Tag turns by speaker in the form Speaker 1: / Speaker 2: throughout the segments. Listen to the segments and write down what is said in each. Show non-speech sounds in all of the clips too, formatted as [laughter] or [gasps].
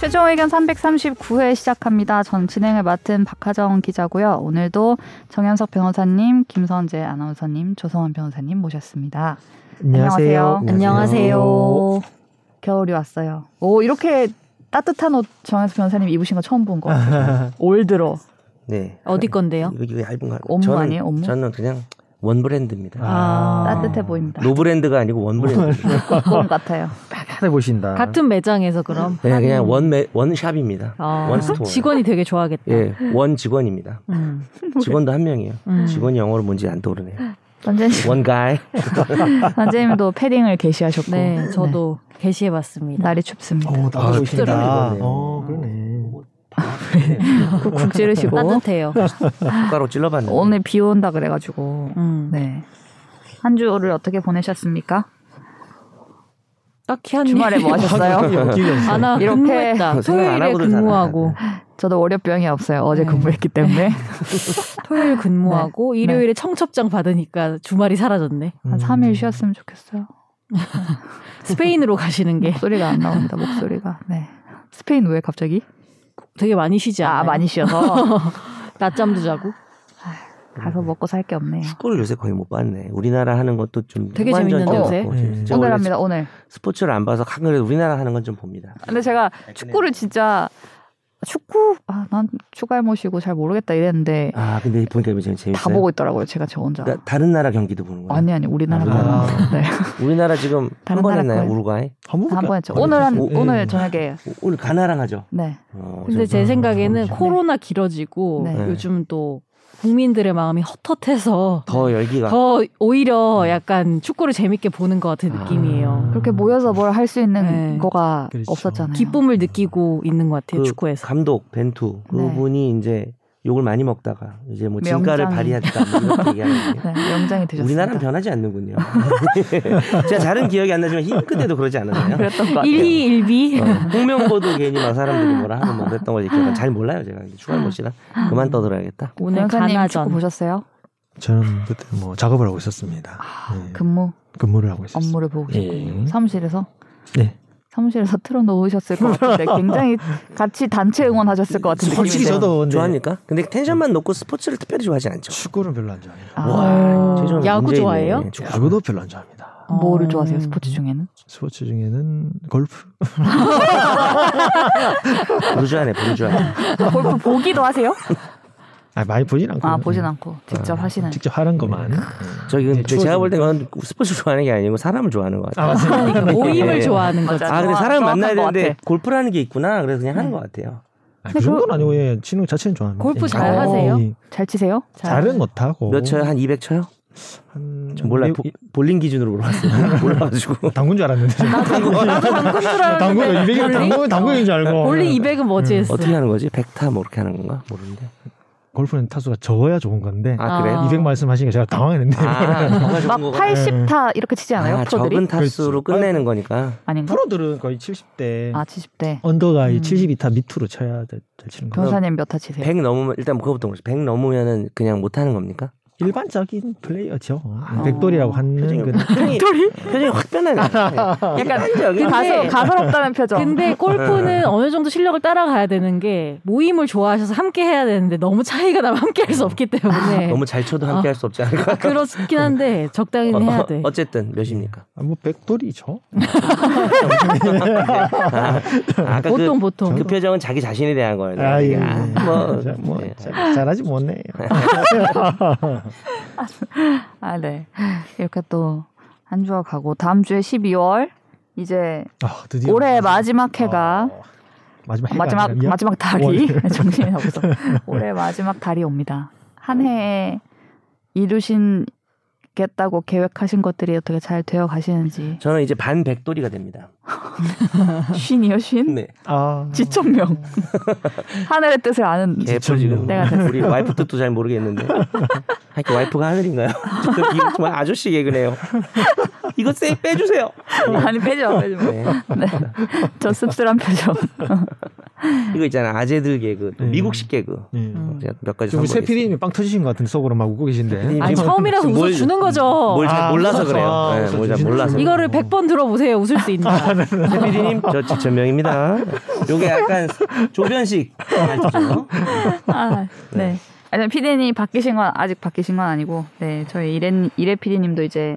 Speaker 1: 최고의견 339회 시작합니다. 전 진행을 맡은 박하정 기자고요. 오늘도 정현석 변호사님, 김선재 아나운서님, 조성원 변호사님 모셨습니다. 안녕하세요.
Speaker 2: 안녕하세요.
Speaker 1: 겨울이 왔어요. 오 이렇게 따뜻한 옷 정현석 변호사님 입으신 거 처음 본 거 [laughs] 같아요. 올 들어
Speaker 3: 네.
Speaker 2: 어디 건데요?
Speaker 3: 이거, 이거 얇은 거.
Speaker 1: 업무
Speaker 3: 저는,
Speaker 1: 아니에요? 업무?
Speaker 3: 저는 그냥 원 브랜드입니다.
Speaker 2: 아.
Speaker 1: 따뜻해 보입니다.
Speaker 3: 노 브랜드가 아니고 원 브랜드.
Speaker 1: 봄 같아요.
Speaker 4: 편해 보신다.
Speaker 2: 같은 매장에서 그럼
Speaker 3: 네, 그냥 원 매, 원샵입니다.
Speaker 2: 아,
Speaker 3: 원스토어.
Speaker 2: 직원이 되게 좋아하겠다.
Speaker 3: 음. 예, 원 직원입니다.
Speaker 2: 음.
Speaker 3: 직원도 한 명이에요.
Speaker 2: 음.
Speaker 3: 직원 영어로 뭔지 안 떠오르네요.
Speaker 1: 선재님,
Speaker 3: 원 가이.
Speaker 1: [laughs] 선재님도 패딩을 게시하셨고
Speaker 2: 네, 저도
Speaker 1: 네, 음.
Speaker 2: 게시해봤습니다.
Speaker 1: 날이 춥습니다.
Speaker 4: 어, 따
Speaker 3: 아,
Speaker 4: 보신다
Speaker 3: 씁쓸하네.
Speaker 4: 어, 그러네.
Speaker 1: 국 찌르시고
Speaker 2: 따뜻해요.
Speaker 3: 손가락 찔러봤는데.
Speaker 1: 오늘 비 온다 그래가지고
Speaker 2: 음.
Speaker 1: 네. 한 주를 어떻게 보내셨습니까?
Speaker 2: 딱히 한
Speaker 1: 주말에
Speaker 2: 일이
Speaker 1: 뭐
Speaker 2: [laughs]
Speaker 1: 하셨어요?
Speaker 2: 아나
Speaker 1: 이렇게
Speaker 2: 근무했다.
Speaker 3: 생각 안
Speaker 2: 토요일에
Speaker 3: 하고도
Speaker 2: 근무하고
Speaker 1: 저도 월요병이 없어요. 어제
Speaker 2: 네.
Speaker 1: 근무했기 때문에
Speaker 2: 토요일 근무하고 일요일에 청첩장 받으니까 주말이 사라졌네.
Speaker 4: 음.
Speaker 1: 한 3일 쉬었으면 좋겠어요.
Speaker 2: 스페인으로
Speaker 1: [laughs]
Speaker 2: 가시는 게
Speaker 1: 목소리가 안 나옵니다. 목소리가. 네. 스페인 왜 갑자기?
Speaker 2: 되게 많이 쉬지 않아요?
Speaker 1: 아 많이 쉬어서
Speaker 2: 낮잠도 자고
Speaker 1: [laughs] 가서 먹고 살 게 없네요.
Speaker 3: 축구를 요새 거의 못 봤네. 우리나라 하는 것도 좀
Speaker 2: 되게
Speaker 3: 후반전
Speaker 2: 재밌는데,
Speaker 3: 좀
Speaker 4: 요새?
Speaker 3: 보고.
Speaker 4: 음.
Speaker 3: 제가
Speaker 1: 오늘
Speaker 3: 원래
Speaker 1: 합니다. 아. 오늘.
Speaker 3: 스포츠를 안 봐서 한 그래도 우리나라 하는 건 좀 봅니다.
Speaker 1: 근데 제가
Speaker 4: 네,
Speaker 1: 축구를 진짜 축구 아 난 축구할 못이고 잘 모르겠다 이랬는데
Speaker 3: 아 근데 보니까 이거 재밌- 재밌어요.
Speaker 1: 다 보고 있더라고요. 제가 저 혼자.
Speaker 3: 나- 다른 나라 경기도 보는 거예요.
Speaker 1: 아니 아니 우리나라
Speaker 4: 아.
Speaker 1: 말고. 네.
Speaker 3: 우리나라 지금 한
Speaker 1: 다른
Speaker 3: 번
Speaker 1: 나라
Speaker 3: 했나요?
Speaker 1: 거예요?
Speaker 3: 우루과이?
Speaker 1: 한 번 했죠. 오늘 한
Speaker 4: 예.
Speaker 3: 오,
Speaker 1: 오늘 저녁에.
Speaker 3: 오- 오늘 가나랑 하죠.
Speaker 1: 네.
Speaker 3: 어,
Speaker 2: 근데
Speaker 3: 저-
Speaker 2: 제 생각에는
Speaker 4: 네.
Speaker 2: 코로나 길어지고
Speaker 1: 네.
Speaker 2: 요즘 또 국민들의 마음이 헛헛해서
Speaker 3: 더 열기가
Speaker 2: 더 오히려 약간 축구를 재밌게 보는 것
Speaker 3: 아.
Speaker 2: 같은 느낌이에요.
Speaker 1: 그렇게 모여서 뭘 할 수 있는
Speaker 2: 네.
Speaker 1: 거가
Speaker 4: 그렇죠.
Speaker 1: 없었잖아요.
Speaker 2: 기쁨을 느끼고 있는 것 같아요
Speaker 3: 그
Speaker 2: 축구에서.
Speaker 3: 감독 벤투 그분이 이제 욕을 많이 먹다가 이제 뭐 진가를
Speaker 1: 명장이.
Speaker 3: 발휘했다 뭐 이렇게 얘기하는 거예요.
Speaker 1: 네, 영장이 되셨습니다.
Speaker 3: 우리나라는 변하지 않는군요. [laughs] 제가 다른 기억이 안 나지만 힘 그때도 그러지 않았나요?
Speaker 1: 그랬던 것 같아요.
Speaker 2: 일희 일비.
Speaker 3: 어, 홍명보도 괜히 막 사람들이 뭐라 하고 막 그랬던 걸 기억 잘 몰라요 제가 추가할 씨랑 그만 떠들어야겠다.
Speaker 2: 오늘
Speaker 1: 변호사님 축구
Speaker 2: 가나전.
Speaker 1: 보셨어요?
Speaker 4: 저는 그때 뭐 작업을 하고 있었습니다. 예,
Speaker 1: 근무
Speaker 4: 근무를 하고
Speaker 1: 아,
Speaker 4: 있었어요.
Speaker 1: 업무를 보고 계셨군요.
Speaker 4: 예.
Speaker 1: 사무실에서
Speaker 4: 네.
Speaker 1: 사무실에서 틀어놓으셨을 것 같은데 굉장히 같이 단체 응원하셨을 것 같은 느낌인데.
Speaker 4: 솔직히 저도 근데
Speaker 3: 좋아하니까? 근데 텐션만 놓고 스포츠를 특별히 좋아하지 않죠.
Speaker 4: 축구는 별로 안 좋아해요.
Speaker 1: 아,
Speaker 3: 와, 최종
Speaker 2: 야구
Speaker 3: 문제이네.
Speaker 2: 좋아해요?
Speaker 3: 축구
Speaker 4: 야구도 별로 안 좋아합니다.
Speaker 2: 어.
Speaker 1: 뭐를 좋아하세요? 스포츠 중에는?
Speaker 4: 스포츠 중에는 골프.
Speaker 3: 부르주아네 부르주아.
Speaker 1: 골프 보기도 하세요?
Speaker 4: 아 많이 보진 않고.
Speaker 1: 아 보진 않고 직접
Speaker 4: 아,
Speaker 1: 하시는. 네.
Speaker 4: 직접 하는 것만. 네.
Speaker 3: 저 이건
Speaker 4: 추워지네.
Speaker 3: 제가 볼 때는 스포츠 좋아하는 게 아니고 사람을 좋아하는 것 같아요.
Speaker 4: 맞습니다.
Speaker 2: 모임을
Speaker 3: 예.
Speaker 2: 좋아하는 거죠.
Speaker 1: 맞아.
Speaker 3: 아, 근데
Speaker 1: 정확-
Speaker 3: 사람 만나야
Speaker 1: 정확한 것
Speaker 3: 되는데
Speaker 1: 같아.
Speaker 3: 골프라는 게 있구나. 그래서 그냥 하는 것 같아요.
Speaker 4: 아, 그 정도는 아니고 예, 치는 거 자체는 좋아합니다.
Speaker 2: 골프 잘
Speaker 4: 예.
Speaker 2: 하세요?
Speaker 4: 예,
Speaker 1: 잘 치세요?
Speaker 4: 잘은 못 하고.
Speaker 3: 몇 쳐요? 한 200 쳐요? 좀 몰라. 요 볼링 기준으로 물어봤어요. 몰라가지고.
Speaker 4: 아, 당군 줄 알았는데. 당군
Speaker 2: 아, 당구를
Speaker 4: 200이 당군
Speaker 1: 아,
Speaker 4: 당군인 줄 알고.
Speaker 2: 원래 200은 뭐 어찌 했어?
Speaker 3: 어떻게 하는 거지? 백타 뭐 이렇게 하는 건가? 모르는데.
Speaker 4: 골프는 타수가 적어야 좋은 건데
Speaker 3: 아 그래요?
Speaker 2: 아.
Speaker 4: 200 말씀하시니까 제가 당황했는데
Speaker 3: 아, 뭐가 좋은
Speaker 1: 막
Speaker 3: 거구나.
Speaker 1: 80타 이렇게 치지 않아요?
Speaker 3: 아,
Speaker 1: 프로들이? 그렇죠.
Speaker 3: 적은 타수로
Speaker 4: 그렇지.
Speaker 3: 끝내는 거니까.
Speaker 1: 아닌가?
Speaker 4: 프로들은 거의 70대
Speaker 1: 아 70대.
Speaker 4: 언더가
Speaker 1: 음.
Speaker 4: 72타 밑으로 쳐야 될- 잘 치는 거예요.
Speaker 1: 변호사님 몇 타 치세요?
Speaker 3: 100 넘으면 일단 뭐 그거부터 그렇지. 100 넘으면은 그냥 못 하는 겁니까?
Speaker 4: 일반적인 플레이어죠.
Speaker 1: 아.
Speaker 4: 아, 백돌이라고 하는
Speaker 3: 표정이
Speaker 4: 그
Speaker 3: 표정이, 표정이 확 변하네. 네. 약간 적인
Speaker 1: 가서 그 가서롭다는 표정.
Speaker 3: 네,
Speaker 2: 근데 골프는 어느 정도 실력을 따라가야 되는 게 모임을 좋아하셔서 함께 해야 되는데 너무 차이가 나면 함께 할 수 없기 때문에
Speaker 3: 아, 너무 잘 쳐도 함께 할 수 없지 않을까?
Speaker 2: 그렇긴 한데 적당히 해야 돼.
Speaker 3: [laughs] 어, 쨌든 몇입니까?
Speaker 4: 아, 뭐 백돌이죠.
Speaker 3: 아, 아까
Speaker 2: 보통
Speaker 3: 그,
Speaker 2: 보통.
Speaker 3: 그 표정은 자기 자신에 대한 거예요.
Speaker 4: 아, 예.
Speaker 3: 아, 뭐,
Speaker 4: 자, 뭐
Speaker 3: 예.
Speaker 4: 자, 잘하지 못네요.
Speaker 1: 아, 네. 이렇게 또 한 주가 가고 다음 주에 12월 이제
Speaker 4: 아, 드디어
Speaker 1: 올해 마지막 해가
Speaker 4: 어, 마지막 해가
Speaker 1: 마지막
Speaker 4: 아니라 미안.
Speaker 1: 마지막
Speaker 4: [laughs]
Speaker 1: 달이 [laughs] 정신이 없어. 올해 마지막 달이 옵니다. 한 해에 이루신겠다고 계획하신 것들이 어떻게 잘 되어 가시는지
Speaker 3: 저는 이제 반 백돌이가 됩니다.
Speaker 1: 쉰이요 쉰
Speaker 3: 네.
Speaker 4: 아,
Speaker 3: [laughs]
Speaker 1: 지천명 하늘의 뜻을 아는
Speaker 3: 개뿔 지금.
Speaker 1: 내가 됐어.
Speaker 3: 우리 와이프 뜻도 잘 모르겠는데. 하여튼 와이프가 하늘인가요? [laughs] 이거 정말 아저씨 개그네요. 이거 쌤
Speaker 1: [laughs]
Speaker 3: 빼주세요.
Speaker 1: 많이 빼죠 빼죠
Speaker 3: 네.
Speaker 1: 네. 저 씁쓸한 표정
Speaker 3: 이거 있잖아 아재들 개그, 또
Speaker 4: 음.
Speaker 3: 미국식 개그.
Speaker 4: 예.
Speaker 2: 음.
Speaker 3: 제가 몇 가지
Speaker 4: 지금 새
Speaker 3: 선보이겠습니다.
Speaker 4: PD님이 빵 터지신 것 같은 속으로 막 웃고 계신데.
Speaker 3: PD님.
Speaker 2: 아니
Speaker 3: 지금
Speaker 2: 처음이라서
Speaker 3: 지금 뭘-
Speaker 2: 웃어주는 거죠.
Speaker 3: 뭘 잘
Speaker 4: 아,
Speaker 3: 몰라서 그래요.
Speaker 4: 아,
Speaker 3: 네, 뭘 잘
Speaker 4: 웃어주시는구나.
Speaker 3: 몰라서.
Speaker 2: 이거를 100번 들어보세요. 웃을 수
Speaker 3: 아,
Speaker 2: 있나.
Speaker 3: 네. PD님 저 지천명입니다. 요게 약간 조변식 말투죠.
Speaker 1: 아, 네. 아니 피디님 바뀌신 건 아직 바뀌신 건 아니고, 네 저희 이래 이래 피디님도 이제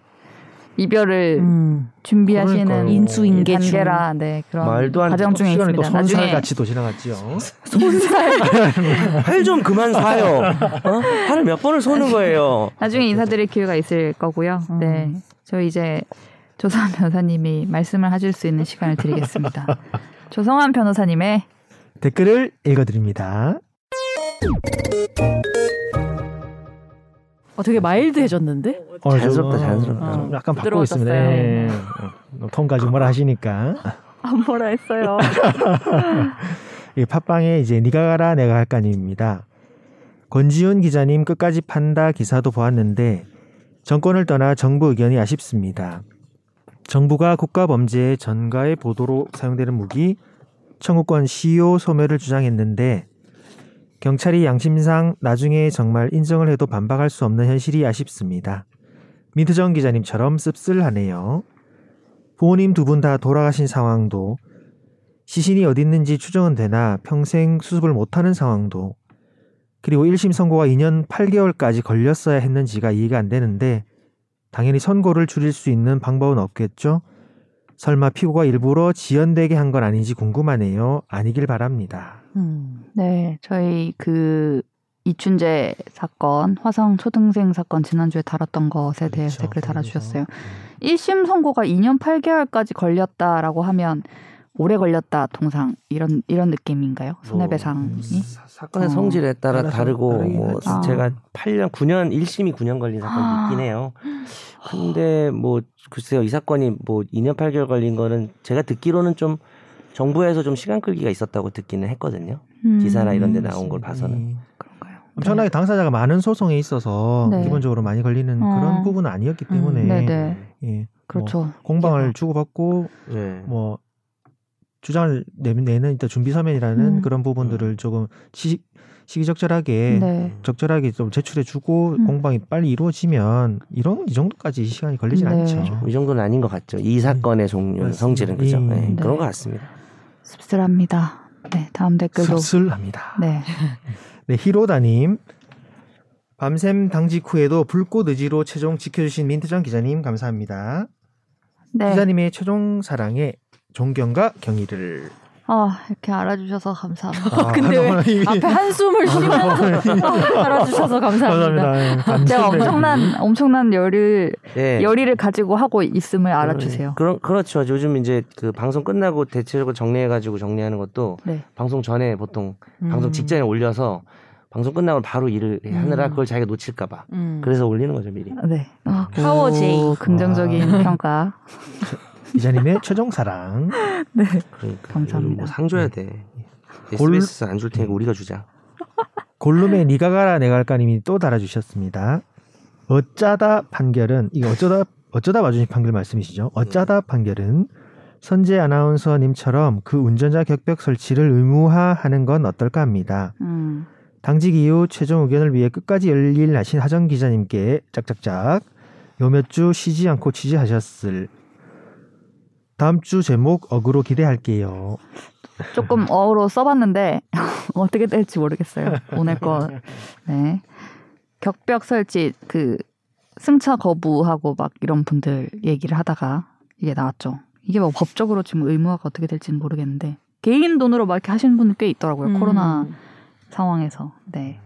Speaker 1: 이별을
Speaker 2: 음.
Speaker 1: 준비하시는
Speaker 4: 그러니까요.
Speaker 2: 인수인계 중.
Speaker 1: 단계라 네 그런
Speaker 3: 말도 안
Speaker 1: 과정 중에
Speaker 4: 시간이 또
Speaker 1: 있습니다.
Speaker 4: 손살
Speaker 1: 나중에
Speaker 4: 같이 또 지나갔지요.
Speaker 3: 팔 좀 그만 사요. 어? 팔을 몇 번을 쏘는 거예요.
Speaker 1: 나중에 인사드릴 기회가 있을 거고요.
Speaker 2: 음.
Speaker 1: 네, 저 이제 조성한 [laughs] 변호사님이 말씀을 하실 수 있는 시간을
Speaker 4: [laughs]
Speaker 1: 드리겠습니다. 조성한 변호사님의
Speaker 4: 댓글을 읽어드립니다.
Speaker 2: 어, 되게 마일드해졌는데?
Speaker 4: 어, 좀,
Speaker 3: 자연스럽다,
Speaker 4: 어,
Speaker 3: 자연스럽다.
Speaker 4: 좀 약간 바꾸고
Speaker 1: 부드러워졌어요.
Speaker 4: 있습니다. 예. 어, 톤 가지고 뭐라 하시니까.
Speaker 1: 아 뭐라 했어요.
Speaker 4: 이 팟빵에 이제 니가 가라 내가 할까님입니다. 권지윤 기자님 끝까지 판다 기사도 보았는데 정권을 떠나 정부 의견이 아쉽습니다. 정부가 국가 범죄의 전가의 보도로 사용되는 무기 청구권 시효 소멸을 주장했는데 경찰이 양심상 나중에 정말 인정을 해도 반박할 수 없는 현실이 아쉽습니다. 민트정 기자님처럼 씁쓸하네요. 부모님 두 분 다 돌아가신 상황도 시신이 어디 있는지 추정은 되나 평생 수습을 못하는 상황도 그리고 1심 선고가 2년 8개월까지 걸렸어야 했는지가 이해가 안 되는데 당연히 선고를 줄일 수 있는 방법은 없겠죠? 설마 피고가 일부러 지연되게 한 건 아닌지 궁금하네요. 아니길 바랍니다.
Speaker 2: 음.
Speaker 1: [laughs] 네, 저희 그 이춘재 사건, 화성 초등생 사건 지난주에 달았던 것에 대해 서
Speaker 4: 그렇죠.
Speaker 1: 네, 댓글 달아주셨어요.
Speaker 4: 음.
Speaker 1: 1심 선고가 2년 8개월까지 걸렸다라고 하면 오래 걸렸다 동상 이런 이런 느낌인가요?
Speaker 4: 뭐,
Speaker 1: 손해배상이?
Speaker 4: 사-
Speaker 3: 사건의
Speaker 1: 어.
Speaker 3: 성질에 따라
Speaker 4: 따라서
Speaker 3: 다르고
Speaker 4: 다르긴
Speaker 3: 뭐
Speaker 1: 아.
Speaker 4: 하죠.
Speaker 3: 제가 8년 9년 1심이 9년 걸린 사건도 있긴 해요. 근데 뭐 글쎄요 이 사건이 뭐 2년 8개월 걸린 거는 제가 듣기로는 좀 정부에서 좀 시간 끌기가 있었다고 듣기는 했거든요.
Speaker 1: 음,
Speaker 3: 기사나 이런 데 나온 걸 봐서는.
Speaker 1: 네.
Speaker 4: 음.
Speaker 1: 그런가요?
Speaker 4: 엄청나게 당사자가 많은 소송에 있어서
Speaker 1: 네.
Speaker 4: 기본적으로 많이 걸리는
Speaker 1: 어.
Speaker 4: 그런 부분은 아니었기
Speaker 2: 음,
Speaker 4: 때문에
Speaker 1: 네, 네.
Speaker 4: 예,
Speaker 1: 그렇죠.
Speaker 4: 공방을 주고받고
Speaker 3: 네.
Speaker 4: 뭐 주장을 내- 내는 일단 준비 서면이라는
Speaker 1: 음.
Speaker 4: 그런 부분들을 조금 시, 시기적절하게
Speaker 1: 네.
Speaker 4: 적절하게 좀 제출해주고
Speaker 1: 음.
Speaker 4: 공방이 빨리 이루어지면 이런 이 정도까지 시간이 걸리진
Speaker 1: 네.
Speaker 4: 않죠.
Speaker 3: 이 정도는 아닌 것 같죠. 이 사건의 종류,
Speaker 4: 맞습니다.
Speaker 3: 성질은 그죠.
Speaker 4: 음.
Speaker 3: 네,
Speaker 1: 네.
Speaker 3: 그런 것 같습니다.
Speaker 1: 씁쓸합니다. 네, 다음 댓글도
Speaker 4: 씁쓸합니다. 네.
Speaker 1: 네.
Speaker 4: 히로다님 밤샘 당직 후에도 불꽃 의지로 최종 지켜주신 민트정 기자님 감사합니다.
Speaker 1: 네.
Speaker 4: 기자님의 최종 사랑에 존경과
Speaker 1: [laughs]
Speaker 4: 경의를.
Speaker 1: 아, 이렇게 알아주셔서 감사합니다.
Speaker 4: 아,
Speaker 2: 근데 왜
Speaker 4: 이미-
Speaker 2: 앞에 한숨을 [laughs] 쉬면서 알아주셔서 감사합니다.
Speaker 4: 감사합니다.
Speaker 1: 제가
Speaker 4: 네, 감사합니다.
Speaker 1: 엄청난 엄청난 열을
Speaker 3: 예.
Speaker 1: 열의를 가지고 하고 있음을 알아주세요.
Speaker 3: 그런 그렇죠. 요즘 이제 그 방송 끝나고 대체적으로 정리해가지고 정리하는 것도
Speaker 1: 네.
Speaker 3: 방송 전에 보통
Speaker 2: 음.
Speaker 3: 방송 직전에 올려서 방송 끝나고 바로 일을 하느라
Speaker 2: 음.
Speaker 3: 그걸 자기가 놓칠까봐
Speaker 2: 음.
Speaker 3: 그래서 올리는 거죠 미리.
Speaker 1: 네. 아,
Speaker 2: 파워 제이.
Speaker 1: 오, 긍정적인
Speaker 4: 아.
Speaker 1: 평가.
Speaker 4: 기자님의 최종 사랑.
Speaker 1: 네.
Speaker 3: 그러니까
Speaker 1: 감사합니다. 네.
Speaker 3: 이거는 뭐 상줘야 돼.
Speaker 4: 골-
Speaker 3: SBS 안 줄 테니까 우리가 주자.
Speaker 4: 골룸의 니가 가라 내가 할까님이 또 달아주셨습니다. 어쩌다 판결은 이게 어쩌다 어쩌다 와주신 판결 말씀이시죠? 어쩌다 판결은 선재 아나운서님처럼 그 운전자 격벽 설치를 의무화하는 건 어떨까 합니다.
Speaker 1: 음.
Speaker 4: 당직 이후 최종 의견을 위해 끝까지 열일 하신 하정 기자님께 짝짝짝 요 몇 주 쉬지 않고 취재하셨을 다음 주 제목 어그로 기대할게요.
Speaker 1: 조금 어로 써봤는데 [laughs] 어떻게 될지 모르겠어요. 오늘 거. 네. 격벽 설치 그 승차 거부하고 막 이런 분들 얘기를 하다가 이게 나왔죠. 이게 뭐 법적으로 지금 의무화가 어떻게 될지는 모르겠는데 개인 돈으로 막 이렇게 하시는 분들 꽤 있더라고요.
Speaker 2: 음.
Speaker 1: 코로나 상황에서. 네.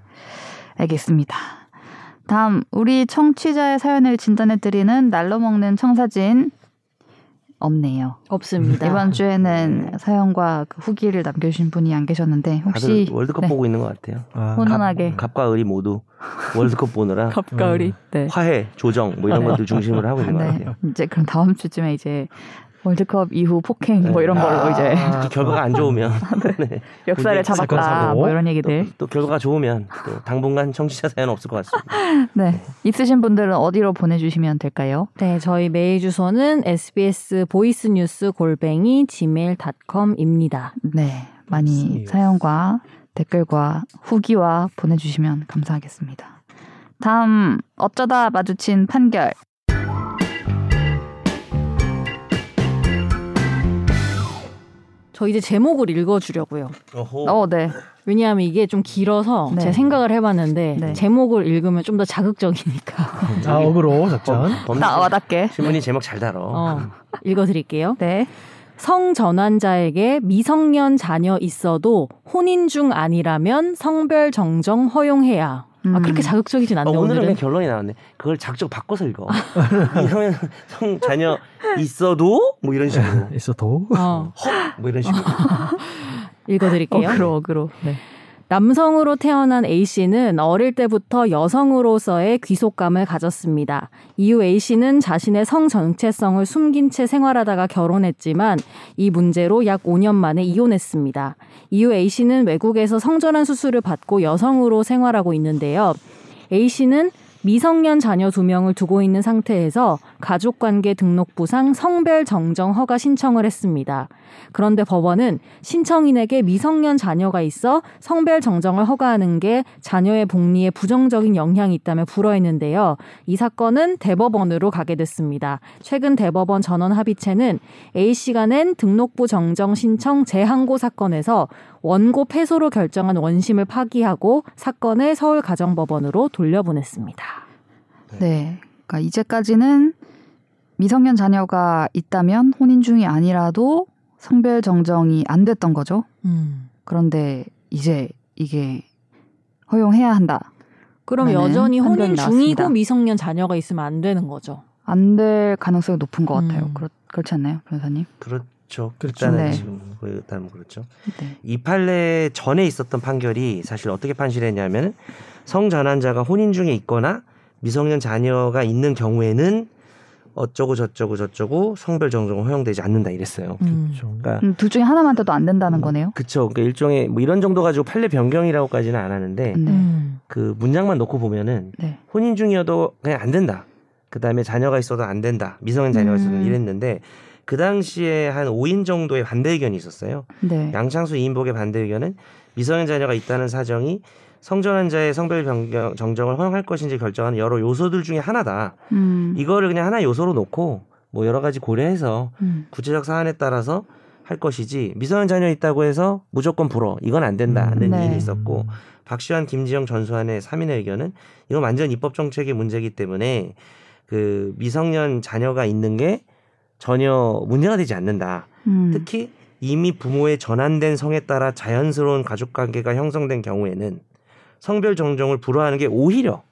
Speaker 1: 알겠습니다. 다음 우리 청취자의 사연을 진단해 드리는 날로 먹는 청사진 없네요.
Speaker 2: 없습니다.
Speaker 1: 이번 주에는 사연과 그 후기를 남겨주신 분이 안 계셨는데 혹시
Speaker 3: 다들 월드컵
Speaker 1: 네,
Speaker 3: 보고 있는 것 같아요.
Speaker 4: 아,
Speaker 1: [laughs] 훈훈하게
Speaker 3: 갑과 을이 모두 월드컵
Speaker 1: [laughs]
Speaker 3: 보느라
Speaker 2: 갑가을이. 네.
Speaker 3: 화해, 조정 뭐 이런
Speaker 1: 네.
Speaker 3: 것들 중심으로 하고 있는 것
Speaker 1: 네,
Speaker 3: 같아요.
Speaker 1: 이제 그럼 다음 주쯤에 이제 월드컵 이후 폭행 뭐 이런 걸로 이제
Speaker 4: 아,
Speaker 3: 특히 [laughs] 결과가 안
Speaker 1: [laughs]
Speaker 3: 좋으면 네.
Speaker 1: 역사를
Speaker 3: 그게 사건,
Speaker 1: 잡았다
Speaker 4: 사고.
Speaker 1: 뭐 이런
Speaker 3: 또,
Speaker 1: 얘기들
Speaker 3: 또 결과가 좋으면 또 당분간 청취자 사연 없을 것 같습니다.
Speaker 1: 네 있으신 분들은 어디로 보내주시면 될까요?
Speaker 2: 네, 저희 메일 주소는 sbs 보이스뉴스 골뱅이 gmail.com입니다.
Speaker 1: 네 많이
Speaker 4: 그렇습니다.
Speaker 1: 사연과 댓글과 후기와 보내주시면 감사하겠습니다. 다음 어쩌다 마주친 판결.
Speaker 2: 저 이제 제목을 읽어주려고요.
Speaker 3: 어호.
Speaker 1: 어, 네.
Speaker 2: 왜냐하면 이게 좀 길어서
Speaker 1: 네.
Speaker 2: 제 생각을 해봤는데
Speaker 1: 네.
Speaker 2: 제목을 읽으면 좀 더 자극적이니까
Speaker 4: 아 어그로 작전.
Speaker 3: 범-
Speaker 1: 나 와닿게.
Speaker 3: 신문이 제목 잘 다뤄.
Speaker 2: 어, 읽어드릴게요.
Speaker 1: 네.
Speaker 2: 성전환자에게 미성년 자녀 있어도 혼인 중 아니라면 성별 정정 허용해야. 아
Speaker 1: 음.
Speaker 2: 그렇게 자극적이진
Speaker 3: 아,
Speaker 2: 않네
Speaker 3: 오늘은, 아.
Speaker 2: 오늘은.
Speaker 3: 그냥 결론이 나왔네. 그걸 작정 바꿔서 읽어. [laughs] 이러면 성 자녀 있어도 뭐 이런 식으로.
Speaker 4: 있어도
Speaker 2: 어,
Speaker 3: 뭐 이런 식으로.
Speaker 2: 읽어드릴게요.
Speaker 1: 어그로, 어그로. 네.
Speaker 2: 남성으로 태어난 A씨는 어릴 때부터 여성으로서의 귀속감을 가졌습니다. 이후 A씨는 자신의 성 정체성을 숨긴 채 생활하다가 결혼했지만 이 문제로 약 5년 만에 이혼했습니다. 이후 A씨는 외국에서 성전환 수술을 받고 여성으로 생활하고 있는데요. A씨는 미성년 자녀 두명을 두고 있는 상태에서 가족관계 등록부상 성별 정정 허가 신청을 했습니다. 그런데 법원은 신청인에게 미성년 자녀가 있어 성별 정정을 허가하는 게 자녀의 복리에 부정적인 영향이 있다며 불어했는데요. 이 사건은 대법원으로 가게 됐습니다. 최근 대법원 전원 합의체는 A씨가 낸 등록부 정정 신청 재항고 사건에서 원고 패소로 결정한 원심을 파기하고 사건을 서울가정법원으로 돌려보냈습니다.
Speaker 1: 네. 그러니까 이제까지는 미성년 자녀가 있다면 혼인 중이 아니라도 성별 정정이 안 됐던 거죠. 음. 그런데 이제 이게 허용해야 한다.
Speaker 2: 그럼
Speaker 1: 네,
Speaker 2: 여전히 혼인
Speaker 1: 판결이 나왔습니다.
Speaker 2: 중이고 미성년 자녀가 있으면 안 되는 거죠.
Speaker 1: 안 될 가능성이 높은 것 같아요.
Speaker 2: 음.
Speaker 1: 그렇, 그렇지 않나요, 변호사님?
Speaker 3: 그렇죠.
Speaker 4: 그렇죠.
Speaker 3: 일단은
Speaker 1: 네.
Speaker 3: 지금 거의 일단은 그렇죠.
Speaker 1: 네.
Speaker 3: 이 판례 전에 있었던 판결이 사실 어떻게 판시했냐면 성전환자가 혼인 중에 있거나 미성년 자녀가 있는 경우에는 어쩌고 저쩌고 저쩌고 성별 정정은 허용되지 않는다 이랬어요.
Speaker 4: 좀
Speaker 3: 그러니까
Speaker 1: 음, 둘 중에 하나만 돼도 안 된다는 거네요.
Speaker 3: 그쵸. 그러니까 일종의 뭐 이런 정도 가지고 판례 변경이라고까지는 안 하는데
Speaker 1: 네.
Speaker 2: 음.
Speaker 3: 그 문장만 놓고 보면은
Speaker 1: 네.
Speaker 3: 혼인 중이어도 그냥 안 된다. 그 다음에 자녀가 있어도 안 된다. 미성년 자녀가 있어도
Speaker 1: 음.
Speaker 3: 이랬는데 그 당시에 한 5인 정도의 반대 의견이 있었어요.
Speaker 1: 네.
Speaker 3: 양창수 이인복의 반대 의견은 미성년 자녀가 있다는 사정이 성전환자의 성별 변경 정정을 허용할 것인지 결정하는 여러 요소들 중에 하나다.
Speaker 1: 음.
Speaker 3: 이거를 그냥 하나 의 요소로 놓고 뭐 여러 가지 고려해서
Speaker 1: 음.
Speaker 3: 구체적 사안에 따라서 할 것이지 미성년 자녀 있다고 해서 무조건 불어 이건 안 된다는
Speaker 1: 네.
Speaker 3: 의견이 있었고 박시환, 김지영, 전수환의 3인의 의견은 이건 완전 입법 정책의 문제이기 때문에 그 미성년 자녀가 있는 게 전혀 문제가 되지 않는다.
Speaker 1: 음.
Speaker 3: 특히 이미 부모의 전환된 성에 따라 자연스러운 가족 관계가 형성된 경우에는 성별 정정을 불허하는 게 오히려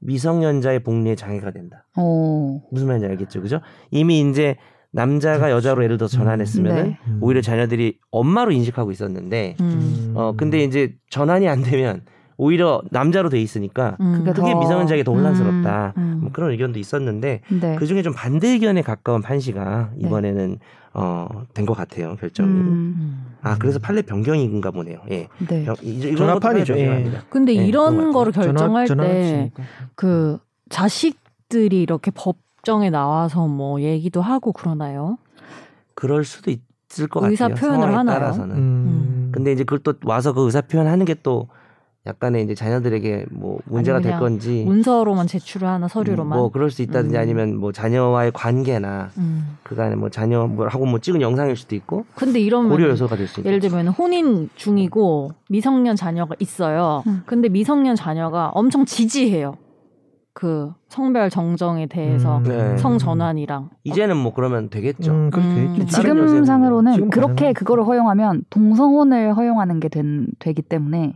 Speaker 3: 미성년자의 복리에 장애가 된다.
Speaker 1: 어.
Speaker 3: 무슨 말인지 알겠죠, 그죠? 이미 이제 남자가 여자로 예를 들어 서 전환했으면은
Speaker 1: 그렇죠. 네.
Speaker 4: 음.
Speaker 3: 오히려 자녀들이 엄마로 인식하고 있었는데
Speaker 2: 음.
Speaker 4: 음.
Speaker 3: 어 근데 이제 전환이 안 되면 오히려 남자로 돼 있으니까
Speaker 2: 음.
Speaker 1: 그게 그러니까 더-
Speaker 3: 그게 미성년자에게 더 혼란스럽다.
Speaker 2: 음.
Speaker 3: 뭐 그런 의견도 있었는데
Speaker 1: 네.
Speaker 3: 그 중에 좀 반대 의견에 가까운 판시가 이번에는 어된 것 같아요 결정이.
Speaker 1: 음.
Speaker 2: 네. 음.
Speaker 3: 아 그래서 판례 변경인가 보네요. 예.
Speaker 1: 네.
Speaker 3: 변- 이- 이런 것도 판례
Speaker 2: 예.
Speaker 4: 전화판이죠. 예.
Speaker 3: 변경합니다.
Speaker 2: 근데
Speaker 3: 네, 그런
Speaker 2: 이런
Speaker 3: 것
Speaker 2: 거를 결정할 때
Speaker 3: 네.
Speaker 2: 그 자식들이 이렇게 법정에 나와서 뭐 얘기도 하고 그러나요?
Speaker 3: 그럴 수도 있을 것
Speaker 2: 의사
Speaker 3: 같아요.
Speaker 2: 표현을
Speaker 3: 상황에
Speaker 2: 하나요?
Speaker 3: 따라서는.
Speaker 4: 음.
Speaker 3: 근데 이제 그걸 또 와서 그 의사 표현하는 게 또 약간의 이제 자녀들에게 뭐 문제가 될
Speaker 2: 그냥
Speaker 3: 건지
Speaker 2: 문서로만 제출을 하나 서류로만.
Speaker 3: 음, 네. 뭐 그럴 수 있다든지
Speaker 2: 음.
Speaker 3: 아니면 뭐 자녀와의 관계나
Speaker 2: 음.
Speaker 3: 그간에 뭐 자녀 뭐 하고 뭐 찍은 영상일 수도 있고
Speaker 2: 근데 이러면
Speaker 3: 고려 요소가 될 수
Speaker 2: 음.
Speaker 3: 있죠.
Speaker 2: 예를 들면 혼인 중이고 미성년 자녀가 있어요.
Speaker 1: 음.
Speaker 2: 근데 미성년 자녀가 엄청 지지해요. 그 성별 정정에 대해서
Speaker 4: 음.
Speaker 3: 네.
Speaker 2: 성 전환이랑
Speaker 3: 이제는 뭐 그러면 되겠죠.
Speaker 4: 음, 그렇게
Speaker 2: 음.
Speaker 4: 했죠.
Speaker 3: 다른 요새는
Speaker 1: 지금 상으로는
Speaker 4: 지금
Speaker 1: 그렇게
Speaker 4: 가능한-
Speaker 1: 그거를 허용하면 동성혼을 허용하는 게 된, 되기 때문에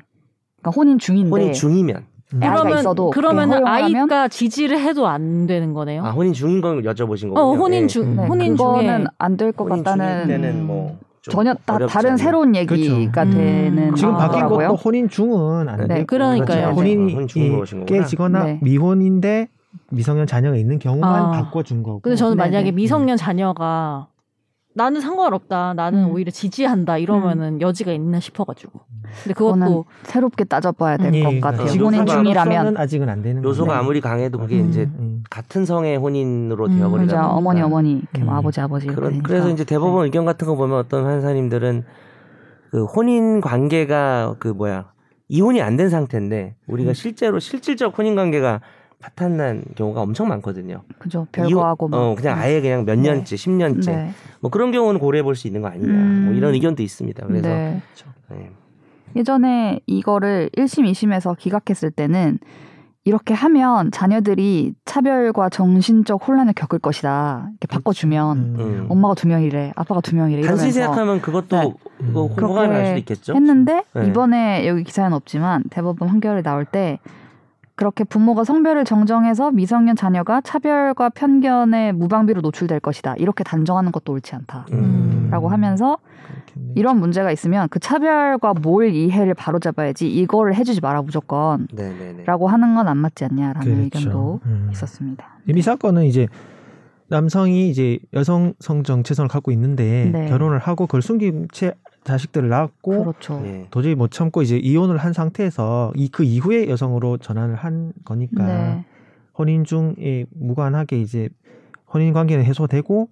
Speaker 1: 그러니까 혼인 중인데
Speaker 3: 혼인 중이면
Speaker 4: 음.
Speaker 1: 아이가
Speaker 2: 그러면
Speaker 1: 있어도
Speaker 2: 그러면
Speaker 1: 그냥 허용하면?
Speaker 2: 아이가 지지를 해도 안 되는 거네요.
Speaker 3: 아 혼인 중인 걸 여쭤보신 거군요.
Speaker 2: 어 혼인
Speaker 3: 예.
Speaker 2: 중
Speaker 1: 네,
Speaker 2: 혼인 중에
Speaker 1: 그거는 안 될 것
Speaker 3: 혼인 중일
Speaker 1: 같다는
Speaker 3: 때는 뭐좀
Speaker 1: 전혀 다,
Speaker 3: 어렵지
Speaker 1: 다른
Speaker 3: 않나.
Speaker 1: 새로운 얘기가
Speaker 2: 그렇죠.
Speaker 1: 되는
Speaker 2: 음.
Speaker 4: 지금
Speaker 2: 아,
Speaker 4: 바뀐
Speaker 1: 거더라고요.
Speaker 4: 것도 혼인 중은 안
Speaker 3: 네.
Speaker 4: 되고
Speaker 2: 그러니까요.
Speaker 1: 그렇죠.
Speaker 4: 혼인이
Speaker 3: 혼인 중인 거신 거구나.
Speaker 4: 깨지거나
Speaker 1: 네.
Speaker 4: 미혼인데 미성년 자녀가 있는 경우만
Speaker 2: 아.
Speaker 4: 바꿔준 거고.
Speaker 2: 근데
Speaker 1: 어,
Speaker 2: 저는
Speaker 1: 네네.
Speaker 2: 만약에 미성년 자녀가 나는 상관없다. 나는
Speaker 1: 음.
Speaker 2: 오히려 지지한다. 이러면은 여지가 있나 싶어가지고. 근데
Speaker 1: 그거는
Speaker 2: 그것도
Speaker 1: 새롭게 따져봐야 될
Speaker 4: 예,
Speaker 1: 것
Speaker 4: 예.
Speaker 1: 같아요.
Speaker 3: 음. 지금
Speaker 1: 혼인
Speaker 3: 상황으로서는
Speaker 1: 중이라면
Speaker 4: 상관없어는 아직은 안 되는
Speaker 3: 요소가
Speaker 4: 거네.
Speaker 3: 아무리 강해도 그게
Speaker 2: 음.
Speaker 3: 이제
Speaker 4: 음.
Speaker 3: 같은 성의 혼인으로
Speaker 2: 음,
Speaker 3: 되어버리다
Speaker 1: 그죠
Speaker 3: 보니까.
Speaker 1: 어머니 어머니 이렇게 뭐
Speaker 4: 음.
Speaker 1: 아버지 아버지 이렇게
Speaker 3: 그런,
Speaker 1: 되니까.
Speaker 3: 그래서 이제 대법원 의견 같은 거 보면 어떤 판사님들은 그 혼인 관계가 그 뭐야 이혼이 안 된 상태인데
Speaker 1: 음.
Speaker 3: 우리가 실제로 실질적 혼인 관계가 파탄난 경우가 엄청 많거든요.
Speaker 1: 그죠.
Speaker 3: 이혼-
Speaker 1: 별거하고 막.
Speaker 3: 어, 그냥 아예 그냥 몇
Speaker 1: 네.
Speaker 3: 년째, 10년째.
Speaker 1: 네.
Speaker 3: 뭐 그런 경우는 고려해 볼 수 있는 거 아니냐. 뭐
Speaker 1: 음.
Speaker 3: 이런 의견도 있습니다. 그래서
Speaker 1: 네.
Speaker 3: 네.
Speaker 1: 예전에 이거를 1심, 2심에서 기각했을 때는 이렇게 하면 자녀들이 차별과 정신적 혼란을 겪을 것이다. 이렇게 바꿔주면
Speaker 3: 그렇죠. 음.
Speaker 1: 엄마가 두 명이래, 아빠가 두 명이래
Speaker 3: 단순히
Speaker 1: 이러면서
Speaker 3: 생각하면 그것도
Speaker 1: 네.
Speaker 4: 음.
Speaker 3: 뭐 호감이 갈 수도
Speaker 1: 그렇게
Speaker 3: 있겠죠.
Speaker 1: 했는데
Speaker 3: 네.
Speaker 1: 이번에 여기 기사에는 없지만 대법원 판결이 나올 때 그렇게 부모가 성별을 정정해서 미성년 자녀가 차별과 편견의 무방비로 노출될 것이다. 이렇게 단정하는 것도 옳지 않다라고
Speaker 2: 음.
Speaker 1: 하면서
Speaker 4: 그렇겠네.
Speaker 1: 이런 문제가 있으면 그 차별과 몰 이해를 바로잡아야지 이거를 해주지 마라 무조건
Speaker 3: 네네네.
Speaker 1: 라고 하는 건 안 맞지 않냐라는
Speaker 3: 그렇죠.
Speaker 1: 의견도
Speaker 4: 음.
Speaker 1: 있었습니다.
Speaker 4: 이 사건은 이제 남성이 이제 여성 성정 체성을 갖고 있는데
Speaker 1: 네.
Speaker 4: 결혼을 하고 그걸 숨긴 채 자식들을 낳았고
Speaker 1: 그렇죠.
Speaker 3: 예.
Speaker 4: 도저히 못 참고 이제 이혼을 한 상태에서 이 그 이후에 여성으로 전환을 한 거니까
Speaker 1: 네.
Speaker 4: 혼인 중에 무관하게 이제 혼인 관계는 해소되고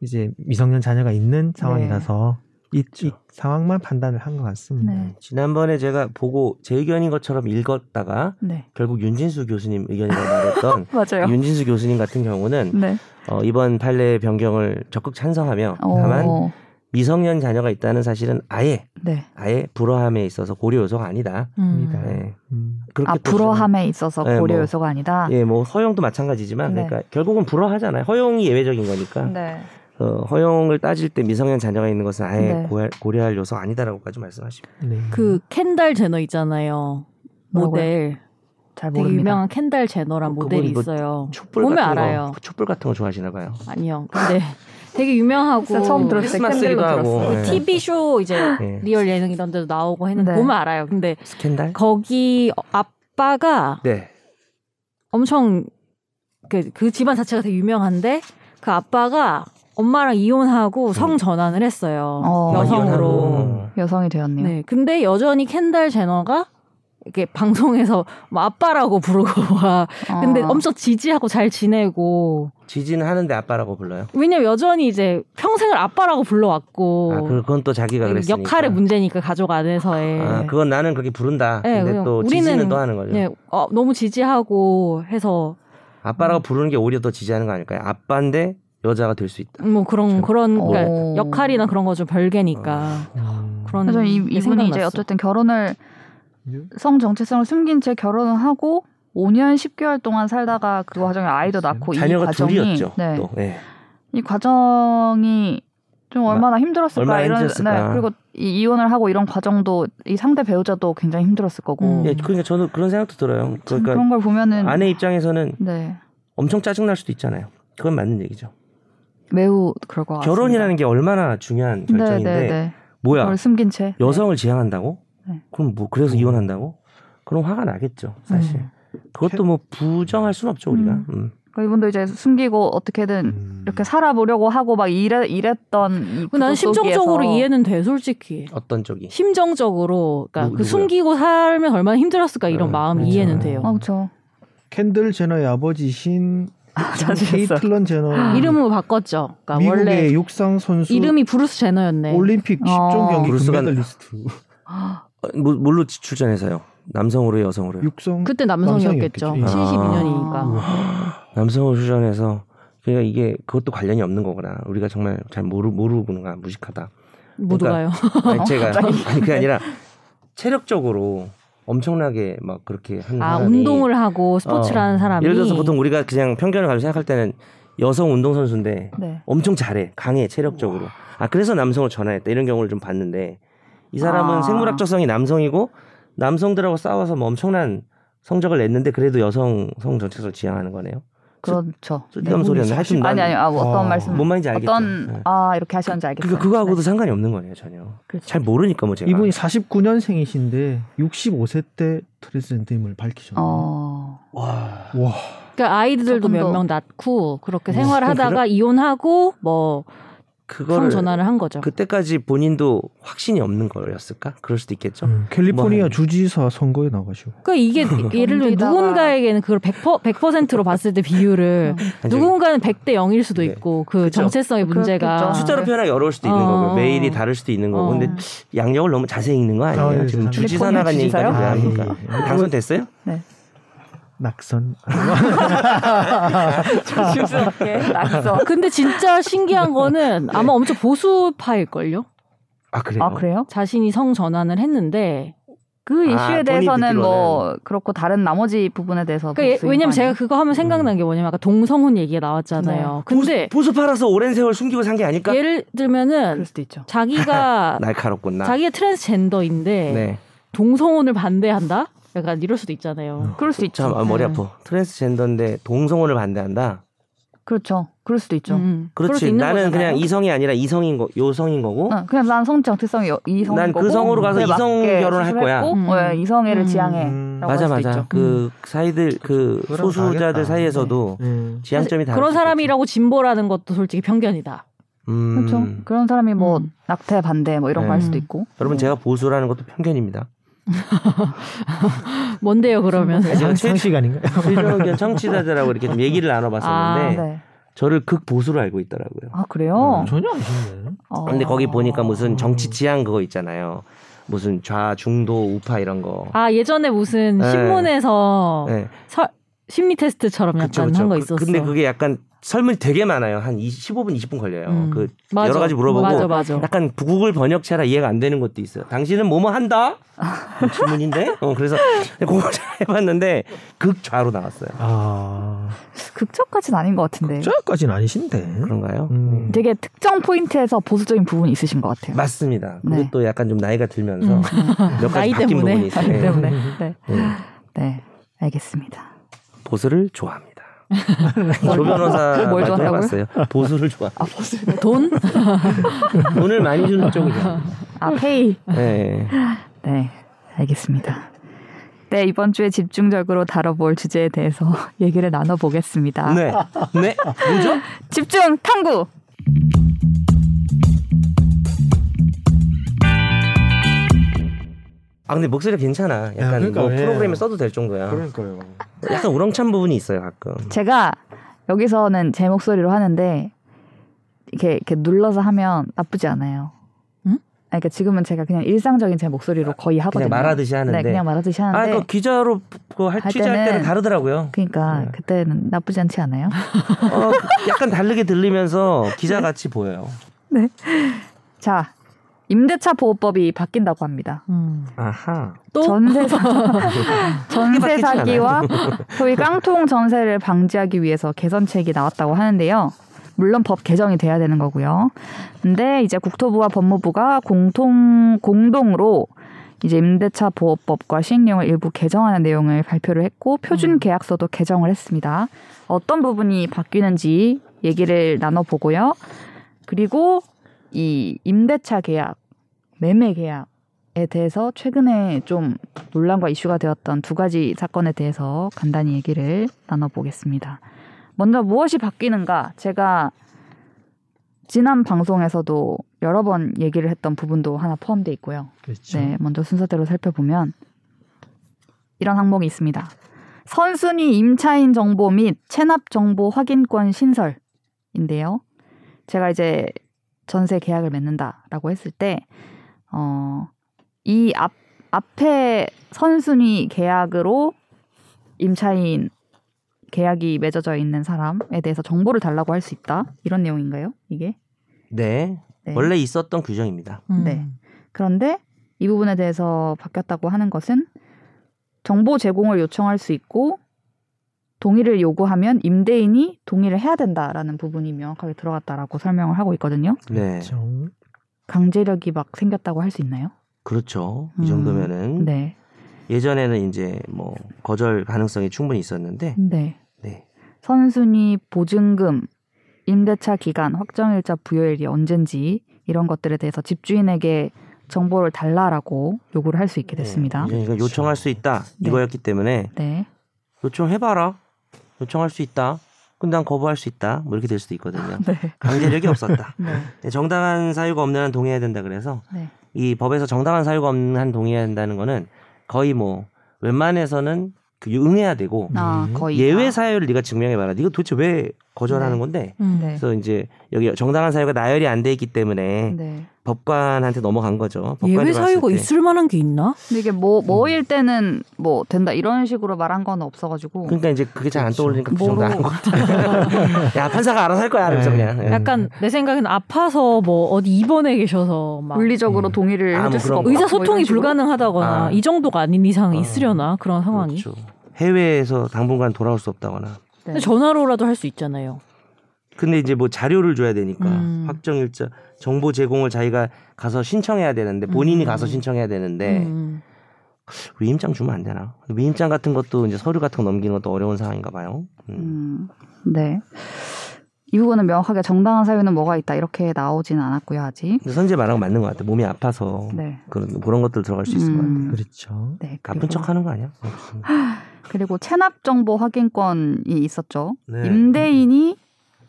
Speaker 4: 이제 미성년 자녀가 있는 상황이라서 이, 이 상황만 판단을 한 것 같습니다.
Speaker 1: 네.
Speaker 3: 음. 지난번에 제가 보고 제 의견인 것처럼 읽었다가
Speaker 1: 네.
Speaker 3: 결국 윤진수 교수님 의견이라고 말했던
Speaker 1: 맞아요.
Speaker 3: 윤진수 교수님 같은 경우는
Speaker 1: 네.
Speaker 3: 어, 이번 판례 변경을 적극 찬성하며 다만
Speaker 1: 어,
Speaker 3: 미성년 자녀가 있다는 사실은 아예
Speaker 1: 네.
Speaker 3: 아예 불허함에 있어서 고려 요소가 아니다.
Speaker 4: 음.
Speaker 3: 예.
Speaker 4: 음.
Speaker 3: 그렇게
Speaker 1: 아
Speaker 3: 또
Speaker 1: 불허함에 있어서
Speaker 3: 네,
Speaker 1: 고려
Speaker 3: 뭐.
Speaker 1: 요소가 아니다.
Speaker 3: 예, 뭐 허용도 마찬가지지만
Speaker 1: 네.
Speaker 3: 그러니까 결국은 불허하잖아요. 허용이 예외적인 거니까
Speaker 1: 네.
Speaker 3: 어, 허용을 따질 때 미성년 자녀가 있는 것은 아예
Speaker 1: 네.
Speaker 3: 고려, 고려할 요소 아니다라고까지 말씀하시고
Speaker 4: 네.
Speaker 2: 그 kendall 제너 있잖아요. 모델
Speaker 1: 잘
Speaker 2: 뭐, 네. 되게
Speaker 1: 모릅니다.
Speaker 2: 유명한 켄달 제너란
Speaker 3: 그분
Speaker 2: 모델이
Speaker 3: 뭐
Speaker 2: 있어요.
Speaker 3: 촛불
Speaker 2: 보면
Speaker 3: 같은
Speaker 2: 알아요.
Speaker 3: 거 촛불 같은 거 좋아하시나 봐요.
Speaker 2: 아니요. 근데 되게 유명하고
Speaker 1: 진짜 처음 들었어요.
Speaker 3: 크리스마스기도 하고
Speaker 2: 그
Speaker 3: 예.
Speaker 2: TV 쇼 이제
Speaker 3: 예.
Speaker 2: 리얼 예능 이런 데도 나오고 했는데
Speaker 1: 네.
Speaker 2: 보면 알아요. 근데
Speaker 3: 스캔들?
Speaker 2: 거기 아빠가
Speaker 3: 네.
Speaker 2: 엄청 그, 그 집안 자체가 되게 유명한데 그 아빠가 엄마랑 이혼하고 성 전환을 했어요.
Speaker 1: 어.
Speaker 2: 여성으로.
Speaker 3: 음. 아, 이혼하고.
Speaker 1: 여성이 되었네요.
Speaker 2: 네. 근데 여전히 켄달 제너가 이렇게 방송에서 뭐 아빠라고 부르고 와.
Speaker 3: 아.
Speaker 2: 근데
Speaker 1: 어,
Speaker 2: 엄청 지지하고 잘 지내고
Speaker 3: 지지는 하는데 아빠라고 불러요.
Speaker 2: 왜냐면 여전히 이제 평생을 아빠라고 불러왔고
Speaker 3: 아, 그- 그건 또 자기가 그랬으니까.
Speaker 2: 음, 역할의 문제니까 가족 안에서의
Speaker 3: 아, 그건 나는 그렇게 부른다.
Speaker 2: 네,
Speaker 3: 근데
Speaker 2: 예. 그냥
Speaker 3: 또
Speaker 2: 우리는-
Speaker 3: 지지는 또 하는 거죠.
Speaker 2: 예, 어, 너무 지지하고 해서
Speaker 3: 아빠라고
Speaker 2: 음.
Speaker 3: 부르는 게 오히려 더 지지하는 거 아닐까요? 아빠인데 여자가 될 수 있다.
Speaker 2: 뭐 그런
Speaker 3: 그렇죠.
Speaker 2: 그런 그러니까
Speaker 1: 어.
Speaker 2: 역할이나 그런 거 좀
Speaker 3: 어.
Speaker 2: 별개니까
Speaker 4: 음.
Speaker 2: 그런
Speaker 1: 그래서 아, 이,
Speaker 2: 게
Speaker 1: 이분이 이제
Speaker 2: 생각났어.
Speaker 1: 어쨌든 결혼을
Speaker 3: 예?
Speaker 1: 성 정체성을 숨긴 채 결혼을 하고 5년 10개월 동안 살다가 그 과정에 아이도 낳고 이
Speaker 3: 자녀가
Speaker 1: 과정이
Speaker 3: 둘이었죠.
Speaker 1: 네.
Speaker 3: 또. 예.
Speaker 1: 이 과정이 좀 얼마나 힘들었을까
Speaker 3: 얼마나
Speaker 1: 이런
Speaker 3: 힘들었을까.
Speaker 1: 네, 그리고 이 이혼을 하고 이런 과정도 이 상대 배우자도 굉장히 힘들었을 거고
Speaker 2: 음.
Speaker 3: 예, 그러니까 저는 그런 생각도 들어요.
Speaker 1: 참
Speaker 3: 그러니까
Speaker 1: 음, 그런 걸 보면은
Speaker 3: 아내 입장에서는
Speaker 1: 네
Speaker 3: 엄청 짜증 날 수도 있잖아요. 그건 맞는 얘기죠.
Speaker 1: 매우 그럴 것 같습니다.
Speaker 3: 결혼이라는 게 얼마나 중요한 결정인데
Speaker 1: 네네네
Speaker 3: 뭐야
Speaker 1: 그걸 숨긴 채
Speaker 3: 여성을 지향한다고?
Speaker 1: 네.
Speaker 3: 그럼 뭐 그래서 이혼한다고? 그럼 화가 나겠죠 사실.
Speaker 2: 음.
Speaker 3: 그것도 뭐 부정할 순 없죠 우리가.
Speaker 1: 음.
Speaker 3: 음.
Speaker 1: 그 이분도 이제 숨기고 어떻게든
Speaker 4: 음.
Speaker 1: 이렇게 살아보려고 하고 막 이래, 이랬던 이
Speaker 2: 근데 그 난
Speaker 1: 구조
Speaker 2: 심정적으로
Speaker 1: 속에서
Speaker 2: 이해는 돼 솔직히
Speaker 3: 어떤 쪽이?
Speaker 2: 심정적으로 그러니까
Speaker 3: 누-
Speaker 2: 그
Speaker 3: 누구야?
Speaker 2: 숨기고 살면 얼마나 힘들었을까 이런
Speaker 3: 네,
Speaker 2: 마음
Speaker 4: 그렇죠.
Speaker 2: 이해는 돼요.
Speaker 1: 아 그렇죠
Speaker 4: 캔들 제너의 아버지신
Speaker 1: 자주셨어
Speaker 4: 케이틀런
Speaker 3: 네.
Speaker 4: 제너
Speaker 2: 이름을 바꿨죠. 그러니까
Speaker 4: 미국의
Speaker 2: 원래
Speaker 4: 육상 선수
Speaker 2: 이름이 브루스 제너였네.
Speaker 4: 올림픽 10종
Speaker 1: 어.
Speaker 4: 경기
Speaker 3: 브루스가-
Speaker 4: 금메달리스트
Speaker 3: 어, 뭐, 뭘로 지- 출전해서요? 남성으로 여성으로? 요
Speaker 4: 육성
Speaker 2: 그때
Speaker 4: 남성이었겠죠.
Speaker 2: 남성이었겠죠.
Speaker 3: 예.
Speaker 2: 72년이니까.
Speaker 3: 남성으로 출전해서 그러니까 이게 그것도 관련이 없는 거구나. 우리가 정말 잘 모르 모르구나 무식하다.
Speaker 2: 모두가요. [laughs]
Speaker 3: 아니, 제가
Speaker 1: 갑자기.
Speaker 3: 아니 그게 아니라 체력적으로 엄청나게 막 그렇게 한
Speaker 2: 아
Speaker 3: 그러니까 사람이
Speaker 2: 운동을 하고 스포츠를
Speaker 3: 어,
Speaker 2: 하는 사람이
Speaker 3: 예를 들어서 보통 우리가 그냥 편견을 가지고 생각할 때는 여성 운동 선수인데
Speaker 1: 네
Speaker 3: 엄청 잘해 강해 체력적으로 아 그래서 남성으로 전환했다 이런 경우를 좀 봤는데 이 사람은
Speaker 1: 아.
Speaker 3: 생물학적성이 남성이고 남성들하고 싸워서 뭐 엄청난 성적을 냈는데 그래도 여성 성 정체성을 지향하는 거네요
Speaker 1: 그렇죠
Speaker 3: 쓸데없는 소리였네 하여튼 난
Speaker 1: 아니 아니 아, 뭐 어떤
Speaker 4: 어,
Speaker 1: 말씀
Speaker 3: 뭔 말인지 알겠죠
Speaker 1: 어떤
Speaker 3: 네.
Speaker 1: 아 이렇게 하셨는지 알겠어요
Speaker 3: 그러니까 그거하고도 상관이 없는 거네요 전혀
Speaker 2: 그렇죠.
Speaker 3: 잘 모르니까 뭐 제가
Speaker 4: 이분이 49년생이신데 65세 때 트랜스젠더임을
Speaker 1: 네.
Speaker 4: 밝히셨네요.
Speaker 1: 어
Speaker 3: 와
Speaker 4: 와,
Speaker 2: 그러니까 아이들도
Speaker 1: 조금
Speaker 2: 몇
Speaker 1: 더-
Speaker 2: 명 낳고 그렇게
Speaker 3: 음,
Speaker 2: 생활하다가
Speaker 3: 그럼
Speaker 2: 이혼하고 뭐 성
Speaker 3: 그거를
Speaker 2: 전환을 한 거죠.
Speaker 3: 그때까지 본인도 확신이 없는 거였을까? 그럴 수도 있겠죠.
Speaker 4: 음, 캘리포니아
Speaker 3: 뭐
Speaker 4: 주지사 선거에 나가시고
Speaker 2: 그러니까 이게 예를
Speaker 1: [laughs]
Speaker 2: 들면
Speaker 1: 견디다가-
Speaker 2: 누군가에게는 그걸 100%, 100%로 봤을 때 비율을
Speaker 3: 아니, 저기
Speaker 2: 누군가는 100대 0일 수도
Speaker 3: 네.
Speaker 2: 있고 그
Speaker 3: 그쵸.
Speaker 2: 정체성의 문제가
Speaker 1: 그렇겠죠.
Speaker 3: 숫자로 표현하기 어려울 수도 있는
Speaker 2: 어,
Speaker 3: 거고
Speaker 2: 어.
Speaker 3: 메일이 다를 수도 있는 거고
Speaker 2: 어.
Speaker 3: 근데 양력을 너무 자세히 읽는 거 아니에요?
Speaker 4: 아, 예, 죄송합니다.
Speaker 3: 지금 주지사
Speaker 1: 캘리포니아
Speaker 3: 나간
Speaker 1: 주지사요?
Speaker 3: 얘기까지
Speaker 4: 아,
Speaker 3: 왜
Speaker 4: 예,
Speaker 3: 합니까?
Speaker 4: 예.
Speaker 3: 그러니까. 당선됐어요?
Speaker 4: 낙선
Speaker 1: 조심스럽게 낙서.
Speaker 2: 근데 진짜 신기한
Speaker 3: [laughs]
Speaker 2: 거는
Speaker 3: 네.
Speaker 2: 아마 엄청 보수파일걸요?
Speaker 3: 아 그래요?
Speaker 1: 아 그래요?
Speaker 2: 자신이 성 전환을 했는데
Speaker 1: 그
Speaker 3: 아,
Speaker 1: 이슈에
Speaker 3: 본인
Speaker 1: 대해서는 뭐
Speaker 3: 듣기로는.
Speaker 1: 그렇고 다른 나머지 부분에 대해서
Speaker 2: 그러니까 예- 왜냐면 제가 그거 하면 생각난 게 뭐냐면 아까 동성혼 얘기가 나왔잖아요. 근데
Speaker 3: 보수, 파라서 오랜 세월 숨기고 산 게 아닐까?
Speaker 2: 예를 들면은
Speaker 1: 그럴 수도 있죠.
Speaker 2: 자기가
Speaker 3: [laughs] 날카롭구나.
Speaker 2: 자기가 트랜스젠더인데
Speaker 3: 네.
Speaker 2: 동성혼을 반대한다? 약간 이럴 수도 있잖아요.
Speaker 1: 그럴 수 있죠.
Speaker 3: 참 아, 머리
Speaker 2: 네.
Speaker 3: 아파. 트랜스젠더인데 동성혼을 반대한다.
Speaker 1: 그렇죠. 그럴 수도 있죠.
Speaker 2: 음. 그럴 수
Speaker 3: 그렇지.
Speaker 2: 있는
Speaker 3: 나는
Speaker 2: 거잖아요.
Speaker 3: 그냥 이성이 아니라 이성인 거, 요성인 거고.
Speaker 1: 어, 그냥 난 성적 특성이 여- 이성인
Speaker 3: 난그
Speaker 1: 거고
Speaker 3: 성으로 가서
Speaker 1: 그에
Speaker 3: 이성
Speaker 1: 맞게
Speaker 3: 결혼을 할 거야.
Speaker 1: 수술했고,
Speaker 2: 음.
Speaker 1: 어, 이성애를
Speaker 2: 음.
Speaker 1: 지향해.
Speaker 4: 음.
Speaker 1: 라고
Speaker 3: 맞아
Speaker 1: 할 수도
Speaker 3: 맞아.
Speaker 1: 있죠.
Speaker 3: 그 사이들 그
Speaker 4: 그럼
Speaker 3: 소수자들
Speaker 4: 알겠다.
Speaker 3: 사이에서도
Speaker 4: 음.
Speaker 3: 지향점이 다른
Speaker 2: 그런 네. 사람이라고 진보라는 것도 솔직히 편견이다.
Speaker 3: 음.
Speaker 1: 그렇죠. 그런 사람이 뭐
Speaker 2: 음.
Speaker 1: 낙태 반대 뭐 이런 거 할
Speaker 2: 네.
Speaker 1: 수도 있고.
Speaker 3: 여러분 제가 보수라는 것도 편견입니다.
Speaker 2: 뭔데요, 그러면?
Speaker 1: 무슨
Speaker 3: 제가 최,
Speaker 4: 상식 아닌가요? [laughs]
Speaker 3: 최종 의견 청취자들하고 이렇게
Speaker 2: [laughs]
Speaker 3: 좀 얘기를
Speaker 2: 아,
Speaker 3: 나눠봤었는데
Speaker 1: 네.
Speaker 3: 저를 극보수로 알고 있더라고요.
Speaker 1: 아 그래요?
Speaker 3: 음,
Speaker 4: 전혀 아니네.
Speaker 1: 어.
Speaker 3: 근데 거기 보니까 뭐 무슨 정치 지향 그거 있잖아요. 무슨 좌, 중도, 우파 이런 거.
Speaker 2: 아, 예전에 무슨
Speaker 3: 네.
Speaker 2: 신문에서
Speaker 3: 네.
Speaker 2: 서- 심리 테스트처럼 약간
Speaker 3: 그쵸, 그쵸.
Speaker 2: 한 거
Speaker 3: 그-
Speaker 2: 있었어.
Speaker 3: 근데 그게 약간 설문이 되게 많아요. 한 15분, 20분 걸려요.
Speaker 2: 음.
Speaker 3: 그
Speaker 2: 맞아.
Speaker 3: 여러 가지 물어보고
Speaker 2: 맞아, 맞아.
Speaker 3: 약간 구글 번역체라 이해가 안 되는 것도 있어요. 당신은 뭐뭐 한다? 질문인데? 어, 그래서 그걸 해봤는데 극좌로 나왔어요.
Speaker 4: 아,
Speaker 1: 극적까지는 아닌 것 같은데.
Speaker 4: 저까지는 아니신데.
Speaker 3: 그런가요?
Speaker 4: 음.
Speaker 1: 네. 되게 특정 포인트에서 보수적인 부분이 있으신 것 같아요.
Speaker 3: 맞습니다.
Speaker 1: 네. 음.
Speaker 3: 그것도 약간 좀 나이가 들면서 몇 가지
Speaker 2: 나이
Speaker 3: 바뀐
Speaker 2: 때문에.
Speaker 3: 부분이 있어요.
Speaker 1: 나이
Speaker 3: 네.
Speaker 1: 때문에. 네.
Speaker 3: 네.
Speaker 1: 네. 알겠습니다.
Speaker 3: 아, 보수를 좋아합니다. 조 변호사
Speaker 1: [laughs] 뭘
Speaker 3: 말도
Speaker 1: 좋아한다고요?
Speaker 3: 해봤어요. 보수를 좋아.
Speaker 1: 아 보수.
Speaker 2: 뭐
Speaker 3: [laughs]
Speaker 2: 돈?
Speaker 3: 돈을 많이 주는 쪽이죠.
Speaker 1: 아 페이.
Speaker 3: 네.
Speaker 1: 네. 알겠습니다. 네 이번 주에 집중적으로 다뤄볼 주제에 대해서 [laughs] 얘기를 나눠보겠습니다.
Speaker 3: 네. 네. 뭐죠?
Speaker 1: 집중 탐구.
Speaker 3: 아 근데 목소리가 괜찮아. 약간
Speaker 4: 야, 그러니까,
Speaker 3: 뭐
Speaker 4: 예.
Speaker 3: 아, 프로그램에 써도 될 정도야.
Speaker 4: 그러니까요.
Speaker 3: 약간 우렁찬 부분이 있어요 가끔.
Speaker 1: 제가 여기서는 제 목소리로 하는데 이렇게 이렇게 눌러서 하면 나쁘지 않아요.
Speaker 2: 응?
Speaker 1: 아니, 그러니까 지금은 제가 그냥 일상적인 제 목소리로 거의 하거든요.
Speaker 3: 그냥 말하듯이 하는데.
Speaker 1: 네, 그냥 말하듯이
Speaker 3: 아,
Speaker 1: 하는데.
Speaker 3: 그 기자로 그할
Speaker 1: 할
Speaker 3: 취재할 때는,
Speaker 1: 때는
Speaker 3: 다르더라고요.
Speaker 1: 그러니까
Speaker 3: 네.
Speaker 1: 그때는 나쁘지 않지 않아요?
Speaker 3: 어, 약간 다르게 들리면서 기자 같이 보여요.
Speaker 1: 자, 임대차 보호법이 바뀐다고 합니다.
Speaker 2: 음.
Speaker 3: 아하.
Speaker 2: 또?
Speaker 1: 전세 사 전세
Speaker 3: 바뀌지
Speaker 1: 사기와 소위 깡통 전세를 방지하기 위해서 개선책이 나왔다고 하는데요. 물론 법 개정이 돼야 되는 거고요. 근데 이제 국토부와 법무부가 공통 공동으로 이제 임대차 보호법과 시행령을 일부 개정하는 내용을 발표를 했고 표준
Speaker 2: 음.
Speaker 1: 계약서도 개정을 했습니다. 어떤 부분이 바뀌는지 얘기를 나눠보고요. 그리고 이 임대차 계약, 매매 계약에 대해서 최근에 좀 논란과 이슈가 되었던 두 가지 사건에 대해서 간단히 얘기를 나눠보겠습니다. 먼저 무엇이 바뀌는가? 제가 지난 방송에서도 여러 번 얘기를 했던 부분도 하나 포함되어 있고요.
Speaker 4: 그렇죠.
Speaker 1: 네, 먼저 순서대로 살펴보면 이런 항목이 있습니다. 선순위 임차인 정보 및 체납 정보 확인권 신설인데요. 제가 이제 전세 계약을 맺는다라고 했을 때, 어, 이 앞, 앞에 선순위 계약으로 임차인 계약이 맺어져 있는 사람에 대해서 정보를 달라고 할 수 있다. 이런 내용인가요? 이게?
Speaker 3: 네.
Speaker 1: 네.
Speaker 3: 원래 있었던 규정입니다.
Speaker 2: 음.
Speaker 1: 네. 그런데 이 부분에 대해서 바뀌었다고 하는 것은 정보 제공을 요청할 수 있고 동의를 요구하면 임대인이 동의를 해야 된다라는 부분이 명확하게 들어갔다라고 설명을 하고 있거든요.
Speaker 3: 네.
Speaker 4: 그렇죠.
Speaker 1: 강제력이 막 생겼다고 할 수 있나요?
Speaker 3: 그렇죠.
Speaker 1: 음.
Speaker 3: 이 정도면은
Speaker 1: 네.
Speaker 3: 예전에는 이제 뭐 거절 가능성이 충분히 있었는데
Speaker 1: 네.
Speaker 3: 네.
Speaker 1: 선순위 보증금, 임대차 기간, 확정일자 부여일이 언젠지 이런 것들에 대해서 집주인에게 정보를 달라라고 요구를 할 수 있게 됐습니다.
Speaker 3: 네,
Speaker 4: 그렇죠.
Speaker 3: 이거 요청할 수 있다
Speaker 1: 네.
Speaker 3: 이거였기 때문에
Speaker 1: 네.
Speaker 3: 요청해봐라. 요청할 수 있다. 그럼 난 거부할 수 있다. 뭐 이렇게 될 수도 있거든요.
Speaker 1: 네.
Speaker 3: 강제력이 없었다.
Speaker 1: 네.
Speaker 3: 근데 정당한 사유가 없는 한 동의해야 된다 그래서
Speaker 1: 네.
Speaker 3: 이 법에서 정당한 사유가 없는 한 동의해야 된다는 거는 거의 뭐 웬만해서는 그 응해야 되고
Speaker 1: 아,
Speaker 4: 음.
Speaker 1: 거의
Speaker 3: 네. 예외
Speaker 1: 다.
Speaker 3: 사유를 네가 증명해 봐라. 네가 도대체 왜 거절하는
Speaker 1: 네.
Speaker 3: 건데?
Speaker 2: 음.
Speaker 1: 네.
Speaker 3: 그래서 이제 여기 정당한 사유가 나열이 안 돼 있기 때문에
Speaker 1: 네.
Speaker 3: 법관한테 넘어간 거죠. 법관이
Speaker 2: 예외
Speaker 3: 봤을
Speaker 2: 사유가
Speaker 3: 때.
Speaker 2: 있을 만한 게 있나?
Speaker 3: 음.
Speaker 1: 근데 이게 뭐 뭐일 때는 뭐 된다 이런 식으로 말한 건 없어가지고
Speaker 3: 그러니까 이제 그게 잘 안 떠올리니까 그 정도
Speaker 1: 뭐로-
Speaker 3: 안것 같아. [laughs] 야 판사가 알아서 할 거야. 그래서
Speaker 4: 네.
Speaker 3: 그냥. 예.
Speaker 2: 약간 내 생각엔 아파서 뭐 어디 입원해 계셔서 막
Speaker 1: 물리적으로
Speaker 4: 음.
Speaker 1: 동의를
Speaker 3: 아, 뭐
Speaker 1: 해줄 수가
Speaker 3: 그런
Speaker 1: 없고
Speaker 3: 거.
Speaker 2: 의사 소통이 불가능하다거나
Speaker 3: 아.
Speaker 2: 이 정도가 아닌 이상 있으려나 그런 상황이.
Speaker 3: 그렇죠. 해외에서 당분간 돌아올 수 없다거나.
Speaker 1: 네.
Speaker 2: 근데 전화로라도 할 수 있잖아요.
Speaker 3: 근데 이제 뭐 자료를 줘야 되니까
Speaker 2: 음.
Speaker 3: 확정 일자 정보 제공을 자기가 가서 신청해야 되는데 본인이
Speaker 2: 음.
Speaker 3: 가서 신청해야 되는데
Speaker 2: 음.
Speaker 3: 위임장 주면 안 되나? 위임장 같은 것도 이제 서류 같은 거 넘기는 것도 어려운 상황인가 봐요. 음.
Speaker 1: 음, 네. 이 부분은 명확하게 정당한 사유는 뭐가 있다 이렇게 나오진 않았고요 아직.
Speaker 3: 근데 선재 말하고 맞는 것 같아. 몸이 아파서
Speaker 1: 네.
Speaker 3: 그런 그런 것들 들어갈 음. 수 있을 것 같아.
Speaker 1: 음,
Speaker 4: 그렇죠.
Speaker 1: 네.
Speaker 3: 나쁜
Speaker 1: 그리고,
Speaker 3: 척하는 거 아니야?
Speaker 1: 그리고 체납 정보 확인권이 있었죠.
Speaker 3: 네.
Speaker 1: 임대인이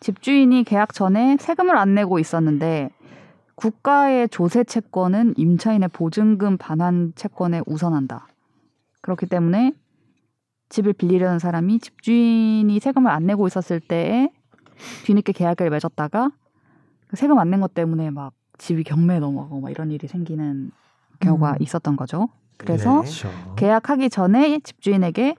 Speaker 1: 집주인이 계약 전에 세금을 안 내고 있었는데 국가의 조세 채권은 임차인의 보증금 반환 채권에 우선한다. 그렇기 때문에 집을 빌리려는 사람이 집주인이 세금을 안 내고 있었을 때에 뒤늦게 계약을 맺었다가 그 세금 안 낸 것 때문에 막 집이 경매에 넘어가고 막 이런 일이 생기는 경우가
Speaker 2: 음.
Speaker 1: 있었던 거죠. 그래서
Speaker 3: 네.
Speaker 4: 그렇죠.
Speaker 1: 계약하기 전에 집주인에게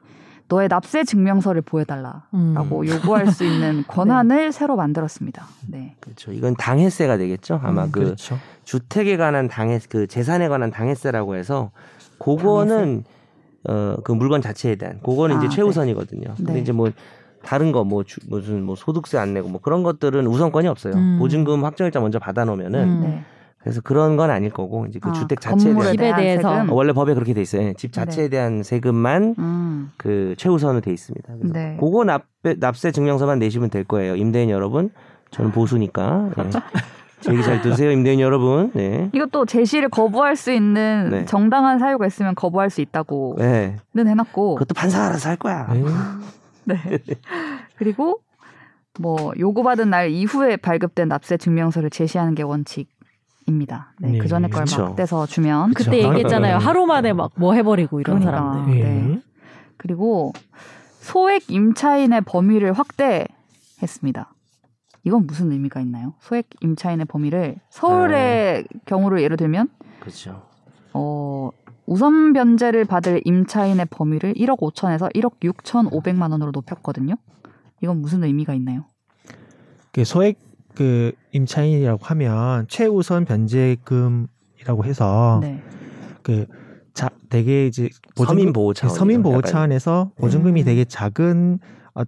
Speaker 1: 너의 납세 증명서를 보여달라.
Speaker 2: 음.
Speaker 1: 라고 요구할 수
Speaker 3: [laughs] 네.
Speaker 1: 있는 권한을 새로 만들었습니다. 네.
Speaker 3: 그렇죠. 이건 당해세가 되겠죠. 아마
Speaker 2: 음,
Speaker 3: 그
Speaker 4: 그렇죠.
Speaker 3: 주택에 관한 당해 그 재산에 관한 당해세라고 해서 그거는 어 그 물건 자체에 대한 그거는
Speaker 1: 아,
Speaker 3: 이제
Speaker 1: 네.
Speaker 3: 최우선이거든요. 근데
Speaker 1: 네.
Speaker 3: 이제 뭐 다른 거 뭐 무슨 뭐 소득세 안 내고 뭐 그런 것들은 우선권이 없어요.
Speaker 2: 음.
Speaker 3: 보증금 확정일자 먼저 받아놓으면은
Speaker 2: 음.
Speaker 1: 네.
Speaker 3: 그래서 그런 건 아닐 거고 이제 그
Speaker 1: 아,
Speaker 3: 주택 자체에
Speaker 1: 건물에
Speaker 3: 대한
Speaker 2: 집에
Speaker 1: 대한 네.
Speaker 2: 대해서.
Speaker 1: 세금?
Speaker 3: 어, 원래 법에 그렇게 돼 있어요. 예, 집 자체에 대한 세금만
Speaker 1: 음.
Speaker 3: 그 최우선으로 돼 있습니다. 그래서
Speaker 1: 네.
Speaker 3: 그거 납세, 납세 증명서만 내시면 될 거예요. 임대인 여러분, 저는 보수니까
Speaker 1: [laughs]
Speaker 3: 예. 제 얘기 잘 들으세요, 임대인 여러분. 네.
Speaker 1: 이것도 제시를 거부할 수 있는
Speaker 3: 네.
Speaker 1: 정당한 사유가 있으면 거부할 수 있다고는
Speaker 3: 네.
Speaker 1: 해놨고
Speaker 3: 그것도 판사가 알아서 할 거야.
Speaker 4: 네.
Speaker 3: [laughs]
Speaker 1: 네. 그리고 뭐 요구받은 날 이후에 발급된 납세 증명서를 제시하는 게 원칙입니다. 네,
Speaker 4: 네.
Speaker 1: 그 전에 걸
Speaker 3: 그쵸.
Speaker 1: 막 떼서 주면
Speaker 4: 그쵸.
Speaker 3: 그렇죠.
Speaker 2: 그때 얘기했잖아요.
Speaker 3: 네.
Speaker 2: 하루 만에 막 뭐 해버리고 이런
Speaker 1: 그러니까.
Speaker 2: 사람들.
Speaker 4: 예.
Speaker 1: 네. 그리고 소액 임차인의 범위를 확대했습니다. 이건 무슨 의미가 있나요? 소액 임차인의 범위를 서울의
Speaker 3: 네.
Speaker 1: 경우를 예를 들면
Speaker 3: 그렇죠.
Speaker 1: 어, 우선 변제를 받을 임차인의 범위를 1억 5천에서 1억 6천 5백만 원으로 높였거든요. 이건 무슨 의미가 있나요?
Speaker 4: 그 소액 그 임차인이라고 하면 최우선 변제금이라고
Speaker 3: 어.
Speaker 4: 해서
Speaker 1: 네.
Speaker 4: 그 자, 되게 이제 보증금-
Speaker 3: 서민
Speaker 4: 그
Speaker 3: 보호 그러니까 차원.
Speaker 4: 뭐 서민 보호
Speaker 1: 음.
Speaker 4: 차원에서 보증금이 되게 작은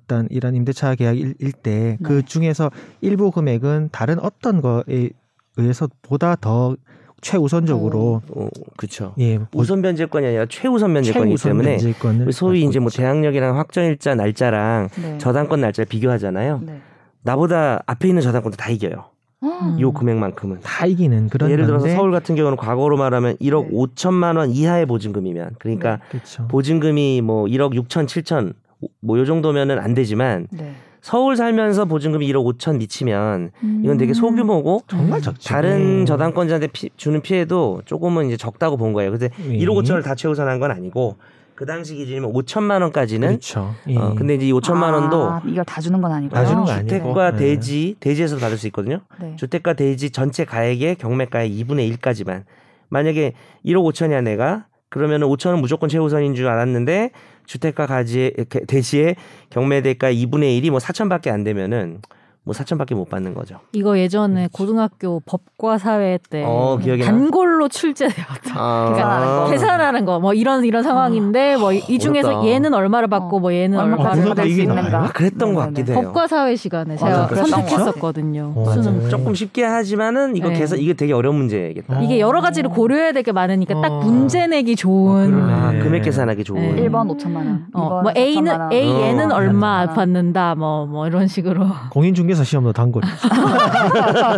Speaker 4: 어떤 이런 임대차 계약일 때 그
Speaker 1: 네.
Speaker 4: 중에서 일부 금액은 다른 어떤 거에 의해서 보다 더 최우선적으로
Speaker 3: 어, 그렇죠.
Speaker 4: 예 보-
Speaker 3: 우선 변제권이 아니라 최우선 변제권이기
Speaker 4: 최우선
Speaker 3: 때문에
Speaker 4: 변제권을
Speaker 3: 소위
Speaker 4: 갖고
Speaker 3: 이제 뭐
Speaker 4: 있죠.
Speaker 3: 대항력이랑 확정일자 날짜랑
Speaker 1: 네.
Speaker 3: 저당권 날짜 비교하잖아요.
Speaker 1: 네.
Speaker 3: 나보다 앞에 있는 저당권도 다 이겨요.
Speaker 1: 헉!
Speaker 3: 요
Speaker 2: 음.
Speaker 3: 금액만큼은.
Speaker 4: 다 이기는 그런
Speaker 3: 예를 들어서
Speaker 4: 건데,
Speaker 3: 서울 같은 경우는 과거로 말하면 1억
Speaker 1: 네.
Speaker 3: 5천만 원 이하의 보증금이면 그러니까
Speaker 4: 그렇죠.
Speaker 3: 보증금이 뭐 1억 6천 7천 뭐 요 정도면은 안 되지만
Speaker 1: 네.
Speaker 3: 서울 살면서 보증금이 1억 5천 미치면 이건 되게
Speaker 2: 음.
Speaker 3: 소규모고
Speaker 4: 정말 적죠.
Speaker 3: 다른 저당권자한테 피- 주는 피해도 조금은 이제 적다고 본 거예요. 근데 1억 5천을 다 최우선한 건 아니고 그 당시 기준이면 5천만 원까지는
Speaker 4: 그렇죠.
Speaker 3: 어, 근데 이제 이 5천만
Speaker 1: 아,
Speaker 3: 원도
Speaker 1: 이걸 다 주는 건 아니고요.
Speaker 4: 다 주는 건 아니고.
Speaker 3: 주택과
Speaker 4: 네.
Speaker 3: 대지 대지에서 받을 수 있거든요.
Speaker 1: 네.
Speaker 3: 주택과 대지 전체 가액의 경매가의 2분의 1까지만 만약에 1억 5천이야 내가 그러면 은 5천은 무조건 최우선인 줄 알았는데 주택과 가지 대지의 경매대가 2분의 1이 뭐 4천밖에 안 되면은 뭐 4천밖에 못 받는 거죠.
Speaker 2: 이거 예전에 고등학교 법과 사회 때
Speaker 3: 음. 어, 아. 기억이 나.
Speaker 2: 단골로 출제되었다.
Speaker 1: 네. [laughs] 계산하는 거.
Speaker 2: 계산하는 거 뭐 이런 이런 상황인데 뭐 이 중에서
Speaker 3: 아. 어렵다.
Speaker 2: 얘는 얼마를 받고
Speaker 1: 어.
Speaker 2: 뭐 얘는
Speaker 1: 얼마
Speaker 4: 아,
Speaker 2: 얼마를
Speaker 4: 무슨
Speaker 1: 받을
Speaker 2: 받을
Speaker 1: 수
Speaker 4: 이게 나와요?
Speaker 1: 있는가?
Speaker 3: 아, 그랬던 것
Speaker 1: 네네네.
Speaker 3: 같기도 해요.
Speaker 2: 법과 사회 시간에 제가
Speaker 3: 맞아, 그렇죠. 그랬던
Speaker 2: 선택했었거든요.
Speaker 4: 어,
Speaker 2: 수능.
Speaker 4: 맞아요.
Speaker 3: 조금 쉽게 하지만은 이거
Speaker 2: 네.
Speaker 3: 계산 이게 되게 어려운 문제겠다.
Speaker 4: 어.
Speaker 2: 이게 여러
Speaker 1: 음.
Speaker 2: 가지를 고려해야 될 게 많으니까
Speaker 4: 어.
Speaker 2: 딱 문제 내기 좋은
Speaker 4: 그러네.
Speaker 3: 아, 금액 계산하기 좋은.
Speaker 2: 네.
Speaker 1: 1번 5천만 원. 2번
Speaker 2: 어, 뭐
Speaker 1: 4천만
Speaker 2: A는
Speaker 1: 원.
Speaker 2: A 얘는
Speaker 3: 어,
Speaker 2: 얼마
Speaker 1: 맞아.
Speaker 2: 받는다 뭐 뭐 이런
Speaker 3: [laughs]
Speaker 2: 식으로
Speaker 4: 공인중개사 시험도 단골.
Speaker 1: [laughs]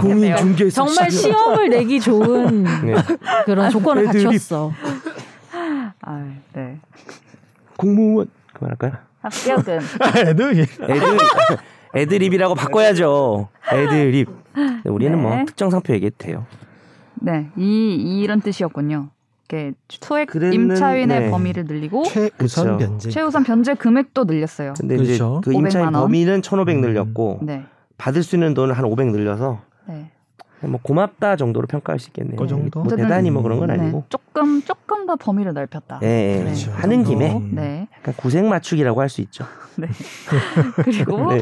Speaker 1: 공인
Speaker 3: 중개사
Speaker 2: 정말 시험을 내기 좋은
Speaker 3: [laughs] 네.
Speaker 2: 그런 조건을
Speaker 3: 애드립.
Speaker 2: 갖췄어.
Speaker 1: 아, 네. 아,
Speaker 3: 공무원 그만할까요?
Speaker 1: 합격은
Speaker 4: 아, 애들
Speaker 3: 애들 [laughs] 애드립이라고 바꿔야죠. 애드립. 근데 우리는
Speaker 1: 네.
Speaker 3: 뭐 특정 상표 얘기해도 돼요.
Speaker 1: [laughs] 네, 이 이런 뜻이었군요. 이렇게 토액
Speaker 3: 그랬는-
Speaker 1: 임차인의
Speaker 3: 네.
Speaker 1: 범위를 늘리고
Speaker 4: 최우선
Speaker 3: 그쵸.
Speaker 4: 변제.
Speaker 1: 어? 최우선 변제 금액도 늘렸어요.
Speaker 3: 근데 이제
Speaker 4: 그렇죠.
Speaker 3: 그 임차인
Speaker 1: 500만 원.
Speaker 3: 범위는 1,500
Speaker 4: 음.
Speaker 3: 늘렸고
Speaker 1: 네,
Speaker 3: 받을 수 있는 돈은 한 500 늘려서
Speaker 1: 네.
Speaker 3: 뭐 고맙다 정도로 평가할 수 있겠네요.
Speaker 4: 그 정도?
Speaker 3: 뭐 대단히 뭐 그런 건
Speaker 1: 네,
Speaker 3: 아니고.
Speaker 1: 조금 조금 더 범위를 넓혔다.
Speaker 3: 예, 예.
Speaker 1: 그렇죠.
Speaker 3: 하는 김에
Speaker 4: 음.
Speaker 1: 네.
Speaker 3: 약간 고생 맞추기라고 할 수 있죠.
Speaker 1: 그리고
Speaker 3: [laughs] 네.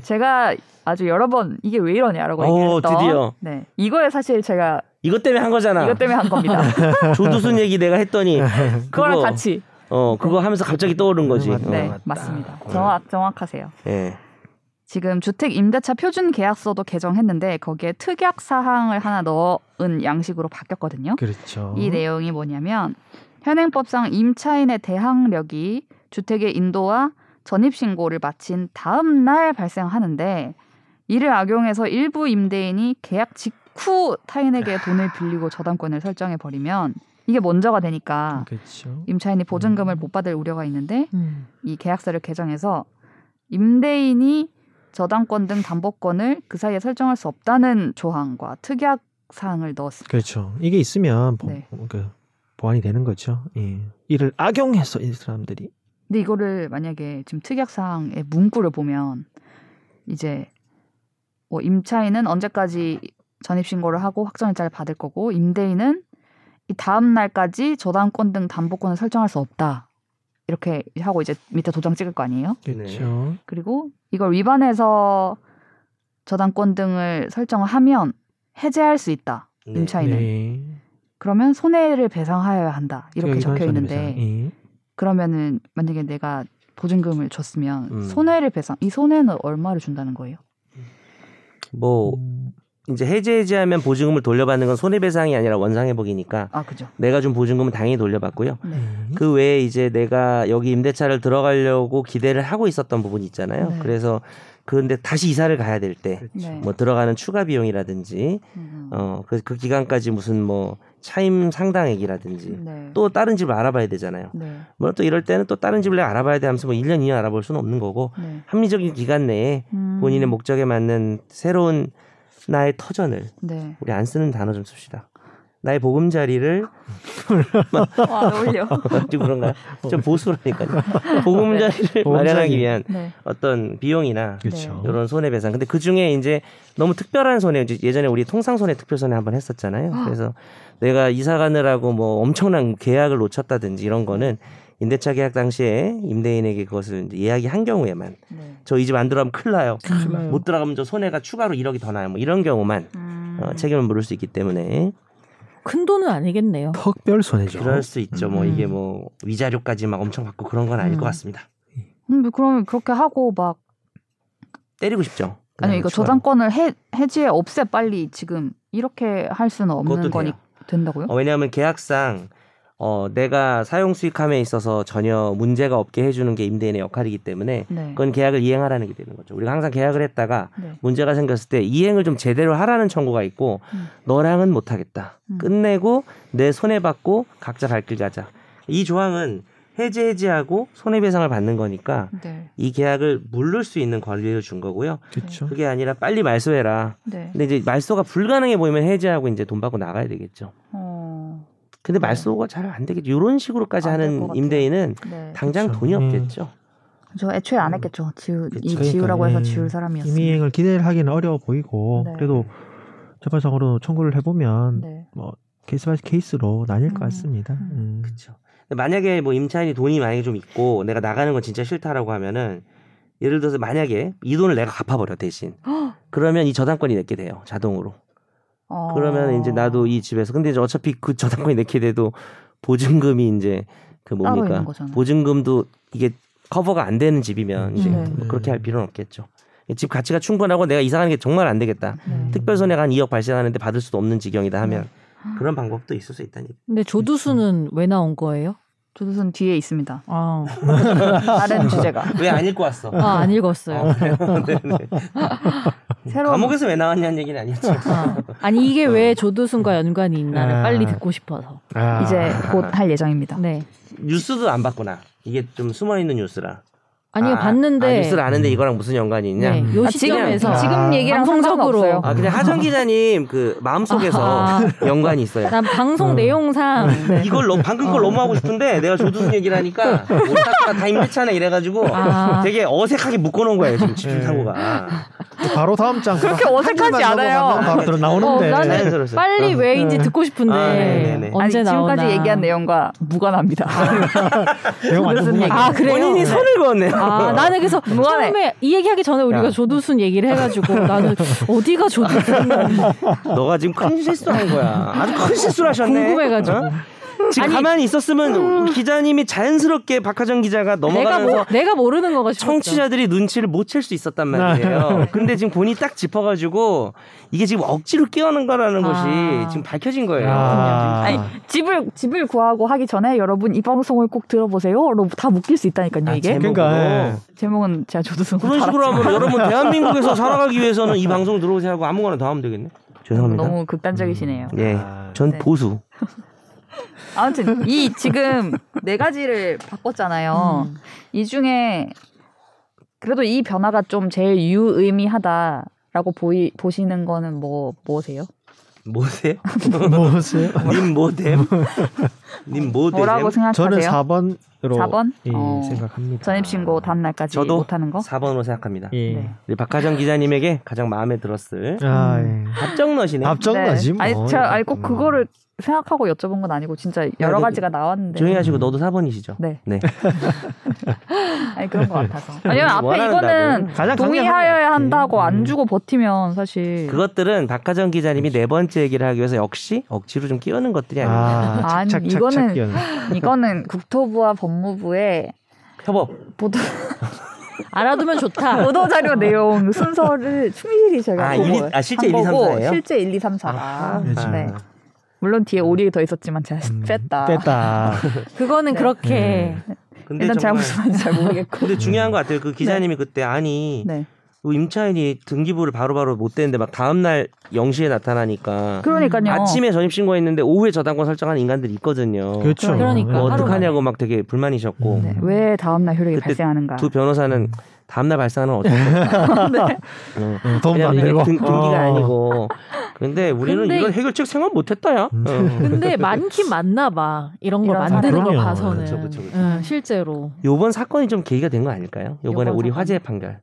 Speaker 1: 제가 아주 여러 번 이게 왜 이러냐라고
Speaker 3: 오,
Speaker 1: 얘기했던.
Speaker 3: 드디어.
Speaker 1: 네. 이거에 사실 제가
Speaker 3: 이것 때문에 한 거잖아.
Speaker 1: 이것 때문에 한 겁니다.
Speaker 3: [laughs] 조두순 얘기 내가 했더니
Speaker 1: 그거랑
Speaker 3: 그거,
Speaker 1: 같이.
Speaker 3: 어 그거 하면서 갑자기 떠오른 거지.
Speaker 4: 맞다.
Speaker 1: 네,
Speaker 3: 어.
Speaker 1: 맞습니다. 정확 정확하세요.
Speaker 3: 예.
Speaker 1: 지금 주택 임대차 표준 계약서도 개정했는데 거기에 특약 사항을 하나 넣은 양식으로 바뀌었거든요.
Speaker 4: 그렇죠.
Speaker 1: 이 내용이 뭐냐면 현행법상 임차인의 대항력이 주택의 인도와 전입 신고를 마친 다음 날 발생하는데 이를 악용해서 일부 임대인이 계약 직후 타인에게 돈을 빌리고 저당권을 설정해 버리면 이게 먼저가 되니까
Speaker 4: 그렇죠.
Speaker 1: 임차인이 보증금을
Speaker 4: 음.
Speaker 1: 못 받을 우려가 있는데
Speaker 4: 음.
Speaker 1: 이 계약서를 개정해서 임대인이 저당권 등 담보권을 그 사이에 설정할 수 없다는 조항과 특약 사항을 넣었습니다.
Speaker 4: 그렇죠. 이게 있으면 보,
Speaker 1: 네.
Speaker 4: 그 보완이 되는 거죠. 예. 이를 악용해서 이 사람들이
Speaker 1: 근데 이거를 만약에 지금 특약사항의 문구를 보면 이제 뭐 임차인은 언제까지 전입 신고를 하고 확정일자를 받을 거고 임대인은 이 다음 날까지 저당권 등 담보권을 설정할 수 없다 이렇게 하고 이제 밑에 도장 찍을 거 아니에요?
Speaker 3: 네.
Speaker 4: 그렇죠.
Speaker 1: 그리고 이걸 위반해서 저당권 등을 설정을 하면 해제할 수 있다
Speaker 3: 네.
Speaker 1: 임차인은 그러면 손해를 배상하여야 한다
Speaker 3: 예,
Speaker 1: 이렇게 적혀 있는데
Speaker 4: 예.
Speaker 1: 그러면은 만약에 내가 보증금을 줬으면
Speaker 3: 음.
Speaker 1: 손해를 배상 이 손해는 얼마를 준다는 거예요?
Speaker 3: 뭐 이제 해제해제하면 보증금을 돌려받는 건 손해배상이 아니라 원상회복이니까
Speaker 1: 아 그죠.
Speaker 3: 내가 준 보증금은 당연히 돌려받고요.
Speaker 1: 네.
Speaker 3: 그 외에 이제 내가 여기 임대차를 들어가려고 기대를 하고 있었던 부분이 있잖아요.
Speaker 1: 네.
Speaker 3: 그래서 그런데 다시 이사를 가야 될 때 뭐
Speaker 1: 네.
Speaker 3: 들어가는 추가 비용이라든지
Speaker 1: 음.
Speaker 3: 어그 그 기간까지 무슨 뭐 차임 상당액이라든지
Speaker 1: 네.
Speaker 3: 또 다른 집을 알아봐야 되잖아요.
Speaker 1: 네.
Speaker 3: 뭐 또 이럴 때는 또 다른 집을 내가 알아봐야 돼 하면서 뭐 1년 2년 알아볼 수는 없는 거고
Speaker 1: 네.
Speaker 3: 합리적인 기간 내에
Speaker 1: 음.
Speaker 3: 본인의 목적에 맞는 새로운 나의 터전을
Speaker 1: 네.
Speaker 3: 우리 안 쓰는 단어 좀 씁시다. 나의 보금자리를 [laughs]
Speaker 1: 와 아, 어울려.
Speaker 3: 좀 그런가요? 좀 [laughs] 보수라니까요. 보금자리를 마련하기 위한
Speaker 1: 네.
Speaker 3: 어떤 비용이나
Speaker 4: 그렇죠.
Speaker 3: 이런 손해배상. 근데 그 중에 이제 너무 특별한 손해, 이제 예전에 우리 통상 손해 특별 손해 한번 했었잖아요. 그래서 내가 이사 가느라고 뭐 엄청난 계약을 놓쳤다든지 이런 거는 임대차 계약 당시에 임대인에게 그것을 이제 예약이한 경우에만
Speaker 1: 네.
Speaker 3: 저 이 집 안 들어가면 큰일 나요.
Speaker 4: 나요.
Speaker 3: 못 들어가면 저 손해가 추가로 1억이 더 나요. 뭐 이런 경우만
Speaker 1: 음.
Speaker 3: 어, 책임을 물을 수 있기 때문에
Speaker 2: 큰 돈은 아니겠네요.
Speaker 4: 턱별 손해죠.
Speaker 3: 그럴 수 있죠. 뭐
Speaker 1: 음.
Speaker 3: 이게 뭐 위자료까지 막 엄청 받고 그런 건 아닐
Speaker 1: 음.
Speaker 3: 것 같습니다.
Speaker 1: 음, 그러면 그렇게 하고 막
Speaker 3: 때리고 싶죠.
Speaker 1: 아니 이거
Speaker 3: 네, 추가로.
Speaker 1: 저당권을 해 해지해 없애 빨리 지금 이렇게 할 수는
Speaker 3: 그것도
Speaker 1: 없는 거니
Speaker 3: 돼요.
Speaker 1: 된다고요?
Speaker 3: 어, 왜냐하면 계약상 어, 내가 사용 수익함에 있어서 전혀 문제가 없게 해주는 게 임대인의 역할이기 때문에
Speaker 1: 네.
Speaker 3: 그건 계약을 이행하라는 게 되는 거죠. 우리가 항상 계약을 했다가
Speaker 1: 네.
Speaker 3: 문제가 생겼을 때 이행을 좀 제대로 하라는 청구가 있고
Speaker 1: 음.
Speaker 3: 너랑은 못하겠다.
Speaker 1: 음.
Speaker 3: 끝내고 내 손해 받고 각자 갈 길 가자. 이 조항은 해지 해지하고 손해배상을 받는 거니까
Speaker 1: 네.
Speaker 3: 이 계약을 물를 수 있는 권리를 준 거고요.
Speaker 4: 그렇죠.
Speaker 3: 그게 아니라 빨리 말소해라.
Speaker 1: 네.
Speaker 3: 근데 이제 말소가 불가능해 보이면 해지하고 이제 돈 받고 나가야 되겠죠.
Speaker 1: 어.
Speaker 3: 근데
Speaker 1: 네.
Speaker 3: 말소가 잘 안 되겠죠. 이런 식으로까지
Speaker 1: 안될것
Speaker 3: 하는
Speaker 1: 같아요.
Speaker 3: 임대인은
Speaker 1: 네.
Speaker 3: 당장
Speaker 4: 그쵸.
Speaker 3: 돈이
Speaker 4: 음.
Speaker 3: 없겠죠.
Speaker 1: 저 애초에
Speaker 3: 음.
Speaker 1: 안 했겠죠. 지우 이
Speaker 4: 그러니까,
Speaker 1: 지우라고 해서
Speaker 4: 예.
Speaker 1: 지울 사람이었어요.
Speaker 4: 임의행을 기대를 하기는 어려워 보이고
Speaker 1: 네.
Speaker 4: 그래도 재판상으로 청구를 해보면
Speaker 1: 네.
Speaker 4: 케이스 바이 케이스로 나뉠
Speaker 1: 음.
Speaker 4: 것 같습니다. 음.
Speaker 3: 그렇죠. 근데 만약에 뭐 임차인이 돈이 만약에 좀 있고 내가 나가는 건 진짜 싫다라고 하면은 예를 들어서 만약에 이 돈을 내가 갚아버려
Speaker 1: [gasps]
Speaker 3: 대신 그러면 이 저당권이 내게 돼요 자동으로.
Speaker 1: 어.
Speaker 3: 그러면 이제 나도 이 집에서 근데 이제 어차피 그 저당권이 내게 돼도 보증금이 이제 그
Speaker 1: 따로 있는
Speaker 3: 뭡니까
Speaker 1: 거잖아요.
Speaker 3: 보증금도 이게 커버가 안 되는 집이면 이제
Speaker 1: 네.
Speaker 3: 뭐 그렇게 할 필요는 없겠죠. 집 가치가 충분하고 내가 이사 가는 게 정말 안 되겠다.
Speaker 1: 네.
Speaker 3: 특별 손해가 한 2억 발생하는데 받을 수도 없는 지경이다 하면
Speaker 1: 네.
Speaker 3: 그런 방법도 있을 수 있다니.
Speaker 2: 근데 조두수는
Speaker 3: 그렇죠.
Speaker 2: 왜 나온 거예요?
Speaker 1: 조두순 뒤에 있습니다.
Speaker 2: 아,
Speaker 3: [laughs]
Speaker 1: 다른 주제가
Speaker 3: 왜안 읽고 왔어?
Speaker 2: 아, 안 읽었어요.
Speaker 3: 어, 그래요?
Speaker 2: 아,
Speaker 3: 네네.
Speaker 1: 새로운
Speaker 3: 감옥에서 왜 나왔냐는 얘기는 아니었죠.
Speaker 2: 아. 아니 이게 왜 조두순과 연관이 있나를
Speaker 4: 아.
Speaker 2: 빨리 듣고 싶어서.
Speaker 4: 아,
Speaker 3: 아.
Speaker 1: 이제 곧 할 예정입니다.
Speaker 2: 네.
Speaker 3: 뉴스도 안 봤구나. 이게 좀 숨어 있는 뉴스라.
Speaker 2: 아니요
Speaker 3: 아,
Speaker 2: 봤는데
Speaker 3: 아, 뉴스를 아는데 이거랑 무슨 연관이 있냐?
Speaker 2: 네, 요
Speaker 1: 아,
Speaker 2: 시점에서
Speaker 1: 지금 지금
Speaker 4: 아,
Speaker 1: 얘기랑
Speaker 2: 방송적으로.
Speaker 1: 상관없어요.
Speaker 3: 아 근데 하정 기자님 그 마음속에서
Speaker 2: 아하.
Speaker 3: 연관이 있어요.
Speaker 2: 난 방송 내용상 네.
Speaker 3: 이걸 너- 방금 걸 너무 하고 싶은데 내가 조두순 얘기를 하니까 오타쿠가 다 힘들잖아 이래가지고
Speaker 2: 아.
Speaker 3: 되게 어색하게 묶어놓은 거예요 지금 집중탐구가
Speaker 4: 바로 다음 장.
Speaker 1: 그렇게 어색하지
Speaker 4: 한 줄만
Speaker 1: 않아요.
Speaker 4: 넘어가면 바로 들어 나오는데.
Speaker 2: 어, 나는
Speaker 3: 네, 자연스러웠어요.
Speaker 2: 빨리 왜인지 듣고 싶은데
Speaker 3: 아, 네네네.
Speaker 1: 아니,
Speaker 2: 언제 나오나
Speaker 1: 지금까지 얘기한 내용과 무관합니다.
Speaker 3: 아,
Speaker 4: 내용 완전
Speaker 1: 무슨
Speaker 4: 궁금하다.
Speaker 1: 얘기?
Speaker 2: 아 그래요?
Speaker 3: 본인이 선을 그었네요.
Speaker 2: 아 나는 그래서
Speaker 1: [laughs] 무관해.
Speaker 2: 처음에 이 얘기하기 전에 우리가
Speaker 3: 야.
Speaker 2: 조두순 얘기를 해가지고 나는 어디가
Speaker 3: [laughs]
Speaker 2: 조두순
Speaker 3: 너가 지금 큰 실수한 거야. 아주 큰 실수를 하셨네.
Speaker 2: 아.
Speaker 3: 어?
Speaker 2: 궁금해가지고.
Speaker 3: 지금
Speaker 2: 아니- 음.
Speaker 3: 가만히 있었으면 기자님이 자연스럽게 박하정 기자가
Speaker 2: 내가 뭐 모,
Speaker 3: 넘어가면서
Speaker 2: 내가 모르는 거가 싶었죠.
Speaker 3: 청취자들이 눈치를 못 챌 수 있었단 [laughs] 말이에요. 근데 지금 본인이 딱 짚어가지고 이게 지금 억지로 끼어는 거라는
Speaker 2: 아.
Speaker 3: 것이 지금 밝혀진 거예요.
Speaker 4: 아.
Speaker 1: 아니, 집을 집을 구하고 하기 전에 여러분 이 방송을 꼭 들어보세요로 다 묶일 수 있다니까요
Speaker 3: 아,
Speaker 1: 이게
Speaker 3: 제목으로.
Speaker 4: 그러니까,
Speaker 1: 제목은 제가 조두순
Speaker 3: 그런 식으로 하면 [laughs] 여러분 대한민국에서 살아가기 위해서는 이 방송 들어오세요 하고 아무거나 다 하면 되겠네. 죄송합니다.
Speaker 1: 너무 극단적이시네요.
Speaker 3: 예.
Speaker 4: 아,
Speaker 3: 전
Speaker 1: 네.
Speaker 3: 보수.
Speaker 1: 아무튼 이 지금 네 가지를 바꿨잖아요.
Speaker 2: 음.
Speaker 1: 이 중에 그래도 이 변화가 좀 제일 유의미하다라고 보이 보시는 거는 뭐 뭐세요?
Speaker 3: 뭐세요?
Speaker 4: 무엇을?
Speaker 3: 님 [laughs] 뭐됨? 님 뭐됨?
Speaker 1: 뭐라고
Speaker 4: 저는
Speaker 1: 생각하세요?
Speaker 4: 4번으로
Speaker 1: 4번?
Speaker 4: 예,
Speaker 1: 어.
Speaker 4: 생각합니다.
Speaker 1: 전입신고 다음 날까지
Speaker 3: 저도
Speaker 1: 못하는 거?
Speaker 3: 4번으로 생각합니다.
Speaker 4: 예.
Speaker 1: 네.
Speaker 3: 우리 박하정 기자님에게 가장 마음에 들었을
Speaker 4: 아, 예.
Speaker 3: 합정너시네.
Speaker 4: 앞정나지 뭐.
Speaker 1: 음. 아니, 제가, 아니 꼭
Speaker 4: 음.
Speaker 1: 그거를 생각하고 여쭤본 건 아니고 진짜 여러
Speaker 3: 야, 너-
Speaker 1: 가지가 나왔는데
Speaker 3: 조용히
Speaker 4: 음.
Speaker 3: 하시고 너도 4번이시죠?
Speaker 1: 네.
Speaker 3: 네.
Speaker 1: 아니 그런 것 같아서
Speaker 3: [laughs]
Speaker 1: 아니면 앞에
Speaker 3: 뭐 원하는
Speaker 1: 이거는
Speaker 4: 가장
Speaker 1: 동의하여야
Speaker 4: 강력한
Speaker 1: 한다고
Speaker 4: 거.
Speaker 1: 안 주고 버티면 사실
Speaker 3: 그것들은 박하정 기자님이 네 번째 얘기를 하기 위해서 역시 억지로 좀 끼우는 것들이 아니에요.
Speaker 4: 아,
Speaker 1: 아니,
Speaker 4: 착착착착
Speaker 1: 이거는-
Speaker 4: 끼어넣는.
Speaker 1: 이거는 국토부와 법무부의
Speaker 3: 협업.
Speaker 1: 보도
Speaker 2: 알아두면
Speaker 3: [laughs]
Speaker 2: 좋다.
Speaker 3: 네.
Speaker 1: 보도 자료 내용 순서를 충실히 제가
Speaker 3: 아,
Speaker 1: 보고
Speaker 3: 일, 이- 아, 실제
Speaker 1: 한
Speaker 3: 1, 2, 3,
Speaker 1: 거고
Speaker 3: 4예요? 아,
Speaker 1: 실제 1, 2, 3, 4가
Speaker 4: 그렇죠.
Speaker 1: 네. 물론
Speaker 3: 음.
Speaker 1: 뒤에 오리 더 있었지만 제가
Speaker 4: 음,
Speaker 1: 뺐다
Speaker 4: 뺐다.
Speaker 2: 그거는 그렇게
Speaker 4: 네.
Speaker 3: 근데
Speaker 1: 일단 제가
Speaker 3: 정말-
Speaker 1: 무슨 말인지 잘 모르겠고
Speaker 3: [laughs] 근데 중요한 것 같아요. 그 기자님이 그때 아니
Speaker 1: 네.
Speaker 3: 그 임차인이 등기부를 바로바로 못 떼는데 막 다음 날 0시에 나타나니까
Speaker 1: 그러니까요
Speaker 3: 아침에 전입신고했는데 오후에 저당권 설정한 인간들이 있거든요.
Speaker 4: 그렇죠.
Speaker 2: 그러니까.
Speaker 3: 뭐
Speaker 2: 하루만.
Speaker 3: 어떡하냐고 막 되게 불만이셨고
Speaker 1: 네, 왜 다음날 효력이
Speaker 3: 그때
Speaker 1: 발생하는가
Speaker 3: 두 변호사는 다음 날 발생하는 어쩔 수
Speaker 1: [laughs] 네.
Speaker 3: 없어.
Speaker 4: 어, 돈도 안
Speaker 3: 왜냐면 이게
Speaker 4: 들고. 어.
Speaker 3: 등, 등기가 아니고. 근데 우리는
Speaker 2: 근데
Speaker 3: 이런 해결책 생각 못했다야.
Speaker 4: 음.
Speaker 3: 어.
Speaker 2: 근데
Speaker 3: [laughs]
Speaker 2: 많긴 많나 봐. 이런 걸
Speaker 1: 이런
Speaker 2: 만드는 거
Speaker 4: 사람이.
Speaker 2: 봐서는.
Speaker 3: 아, 그렇죠, 그렇죠, 그렇죠.
Speaker 2: 응, 실제로.
Speaker 3: 요번 사건이 좀 계기가 된 거 아닐까요? 요번에
Speaker 2: 요번
Speaker 3: 우리
Speaker 2: 사건.
Speaker 3: 화재 판결.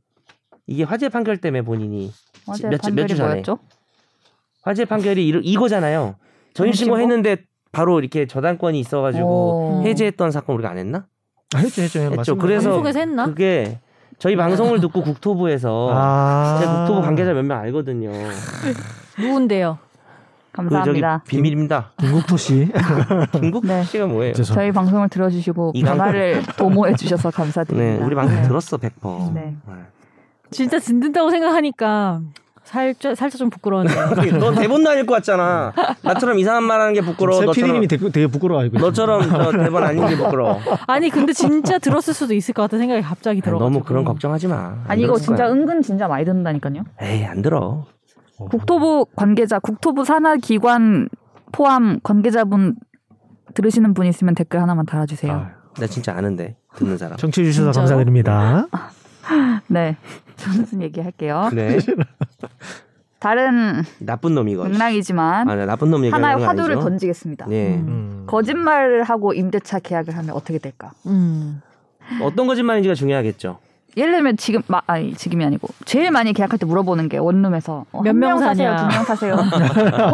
Speaker 3: 이게 화재 판결 때문에 본인이
Speaker 1: 어제
Speaker 3: 몇 주- 몇주
Speaker 1: 판결이
Speaker 3: 전에.
Speaker 1: 뭐였죠?
Speaker 3: 화재 판결이 이러- 이거잖아요. 전입신고
Speaker 1: 전입신고?
Speaker 3: 했는데 바로 이렇게 저당권이 있어가지고
Speaker 1: 오.
Speaker 3: 해제했던 그 사건 우리가 안 했나?
Speaker 4: 아, 했죠, 했죠.
Speaker 3: 했죠.
Speaker 4: 맞습니다.
Speaker 3: 그래서
Speaker 2: 방송에서 했나?
Speaker 3: 그게
Speaker 1: 아.
Speaker 3: 저희 방송을 듣고 국토부에서
Speaker 4: 아.
Speaker 3: 제가 어, 국토부 관계자 몇 명 알거든요.
Speaker 2: 누군데요?
Speaker 3: 그 저기
Speaker 1: 감사합니다.
Speaker 4: [laughs]
Speaker 3: 비밀입니다.
Speaker 4: 김국토 씨.
Speaker 3: 김국
Speaker 1: 네.
Speaker 3: 씨가 뭐예요?
Speaker 4: 죄송합니다.
Speaker 1: 저희 방송을 들어주시고
Speaker 3: 이강-
Speaker 1: 변화를 도모해 주셔서 감사드립니다.
Speaker 3: [laughs] 네, 우리 방송
Speaker 1: 네.
Speaker 3: 들었어 100%.
Speaker 1: 네.
Speaker 2: 진짜 듣는다고 생각하니까 살짝 살짝 좀 부끄러운데요.
Speaker 3: 그러니까 넌 대본 안 읽고 왔잖아. 나처럼 이상한 말하는 게 부끄러워.
Speaker 4: 새
Speaker 3: 너처럼
Speaker 4: 피디님이 되게, 되게 부끄러워하고 있어요.
Speaker 3: 너처럼 저 대본 안 읽는 게 부끄러워.
Speaker 2: 아니 근데 진짜 들었을 수도 있을 것 같은 생각이 갑자기 들어.
Speaker 3: 너무 그런 걱정하지 마. 안
Speaker 1: 아니 이거
Speaker 3: 들었을
Speaker 1: 진짜
Speaker 3: 거야.
Speaker 1: 은근 진짜 많이 듣는다니까요.
Speaker 3: 에이 안 들어.
Speaker 1: 국토부 관계자, 국토부 산하 기관 포함 관계자분 들으시는 분 있으면 댓글 하나만 달아주세요.
Speaker 3: 나 진짜 아는데 듣는 사람.
Speaker 4: 청취해 주셔서
Speaker 2: 진짜요?
Speaker 4: 감사드립니다.
Speaker 1: 네, [laughs] 무슨 얘기할게요.
Speaker 3: 네.
Speaker 1: 다른
Speaker 3: 나쁜 놈이거.
Speaker 1: 맥락이지만
Speaker 3: 아, 나 나쁜 놈 얘기하는
Speaker 1: 하나의
Speaker 3: 건
Speaker 1: 화두를
Speaker 3: 아니죠.
Speaker 1: 던지겠습니다.
Speaker 3: 예.
Speaker 2: 음.
Speaker 1: 거짓말을 하고 임대차 계약을 하면 어떻게 될까?
Speaker 2: 음.
Speaker 3: 어떤 거짓말인지가 중요하겠죠.
Speaker 1: 예를 들면 지금 마, 아니 지금이 아니고 제일 많이 계약할 때 물어보는 게 원룸에서 어,
Speaker 2: 몇
Speaker 1: 한
Speaker 2: 명
Speaker 1: 명 사세요,
Speaker 2: 사냐.
Speaker 1: 두 명 사세요,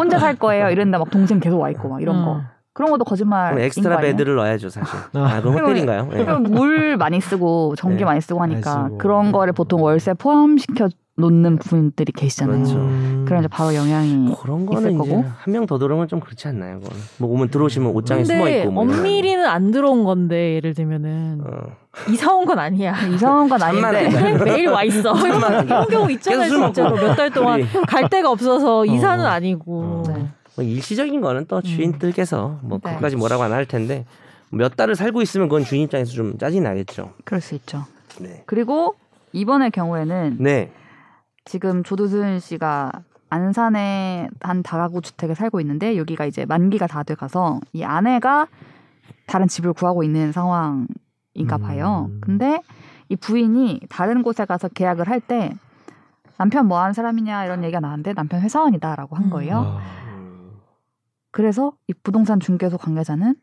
Speaker 2: [laughs]
Speaker 1: 혼자 살 거예요 이랬는데 막 동생 계속 와 있고 막 이런 거
Speaker 2: 음.
Speaker 1: 그런 것도 거짓말인
Speaker 3: 그럼
Speaker 1: 거
Speaker 3: 엑스트라
Speaker 1: 아니에요?
Speaker 3: 베드를 넣어야죠 사실. 아 그럼
Speaker 1: 그리고
Speaker 3: 호텔인가요? 예.
Speaker 1: 그리고 물 많이 쓰고 전기
Speaker 3: 네.
Speaker 1: 많이 쓰고
Speaker 4: 많이
Speaker 1: 하니까
Speaker 4: 쓰고.
Speaker 1: 그런 거를 보통 월세 포함시켜 놓는 분들이 계시잖아요. 음.
Speaker 3: 그렇죠.
Speaker 4: 음.
Speaker 3: 음.
Speaker 1: 그럼 이제 바로 영향이
Speaker 3: 그런 거는 이제
Speaker 1: 거고.
Speaker 3: 한 명 더 들어오면 좀 그렇지 않나요? 그거는? 뭐 오면 들어오시면 옷장에 숨어
Speaker 2: 근데
Speaker 3: 있고. 뭐 이런.
Speaker 2: 엄밀히는 안 들어온 건데 예를 들면은
Speaker 3: 어.
Speaker 2: 이사 온 건 아니야. 네.
Speaker 1: 이상한 건 아닌데
Speaker 2: [laughs] 매일 매일 와 있어. 이런 경우 있잖아요.
Speaker 3: 계속 술 먹고.
Speaker 2: 진짜로 몇 달 동안
Speaker 3: 우리.
Speaker 2: 갈 데가 없어서 이사는 아니고.
Speaker 1: 네.
Speaker 3: 뭐 일시적인 거는 또 주인들께서 뭐
Speaker 1: 네.
Speaker 3: 그까지 뭐라고 안 할 텐데 몇 달을 살고 있으면 그건 주인 입장에서 좀 짜증 이 나겠죠.
Speaker 1: 그럴 수 있죠.
Speaker 3: 네.
Speaker 1: 그리고 이번의 경우에는
Speaker 3: 네.
Speaker 1: 지금 조두순 씨가 안산의 한 다가구 주택에 살고 있는데 여기가 이제 만기가 다 돼 가서 이 아내가 다른 집을 구하고 있는 상황인가 봐요.
Speaker 4: 음.
Speaker 1: 근데 이 부인이 다른 곳에 가서 계약을 할 때 남편 뭐 하는 사람이냐 이런 얘기가 나왔는데 남편 회사원이다라고 한
Speaker 2: 음.
Speaker 1: 거예요.
Speaker 3: 아,
Speaker 1: 그래서 이 부동산 중개소 관계자는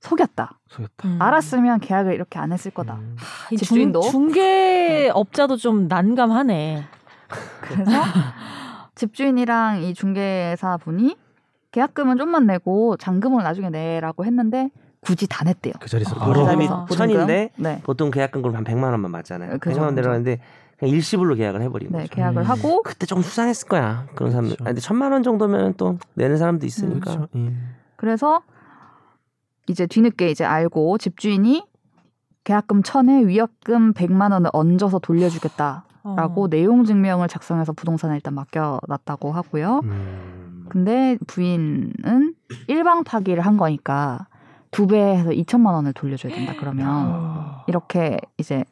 Speaker 1: 속였다.
Speaker 3: 속였다.
Speaker 2: 음.
Speaker 1: 알았으면 계약을 이렇게 안 했을 거다.
Speaker 3: 음.
Speaker 2: 하, 이
Speaker 1: 집주인도. 네.
Speaker 2: 중, 개 업자도 좀 난감하네.
Speaker 1: 그래서 집주인이랑 이 중개사 분이 계약금은 좀만 내고 잔금을 나중에 내라고 했는데 굳이 다 냈대요.
Speaker 4: 그 자리에서
Speaker 3: 아,
Speaker 4: 바로
Speaker 3: 사람이
Speaker 1: 보증금.
Speaker 3: 천인데
Speaker 1: 네,
Speaker 3: 보통 계약금으로 한 100만 원만 맞잖아요.
Speaker 1: 어, 그죠,
Speaker 3: 100만 원
Speaker 1: 그죠.
Speaker 3: 내려는데 그냥 일시불로 계약을 해버린
Speaker 1: 네
Speaker 3: 거죠.
Speaker 1: 계약을
Speaker 4: 음.
Speaker 1: 하고
Speaker 3: 그때 좀 수상했을 거야. 그런 사람.
Speaker 4: 그렇죠.
Speaker 3: 아, 근데 천만 원 정도면 또 내는 사람도 있으니까.
Speaker 1: 음,
Speaker 4: 그렇죠. 예.
Speaker 1: 그래서 이제 뒤늦게 이제 알고 집주인이 계약금 천에 위약금 100만 원을 얹어서 돌려주겠다라고
Speaker 2: 어.
Speaker 1: 내용 증명을 작성해서 부동산에 일단 맡겨놨다고 하고요.
Speaker 4: 음.
Speaker 1: 근데 부인은 일방 파기를 한 거니까 두 배해서 2천만 원을 돌려줘야 된다 그러면
Speaker 4: [gasps] 아.
Speaker 1: 이렇게 이제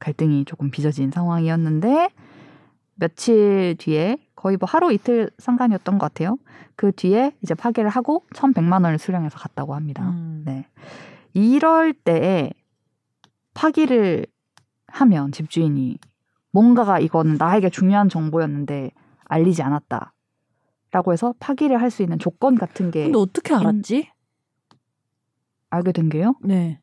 Speaker 1: 갈등이 조금 빚어진 상황이었는데 며칠 뒤에 거의 뭐 하루 이틀 상간이었던 것 같아요. 그 뒤에 이제 파기를 하고 1,100만 원을 수령해서 갔다고 합니다.
Speaker 2: 음.
Speaker 1: 네. 이럴 때에 파기를 하면 집주인이 뭔가가 이거는 나에게 중요한 정보였는데 알리지 않았다. 라고 해서 파기를 할 수 있는 조건 같은 게
Speaker 2: 근데 어떻게 알았지?
Speaker 1: 알게 된 게요?
Speaker 2: 네.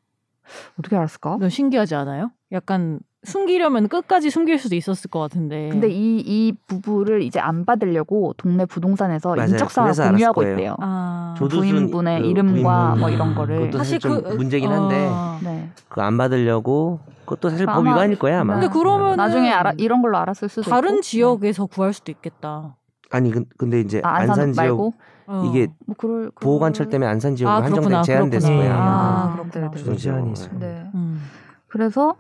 Speaker 1: 어떻게 알았을까?
Speaker 2: 너 신기하지 않아요? 약간 숨기려면 끝까지 숨길 수도 있었을 것 같은데.
Speaker 1: 근데 이 이 부부를 이제 안 받으려고 동네 부동산에서
Speaker 3: 맞아요.
Speaker 1: 인적사항을
Speaker 3: 그래서 알았을
Speaker 1: 공유하고
Speaker 3: 거예요.
Speaker 1: 있대요.
Speaker 2: 아.
Speaker 3: 조두순
Speaker 1: 부인분의
Speaker 3: 그
Speaker 1: 이름과
Speaker 3: 부인분. 음,
Speaker 1: 뭐 이런 거를.
Speaker 3: 그것도 사실 좀
Speaker 2: 그-
Speaker 3: 문제긴 한데
Speaker 2: 어.
Speaker 1: 네.
Speaker 3: 그거 안 받으려고 그것도 사실 법
Speaker 1: 아마-
Speaker 3: 위반일 거야 아마. 음.
Speaker 1: 근데
Speaker 2: 그러면-
Speaker 1: 나중에 알아, 이런 걸로 알았을 수도 있고.
Speaker 2: 다른
Speaker 1: 네.
Speaker 2: 지역에서 구할 수도 있겠다.
Speaker 3: 아니 근- 근데 이제
Speaker 1: 아, 안산,
Speaker 3: 안산 지역
Speaker 1: 말고
Speaker 2: 어.
Speaker 3: 이게
Speaker 1: 뭐 그럴 그럴-
Speaker 3: 보호관찰 때문에 안산 지역으로
Speaker 2: 아, 그렇구나,
Speaker 3: 한정된 제한됐을
Speaker 4: 그렇구나.
Speaker 3: 거예요.
Speaker 2: 아,
Speaker 1: 아,
Speaker 2: 그렇구나.
Speaker 1: 네,
Speaker 4: 좀 제한이 있어요.
Speaker 1: 네.
Speaker 2: 음.
Speaker 1: 그래서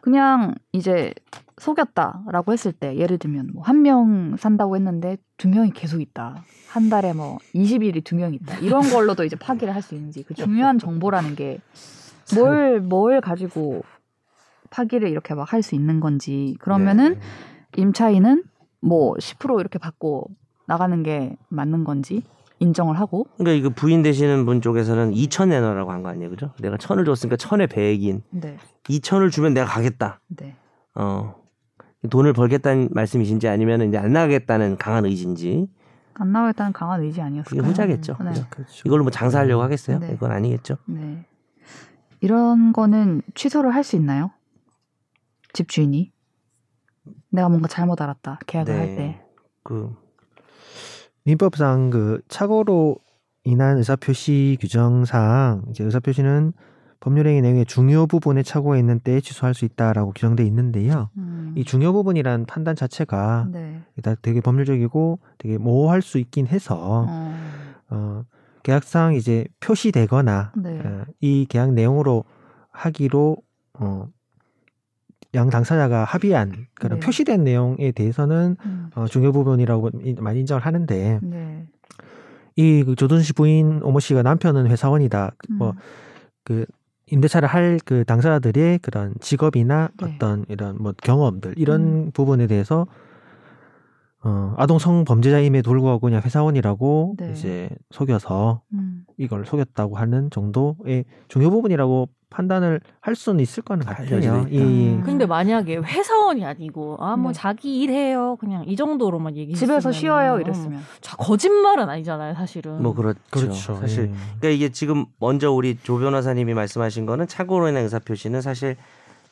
Speaker 1: 그냥 이제 속였다라고 했을 때 예를 들면 뭐 한 명 산다고 했는데 두 명이 계속 있다. 한 달에 뭐 20일이 두 명 있다. 이런 걸로도 이제 파기를 할 수 있는지 그 중요한 정보라는 게 뭘 뭘 가지고 파기를 이렇게 막 할 수 있는 건지
Speaker 3: 네.
Speaker 1: 그러면은 임차인은 뭐 10% 이렇게 받고 나가는 게 맞는 건지 인정을 하고
Speaker 3: 그러니까 이거 부인 되시는 분 쪽에서는 2천 내놔라고 한 거 아니에요, 그죠? 내가 천을 줬으니까 천에 배액인
Speaker 1: 네.
Speaker 3: 2천을 주면 내가 가겠다.
Speaker 1: 네.
Speaker 3: 어 돈을 벌겠다는 말씀이신지 아니면 이제 안 나가겠다는 강한 의지인지
Speaker 1: 안 나오겠다는 강한 의지
Speaker 3: 그게
Speaker 1: 아니었을까요?
Speaker 3: 후자겠죠.
Speaker 1: 네.
Speaker 3: 그죠?
Speaker 4: 그렇죠.
Speaker 3: 이걸로 뭐 장사하려고 하겠어요?
Speaker 1: 네.
Speaker 3: 이건 아니겠죠.
Speaker 1: 네. 이런 거는 취소를 할 수 있나요? 집주인이? 내가 뭔가 잘못 알았다. 계약을 할 때.
Speaker 3: 네. 그
Speaker 4: 민법상 그 착오로 인한 의사표시 규정상 이제 의사표시는 법률행위 내용의 중요 부분에 착오가 있는 때에 취소할 수 있다라고 규정돼 있는데요. 이 중요 부분이란 판단 자체가
Speaker 1: 음. 네.
Speaker 4: 다 되게 법률적이고 되게 모호할 수 있긴 해서
Speaker 1: 어,
Speaker 4: 어, 계약상 이제 표시되거나
Speaker 1: 네.
Speaker 4: 어, 이 계약 내용으로 하기로 어, 양 당사자가 합의한 그런
Speaker 1: 네.
Speaker 4: 표시된 내용에 대해서는
Speaker 1: 음,
Speaker 4: 어, 중요 부분이라고 인- 많이 인정을 하는데
Speaker 1: 네.
Speaker 4: 이그 조든 씨 부인 오모 씨가 남편은 회사원이다.
Speaker 1: 음,
Speaker 4: 뭐 임대차를 할 그 당사자들의 그런 직업이나
Speaker 1: 네.
Speaker 4: 어떤 이런 뭐 경험들
Speaker 5: 음.
Speaker 4: 이런 부분에 대해서 어, 아동 성범죄자임에도 불구하고 그냥 회사원이라고
Speaker 1: 네.
Speaker 4: 이제 속여서
Speaker 1: 음,
Speaker 4: 이걸 속였다고 하는 정도의 중요 부분이라고 판단을 할 수는 있을 거는 같아요.
Speaker 3: 알려져 있다.
Speaker 4: 이
Speaker 1: 음.
Speaker 2: 근데 만약에 회사원이 아니고 아 뭐
Speaker 1: 네.
Speaker 2: 자기 일해요 그냥 이 정도로만 얘기
Speaker 1: 집에서 쉬어요 이랬으면.
Speaker 2: 자, 거짓말은 아니잖아요 사실은
Speaker 3: 뭐 그렇죠. 사실 그러니까 이게 지금 먼저 우리 조 변호사님이 말씀하신 거는 착오로 인한 의사 표시는 사실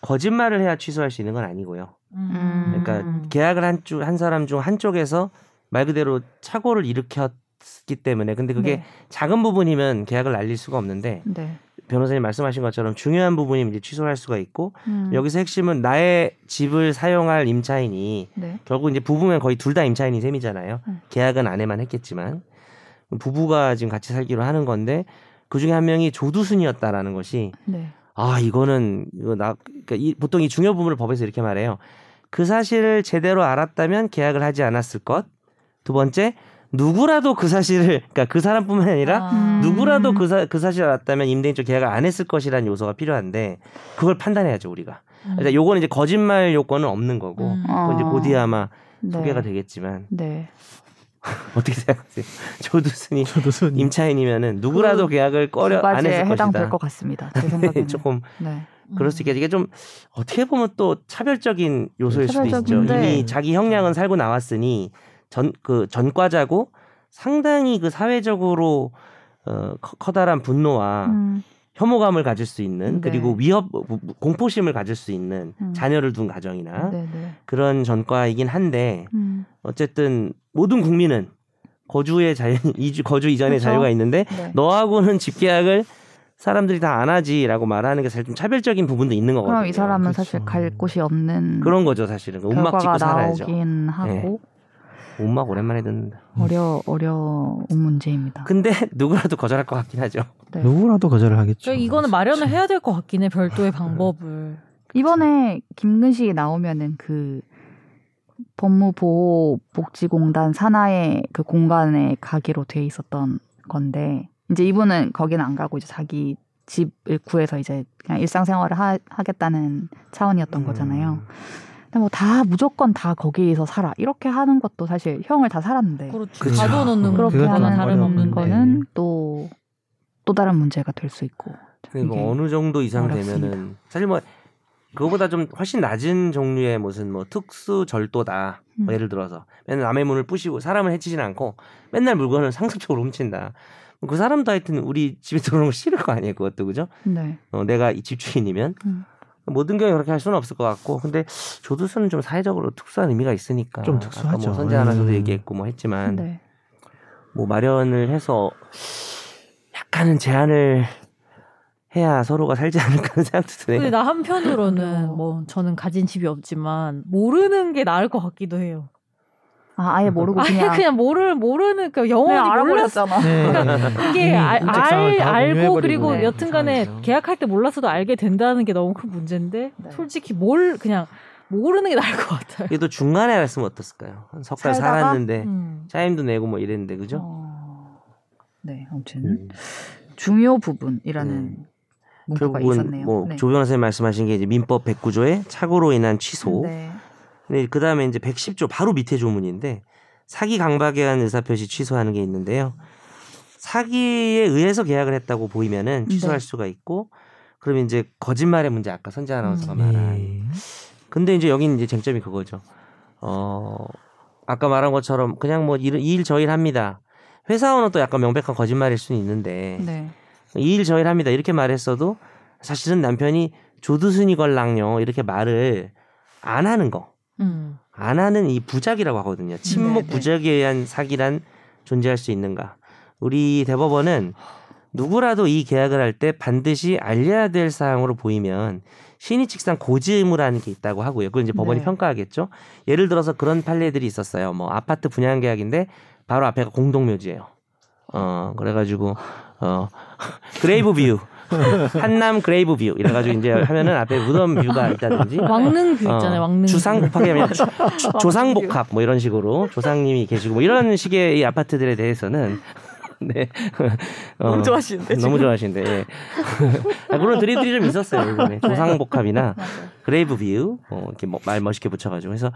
Speaker 3: 거짓말을 해야 취소할 수 있는 건 아니고요.
Speaker 5: 음.
Speaker 3: 그러니까 계약을 한, 주, 한 사람 중 한쪽에서 말 그대로 착오를 일으켰기 때문에 근데 그게
Speaker 1: 네.
Speaker 3: 작은 부분이면 계약을 날릴 수가 없는데
Speaker 1: 네.
Speaker 3: 변호사님 말씀하신 것처럼 중요한 부분이면 이제 취소할 수가 있고
Speaker 1: 음,
Speaker 3: 여기서 핵심은 나의 집을 사용할 임차인이
Speaker 1: 네.
Speaker 3: 결국 이제 부부면 거의 둘 다 임차인인 셈이잖아요.
Speaker 1: 음.
Speaker 3: 계약은 아내만 했겠지만 부부가 지금 같이 살기로 하는 건데 그 중에 한 명이 조두순이었다라는 것이
Speaker 1: 네.
Speaker 3: 아 이거는 이거 나 그러니까 이, 보통 이 중요 부분을 법에서 이렇게 말해요. 그 사실을 제대로 알았다면 계약을 하지 않았을 것. 두 번째 누구라도 그 사실을 그러니까 그 사람뿐만 아니라
Speaker 1: 음.
Speaker 3: 누구라도 그, 사, 그 사실을 알았다면 임대인 쪽 계약을 안 했을 것이라는 요소가 필요한데 그걸 판단해야죠 우리가.
Speaker 1: 음.
Speaker 3: 그러니까 요거는 이제 거짓말 요건은 없는 거고 그건 이제
Speaker 1: 어.
Speaker 3: 곧이야 아마
Speaker 1: 네.
Speaker 3: 소개가 되겠지만
Speaker 1: 네.
Speaker 3: 어떻게 생각하세요? [laughs] 조두순이
Speaker 4: 저도 손
Speaker 5: 예.
Speaker 3: 임차인이면은 누구라도 계약을 꺼려
Speaker 1: 그 두
Speaker 3: 안
Speaker 1: 가지에
Speaker 3: 했을
Speaker 1: 해당될
Speaker 3: 것이다. [laughs]
Speaker 1: 것 같습니다. 제 생각에는.
Speaker 3: 조금
Speaker 1: 네.
Speaker 3: 그럴 수 있겠죠. 이게 좀 어떻게 보면 또 차별적인 요소일 수도 있죠.
Speaker 1: 차별적인데. 네.
Speaker 3: 이미 자기 형량은 살고 나왔으니 전 그 전과자고 상당히 그 사회적으로 어, 커- 커다란 분노와
Speaker 1: 음.
Speaker 3: 혐오감을 가질 수 있는
Speaker 1: 네.
Speaker 3: 그리고 위협 공포심을 가질 수 있는
Speaker 1: 음.
Speaker 3: 자녀를 둔 가정이나
Speaker 1: 네, 네.
Speaker 3: 그런 전과이긴 한데
Speaker 1: 음.
Speaker 3: 어쨌든 모든 국민은 거주의 자유 [laughs] 이주 거주 이전의
Speaker 1: 그쵸.
Speaker 3: 자유가 있는데
Speaker 1: 네.
Speaker 3: 너하고는 집계약을 사람들이 다 안 하지라고 말하는 게 사실 좀 차별적인 부분도 있는 거거든요.
Speaker 1: 그럼 이 사람은
Speaker 4: 그쵸.
Speaker 1: 사실 갈 곳이 없는
Speaker 3: 그렇죠. 그런 거죠 사실은 옷막
Speaker 1: 결과가
Speaker 3: 짓고 살아야죠. 네.
Speaker 1: 나오긴 하고
Speaker 3: 옷막 오랜만에 듣는다.
Speaker 1: 어려 어려운 문제입니다.
Speaker 3: 근데 [laughs] 누구라도 거절할 것 같긴 하죠.
Speaker 1: 네.
Speaker 4: 누구라도 거절을 하겠죠.
Speaker 5: 저 그러니까 이거는 마련을 해야 될 것 같긴 해. 별도의
Speaker 3: 아,
Speaker 5: 방법을.
Speaker 1: 이번에 김근식이 나오면은 그 법무보호복지공단 산하의 그 공간에 가기로 돼 있었던 건데 이제 이분은 거기는 안 가고 이제 자기 집을 구해서 이제 그냥 일상생활을 하, 겠다는
Speaker 3: 음.
Speaker 1: 차원이었던 거잖아요. 근데 뭐 다 무조건 다 거기에서 살아 이렇게 하는 것도 사실 형을 다 살았는데
Speaker 5: 그렇지.
Speaker 3: 그쵸.
Speaker 5: 가둬놓는
Speaker 1: 그렇게
Speaker 4: 그건 좀
Speaker 5: 거나
Speaker 1: 하는
Speaker 5: 다름없는데.
Speaker 1: 거는 또 또 다른 문제가 될 수 있고
Speaker 3: 근데 뭐
Speaker 1: 이게
Speaker 3: 어느 정도 이상
Speaker 1: 어렵습니다.
Speaker 3: 되면은 사실 뭐 그거보다 좀 훨씬 낮은 종류의 무슨 뭐 특수 절도다 뭐
Speaker 1: 음.
Speaker 3: 예를 들어서 맨날 남의 문을 부시고 사람을 해치진 않고 맨날 물건을 상습적으로 훔친다 그 사람도 하여튼 우리 집에 들어오는 거 싫을 거 아니에요 그것도 그죠
Speaker 1: 네.
Speaker 3: 어, 내가 이 집주인이면
Speaker 1: 음.
Speaker 3: 모든 경우 그렇게 할 수는 없을 것 같고 근데 조두수는 좀 사회적으로 특수한 의미가 있으니까
Speaker 4: 좀
Speaker 3: 아까
Speaker 4: 특수하죠.
Speaker 3: 뭐 선재 아나운서도
Speaker 4: 음.
Speaker 3: 얘기했고 뭐 했지만
Speaker 1: 네.
Speaker 3: 뭐 마련을 해서 약간은 제한을 해야 서로가 살지 않을까 하는 생각도
Speaker 5: 근데
Speaker 3: 드네요.
Speaker 5: 나 한편으로는
Speaker 1: 어.
Speaker 5: 뭐 저는 가진 집이 없지만 모르는 게 나을 것 같기도 해요.
Speaker 1: 아, 아예 모르고
Speaker 5: 아예
Speaker 1: 그냥
Speaker 5: 그냥, 모르 모르는 그 영원히
Speaker 1: 그냥
Speaker 5: 몰랐
Speaker 1: 알아버렸잖아.
Speaker 5: [laughs]
Speaker 4: 네.
Speaker 5: 이게
Speaker 4: 이미
Speaker 5: 알,
Speaker 4: 인적 상황을
Speaker 5: 알
Speaker 4: 다
Speaker 5: 알고
Speaker 4: 공유해버리고
Speaker 5: 그리고
Speaker 1: 네,
Speaker 5: 여튼간에
Speaker 2: 그렇죠.
Speaker 4: 상황이죠.
Speaker 5: 계약할 때 몰랐어도 알게 된다는 게 너무 큰 문제인데
Speaker 1: 네.
Speaker 5: 솔직히 뭘 그냥 모르는 게 나을 것 같아요.
Speaker 3: 이게 네. 또 중간에 알았으면 어땠을까요? 한 석 달
Speaker 1: 살다가?
Speaker 3: 살았는데
Speaker 5: 음.
Speaker 3: 차임도 내고 뭐 이랬는데 그죠? 음.
Speaker 1: 어, 네, 아무튼 중요 부분이라는 문구가
Speaker 3: 결국은
Speaker 1: 있었네요.
Speaker 3: 뭐
Speaker 1: 네.
Speaker 3: 조 변호사님 말씀하신 게 이제 민법 109조의 착오로 인한 취소.
Speaker 1: 네.
Speaker 3: 근데 그 다음에 이제 110조 바로 밑에 조문인데 사기 강박에 의한 의사표시 취소하는 게 있는데요. 사기에 의해서 계약을 했다고 보이면은 취소할
Speaker 1: 네.
Speaker 3: 수가 있고 그럼 이제 거짓말의 문제 아까 선재 아나운서가
Speaker 4: 네.
Speaker 5: 음.
Speaker 3: 말한
Speaker 1: 네.
Speaker 3: 근데 이제 여긴 이제 쟁점이 그거죠. 어, 아까 말한 것처럼 그냥 뭐 일, 이일 저일 합니다. 회사원은 또 약간 명백한 거짓말일 수는 있는데
Speaker 1: 네.
Speaker 3: 이일 저일 합니다. 이렇게 말했어도 사실은 남편이 조두순이걸랑요 이렇게 말을 안 하는 거.
Speaker 5: 음.
Speaker 3: 안 하는 이 부작이라고 하거든요.
Speaker 1: 네, 네.
Speaker 3: 침묵 부작에 의한 사기란 존재할 수 있는가? 우리 대법원은 누구라도 이 계약을 할 때 반드시 알려야 될 사항으로 보이면 신의 직상 고지 의무라는 게 있다고 하고요. 그건 이제 법원이
Speaker 1: 네.
Speaker 3: 평가하겠죠. 예를 들어서 그런 판례들이 있었어요. 뭐 아파트 분양 계약인데 바로 앞에가 공동묘지예요. 어 그래가지고 어 [laughs] 그레이브 뷰 한남 그레이브 뷰 이래가지고 이제 하면은 앞에 무덤 뷰가 있다든지
Speaker 5: 음. 왕릉 뷰그 있잖아요.
Speaker 3: 어,
Speaker 5: 왕릉
Speaker 3: 주상
Speaker 5: 뷰.
Speaker 3: 복합이 아니라 주- 주- 조상복합 뭐 이런 식으로 조상님이 계시고 뭐 이런 식의 이 아파트들에 대해서는 [laughs] 네. 어,
Speaker 5: 너무 좋아하시는데
Speaker 3: 너무 좋아하시는데 예. 아, 그런 드립들이 좀 있었어요
Speaker 5: 네.
Speaker 3: 요즘에 조상복합이나 그레이브 뷰 어, 이렇게 뭐- 말 멋있게 붙여가지고 그래서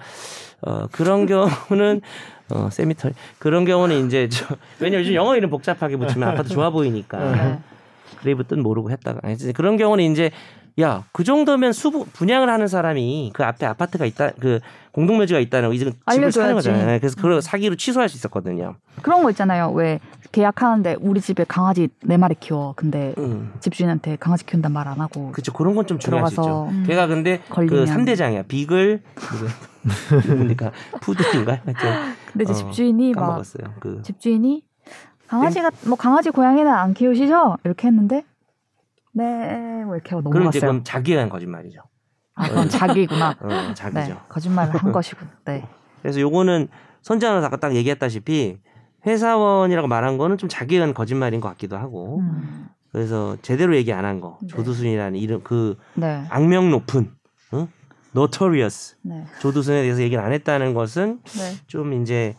Speaker 3: 어, 그런 경우는 어, 세미털 그런 경우는 이제 저, 왜냐면 요즘 영어 이름 복잡하게 붙이면 아파트 좋아 보이니까
Speaker 1: 네.
Speaker 3: 그레이브 뜻 모르고 했다가 아니, 이제 그런 경우는 이제 야 그 정도면 수부 분양을 하는 사람이 그 앞에 아파트가 있다 그 공동묘지가 있다는 거 이제 집을 사는
Speaker 1: 알려줘야지. 음.
Speaker 3: 거잖아요. 네, 그래서 그걸 사기로 취소할 수 있었거든요.
Speaker 1: 그런 거 있잖아요. 왜 계약하는데 우리 집에 강아지 네 마리 키워. 근데
Speaker 3: 음.
Speaker 1: 집주인한테 강아지 키운단 말 안 하고
Speaker 3: 그렇죠. 그런 건 좀 줄여할 수 있죠.
Speaker 1: 들어가서 음.
Speaker 3: 걔가 근데 그
Speaker 1: 걸리면.
Speaker 3: 3대장이야. 비글
Speaker 1: [laughs]
Speaker 3: 누구- 누구니까 푸드인가? 하여튼
Speaker 1: 근데 이제
Speaker 3: 어,
Speaker 1: 집주인이 막
Speaker 3: 까먹었어요. 네. 그
Speaker 1: 집주인이 강아지가 뭐 강아지 고양이는 안 키우시죠? 이렇게 했는데 네뭐 이렇게 하고
Speaker 3: 그럼 이제
Speaker 1: 넘어갔어요.
Speaker 3: 그럼 자기에 한 거짓말이죠.
Speaker 1: 아 그건 자기구나.
Speaker 3: 어, 자기죠.
Speaker 1: 네 거짓말을
Speaker 3: [laughs]
Speaker 1: 한 것이군. 네.
Speaker 3: 그래서 요거는 선재 아나운서 아까 딱 얘기했다시피 회사원이라고 말한 거는 좀 자기에 한 거짓말인 것 같기도 하고
Speaker 1: 음.
Speaker 3: 그래서 제대로 얘기 안 한 거.
Speaker 1: 네.
Speaker 3: 조두순이라는 이름 그
Speaker 1: 네.
Speaker 3: 악명 높은 응? notorious
Speaker 1: 네.
Speaker 3: 조두순에 대해서 얘기를 안 했다는 것은
Speaker 1: 네.
Speaker 3: 좀 이제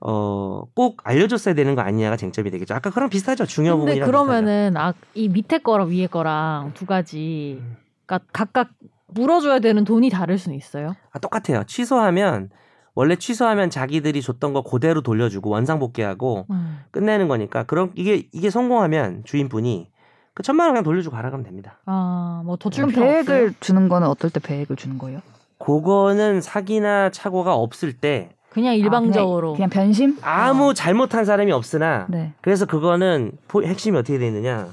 Speaker 3: 어 꼭 알려줬어야 되는 거 아니냐가 쟁점이 되겠죠. 아까 그랑 비슷하죠. 중요
Speaker 5: 근데
Speaker 3: 부분이랑
Speaker 5: 그러면은 아, 이 밑에 거랑 위에 거랑 두 가지 그러니까 각각 물어줘야 되는 돈이 다를 수는 있어요.
Speaker 3: 비슷하죠. 아, 똑같아요. 취소하면 원래 취소하면 자기들이 줬던 거 그대로
Speaker 1: 음.
Speaker 3: 돌려주고 원상복귀하고 끝내는 거니까 그럼 이게 이게 성공하면 주인분이 그 천만 원 그냥 돌려주고 가라 그러면 됩니다.
Speaker 5: 아, 뭐
Speaker 1: 그럼
Speaker 5: 도출금
Speaker 1: 배액을 주는 거는 어떨 때 배액을 주는 거예요? 아,
Speaker 3: 그거는 사기나 착오가 없을 때
Speaker 5: 그냥 일방적으로.
Speaker 1: 아, 그냥 변심?
Speaker 3: 아무 잘못한 사람이 없으나
Speaker 1: 네.
Speaker 3: 그래서 그거는 포- 핵심이 어떻게 되어 있느냐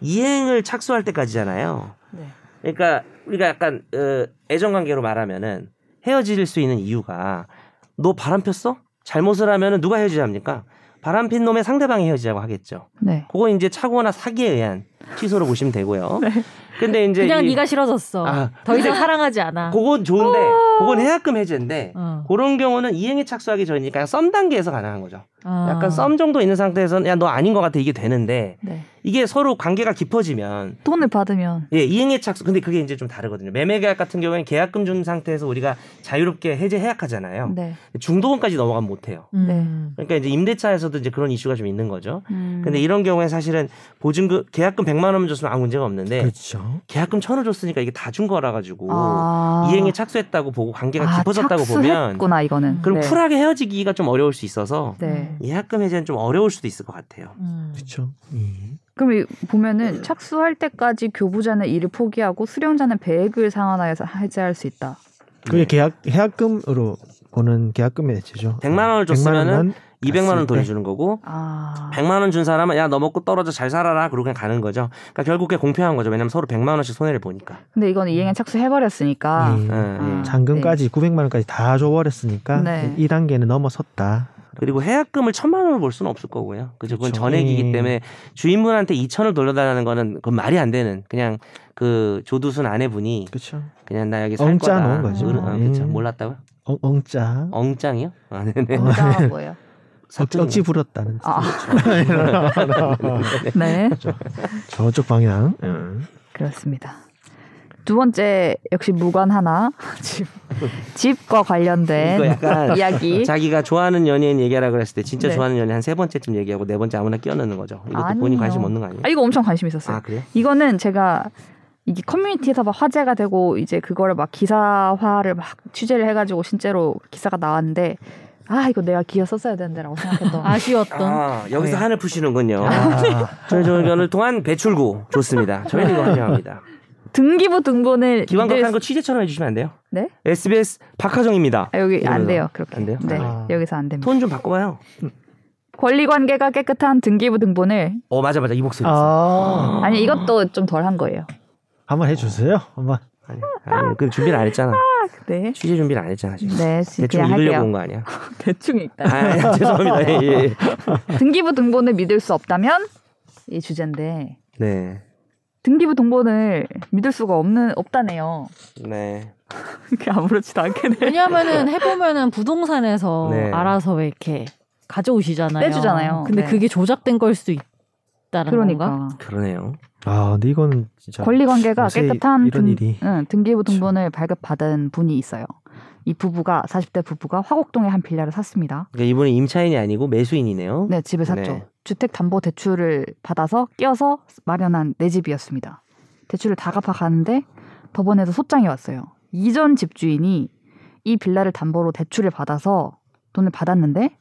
Speaker 3: 이행을 착수할 때까지잖아요.
Speaker 5: 네.
Speaker 3: 그러니까 우리가 약간 어, 애정관계로 말하면은 헤어질 수 있는 이유가 너 바람 폈어? 잘못을 하면은 누가 헤어지합니까? 바람 핀 놈의 상대방이 헤어지자고 하겠죠.
Speaker 1: 네.
Speaker 3: 그거 이제 착오나 사기에 의한 취소로 보시면
Speaker 5: [laughs]
Speaker 3: 되고요. 근데 이제
Speaker 5: 네. 그냥
Speaker 3: 이-
Speaker 5: 네가 싫어졌어.
Speaker 3: 아.
Speaker 5: 더 이상 사랑하지 않아.
Speaker 3: 그건 좋은데 그건 해약금 해제인데
Speaker 5: 어.
Speaker 3: 그런 경우는 이행에 착수하기 전이니까 썸 단계에서 가능한 거죠.
Speaker 5: 아.
Speaker 3: 약간 썸 정도 있는 상태에서는 야 너 아닌 것 같아 이게 되는데
Speaker 1: 네.
Speaker 3: 이게 서로 관계가 깊어지면
Speaker 1: 돈을 받으면
Speaker 3: 예 이행에 착수 근데 그게 이제 좀 다르거든요. 매매 계약 같은 경우에는 계약금 준 상태에서 우리가 자유롭게 해제 해약하잖아요.
Speaker 1: 네.
Speaker 3: 중도금까지 넘어가면 못해요.
Speaker 5: 음.
Speaker 1: 네.
Speaker 3: 그러니까 이제 임대차에서도 이제 그런 이슈가 좀 있는 거죠.
Speaker 1: 음.
Speaker 3: 근데 이런 경우에 사실은 보증금 계약금 100만 원 줬으면 아무 문제가 없는데
Speaker 4: 그렇죠.
Speaker 3: 계약금 1000원 줬으니까 이게 다 준 거라 가지고
Speaker 1: 아.
Speaker 3: 뭐 이행에 착수했다고 보고 관계가
Speaker 1: 아,
Speaker 3: 깊어졌다고 보면
Speaker 1: 착수했구나 이거는.
Speaker 3: 그럼
Speaker 1: 네.
Speaker 3: 쿨하게 헤어지기가 좀 어려울 수 있어서
Speaker 1: 네.
Speaker 3: 예약금 해제는 좀 어려울 수도 있을 것 같아요.
Speaker 5: 음.
Speaker 4: 그렇죠.
Speaker 1: 그럼 이- 보면은 착수할 때까지 교부자는 이를 포기하고 수령자는 배액을 상환하여서 해제할 수 있다.
Speaker 4: 그게
Speaker 1: 네.
Speaker 4: 계약 해약금으로 보는 계약금 매체죠.
Speaker 3: 100만 원을
Speaker 4: 100만 원만
Speaker 3: 200만
Speaker 4: 갔을
Speaker 3: 원
Speaker 4: 때.
Speaker 3: 돌려주는 거고
Speaker 1: 아.
Speaker 3: 100만 원 준 사람은 야 너 먹고 떨어져 잘 살아라 그러고 그냥 가는 거죠. 그러니까 결국 그게 공평한 거죠. 왜냐면 서로 100만 원씩 손해를 보니까.
Speaker 1: 근데 이건 이행에 착수해 버렸으니까.
Speaker 4: 예.
Speaker 3: 예, 예.
Speaker 1: 아.
Speaker 4: 잔금까지 900만 원까지 다 줘버렸으니까
Speaker 1: 네.
Speaker 4: 이 2단계는 넘어섰다.
Speaker 3: 그리고 해약금을 1000만 원을 볼 수는 없을 거고요. 그죠? 그건
Speaker 4: 그쵸.
Speaker 3: 전액이기
Speaker 4: 예.
Speaker 3: 때문에 주인분한테 2천을 돌려달라는 거는 그건 말이 안 되는 그냥 그 조두순 아내분이
Speaker 4: 그렇죠.
Speaker 3: 그냥 나 여기 살
Speaker 4: 엉짜
Speaker 3: 거다.
Speaker 4: 놓은
Speaker 5: 거죠.
Speaker 3: 그러- 아, 그쵸.
Speaker 4: 예.
Speaker 3: 몰랐다고요?
Speaker 4: 엉, 엉짜 어,
Speaker 3: 엉짱이요? 아, 네네.
Speaker 1: 공짜가 뭐예요?
Speaker 4: 억지,
Speaker 3: 사투리네요. 뭐.
Speaker 4: 억지 부렸다는
Speaker 1: 아,
Speaker 4: 뜻.
Speaker 3: 그렇죠.
Speaker 1: [laughs] 네.
Speaker 4: 저쪽 방향.
Speaker 3: 어.
Speaker 4: 음.
Speaker 1: 그렇습니다. 두 번째 역시 무관하나 [laughs] 집 집과
Speaker 3: 이거
Speaker 1: 관련된
Speaker 3: 약간
Speaker 1: [laughs] 이야기.
Speaker 3: 자기가 좋아하는 연예인 얘기하라 그랬을 때 진짜
Speaker 1: 네.
Speaker 3: 좋아하는 연예인 한 세 번째쯤 얘기하고 네 번째 아무나 끼어넣는 거죠. 이것도 본인
Speaker 1: 아니요.
Speaker 3: 관심 없는 거 아니에요?
Speaker 1: 아 이거 엄청 관심 있었어요.
Speaker 3: 아 그래요?
Speaker 1: 이거는 제가 이게 커뮤니티에서 막 화제가 되고 이제 그거를 막 기사화를 막 취재를 해가지고 실제로 기사가 나왔는데 아 이거 내가 기어 썼어야 되는데라고 생각했던
Speaker 5: 아쉬웠던.
Speaker 3: 아 여기서
Speaker 1: 네.
Speaker 3: 한을 푸시는군요.
Speaker 4: 아,
Speaker 3: 저희 저 [laughs] 의견을 통한 배출구 좋습니다. 저희는 이거 환영합니다.
Speaker 1: 등기부 등본을
Speaker 3: 기왕
Speaker 1: 이들-
Speaker 3: 한거 취재처럼 해주시면 안 돼요?
Speaker 1: 네?
Speaker 3: SBS 박하정입니다.
Speaker 1: 아, 여기 안
Speaker 3: 이러면서.
Speaker 1: 돼요 그렇게
Speaker 3: 안 돼요?
Speaker 1: 네
Speaker 4: 아.
Speaker 1: 여기서 안 됩니다
Speaker 3: 톤 좀 바꿔봐요.
Speaker 1: 권리관계가 깨끗한 등기부 등본을
Speaker 3: 어 맞아 맞아 이 목소리. 아.
Speaker 4: 아.
Speaker 1: 아니 이것도 좀 덜 한 거예요
Speaker 4: 한번 해주세요. 한번.
Speaker 3: 아니, 아니 그 준비를 안 했잖아.
Speaker 1: 네
Speaker 3: 취재 준비를 안 했잖아 지금.
Speaker 1: 네,
Speaker 3: 대충
Speaker 1: 그냥
Speaker 3: 읽으려고
Speaker 1: [laughs] 할게요.
Speaker 3: 온거 아니야?
Speaker 1: 대충 읽다.
Speaker 3: 아, 죄송합니다. 예, 예.
Speaker 1: 등기부 등본을 믿을 수 없다면 이 주제인데
Speaker 3: 네.
Speaker 1: 등기부 등본을 믿을 수가 없는 [laughs] 없다네요.
Speaker 3: 네.
Speaker 1: 이렇게 아무렇지도 않게네.
Speaker 5: 왜냐하면은 해보면은 부동산에서
Speaker 3: 네.
Speaker 5: 알아서 왜 이렇게 가져오시잖아요.
Speaker 1: 떼주잖아요.
Speaker 5: 근데
Speaker 1: 네.
Speaker 5: 그게 조작된 걸 수도 있다는 건가?
Speaker 1: 그러니까
Speaker 3: 그러네요.
Speaker 4: 아, 근데 이건 진짜.
Speaker 1: 권리 관계가
Speaker 4: 요새
Speaker 1: 깨끗한
Speaker 4: 이런
Speaker 1: 등, 네.
Speaker 4: 일이.
Speaker 1: 응, 등기부 등본을 발급받은 분이 있어요. 이 부부가 40대 부부가 화곡동의 한 빌라를 샀습니다.
Speaker 3: 그러니까 이분은 임차인이 아니고 매수인이네요.
Speaker 1: 네, 집을 샀죠.
Speaker 3: 네.
Speaker 1: 주택담보대출을 받아서 끼어서 마련한 내 집이었습니다. 대출을 다 갚아가는데 법원에서 소장이 왔어요. 이전 집주인이 이 빌라를 담보로 대출을 받아서 돈을 받았는데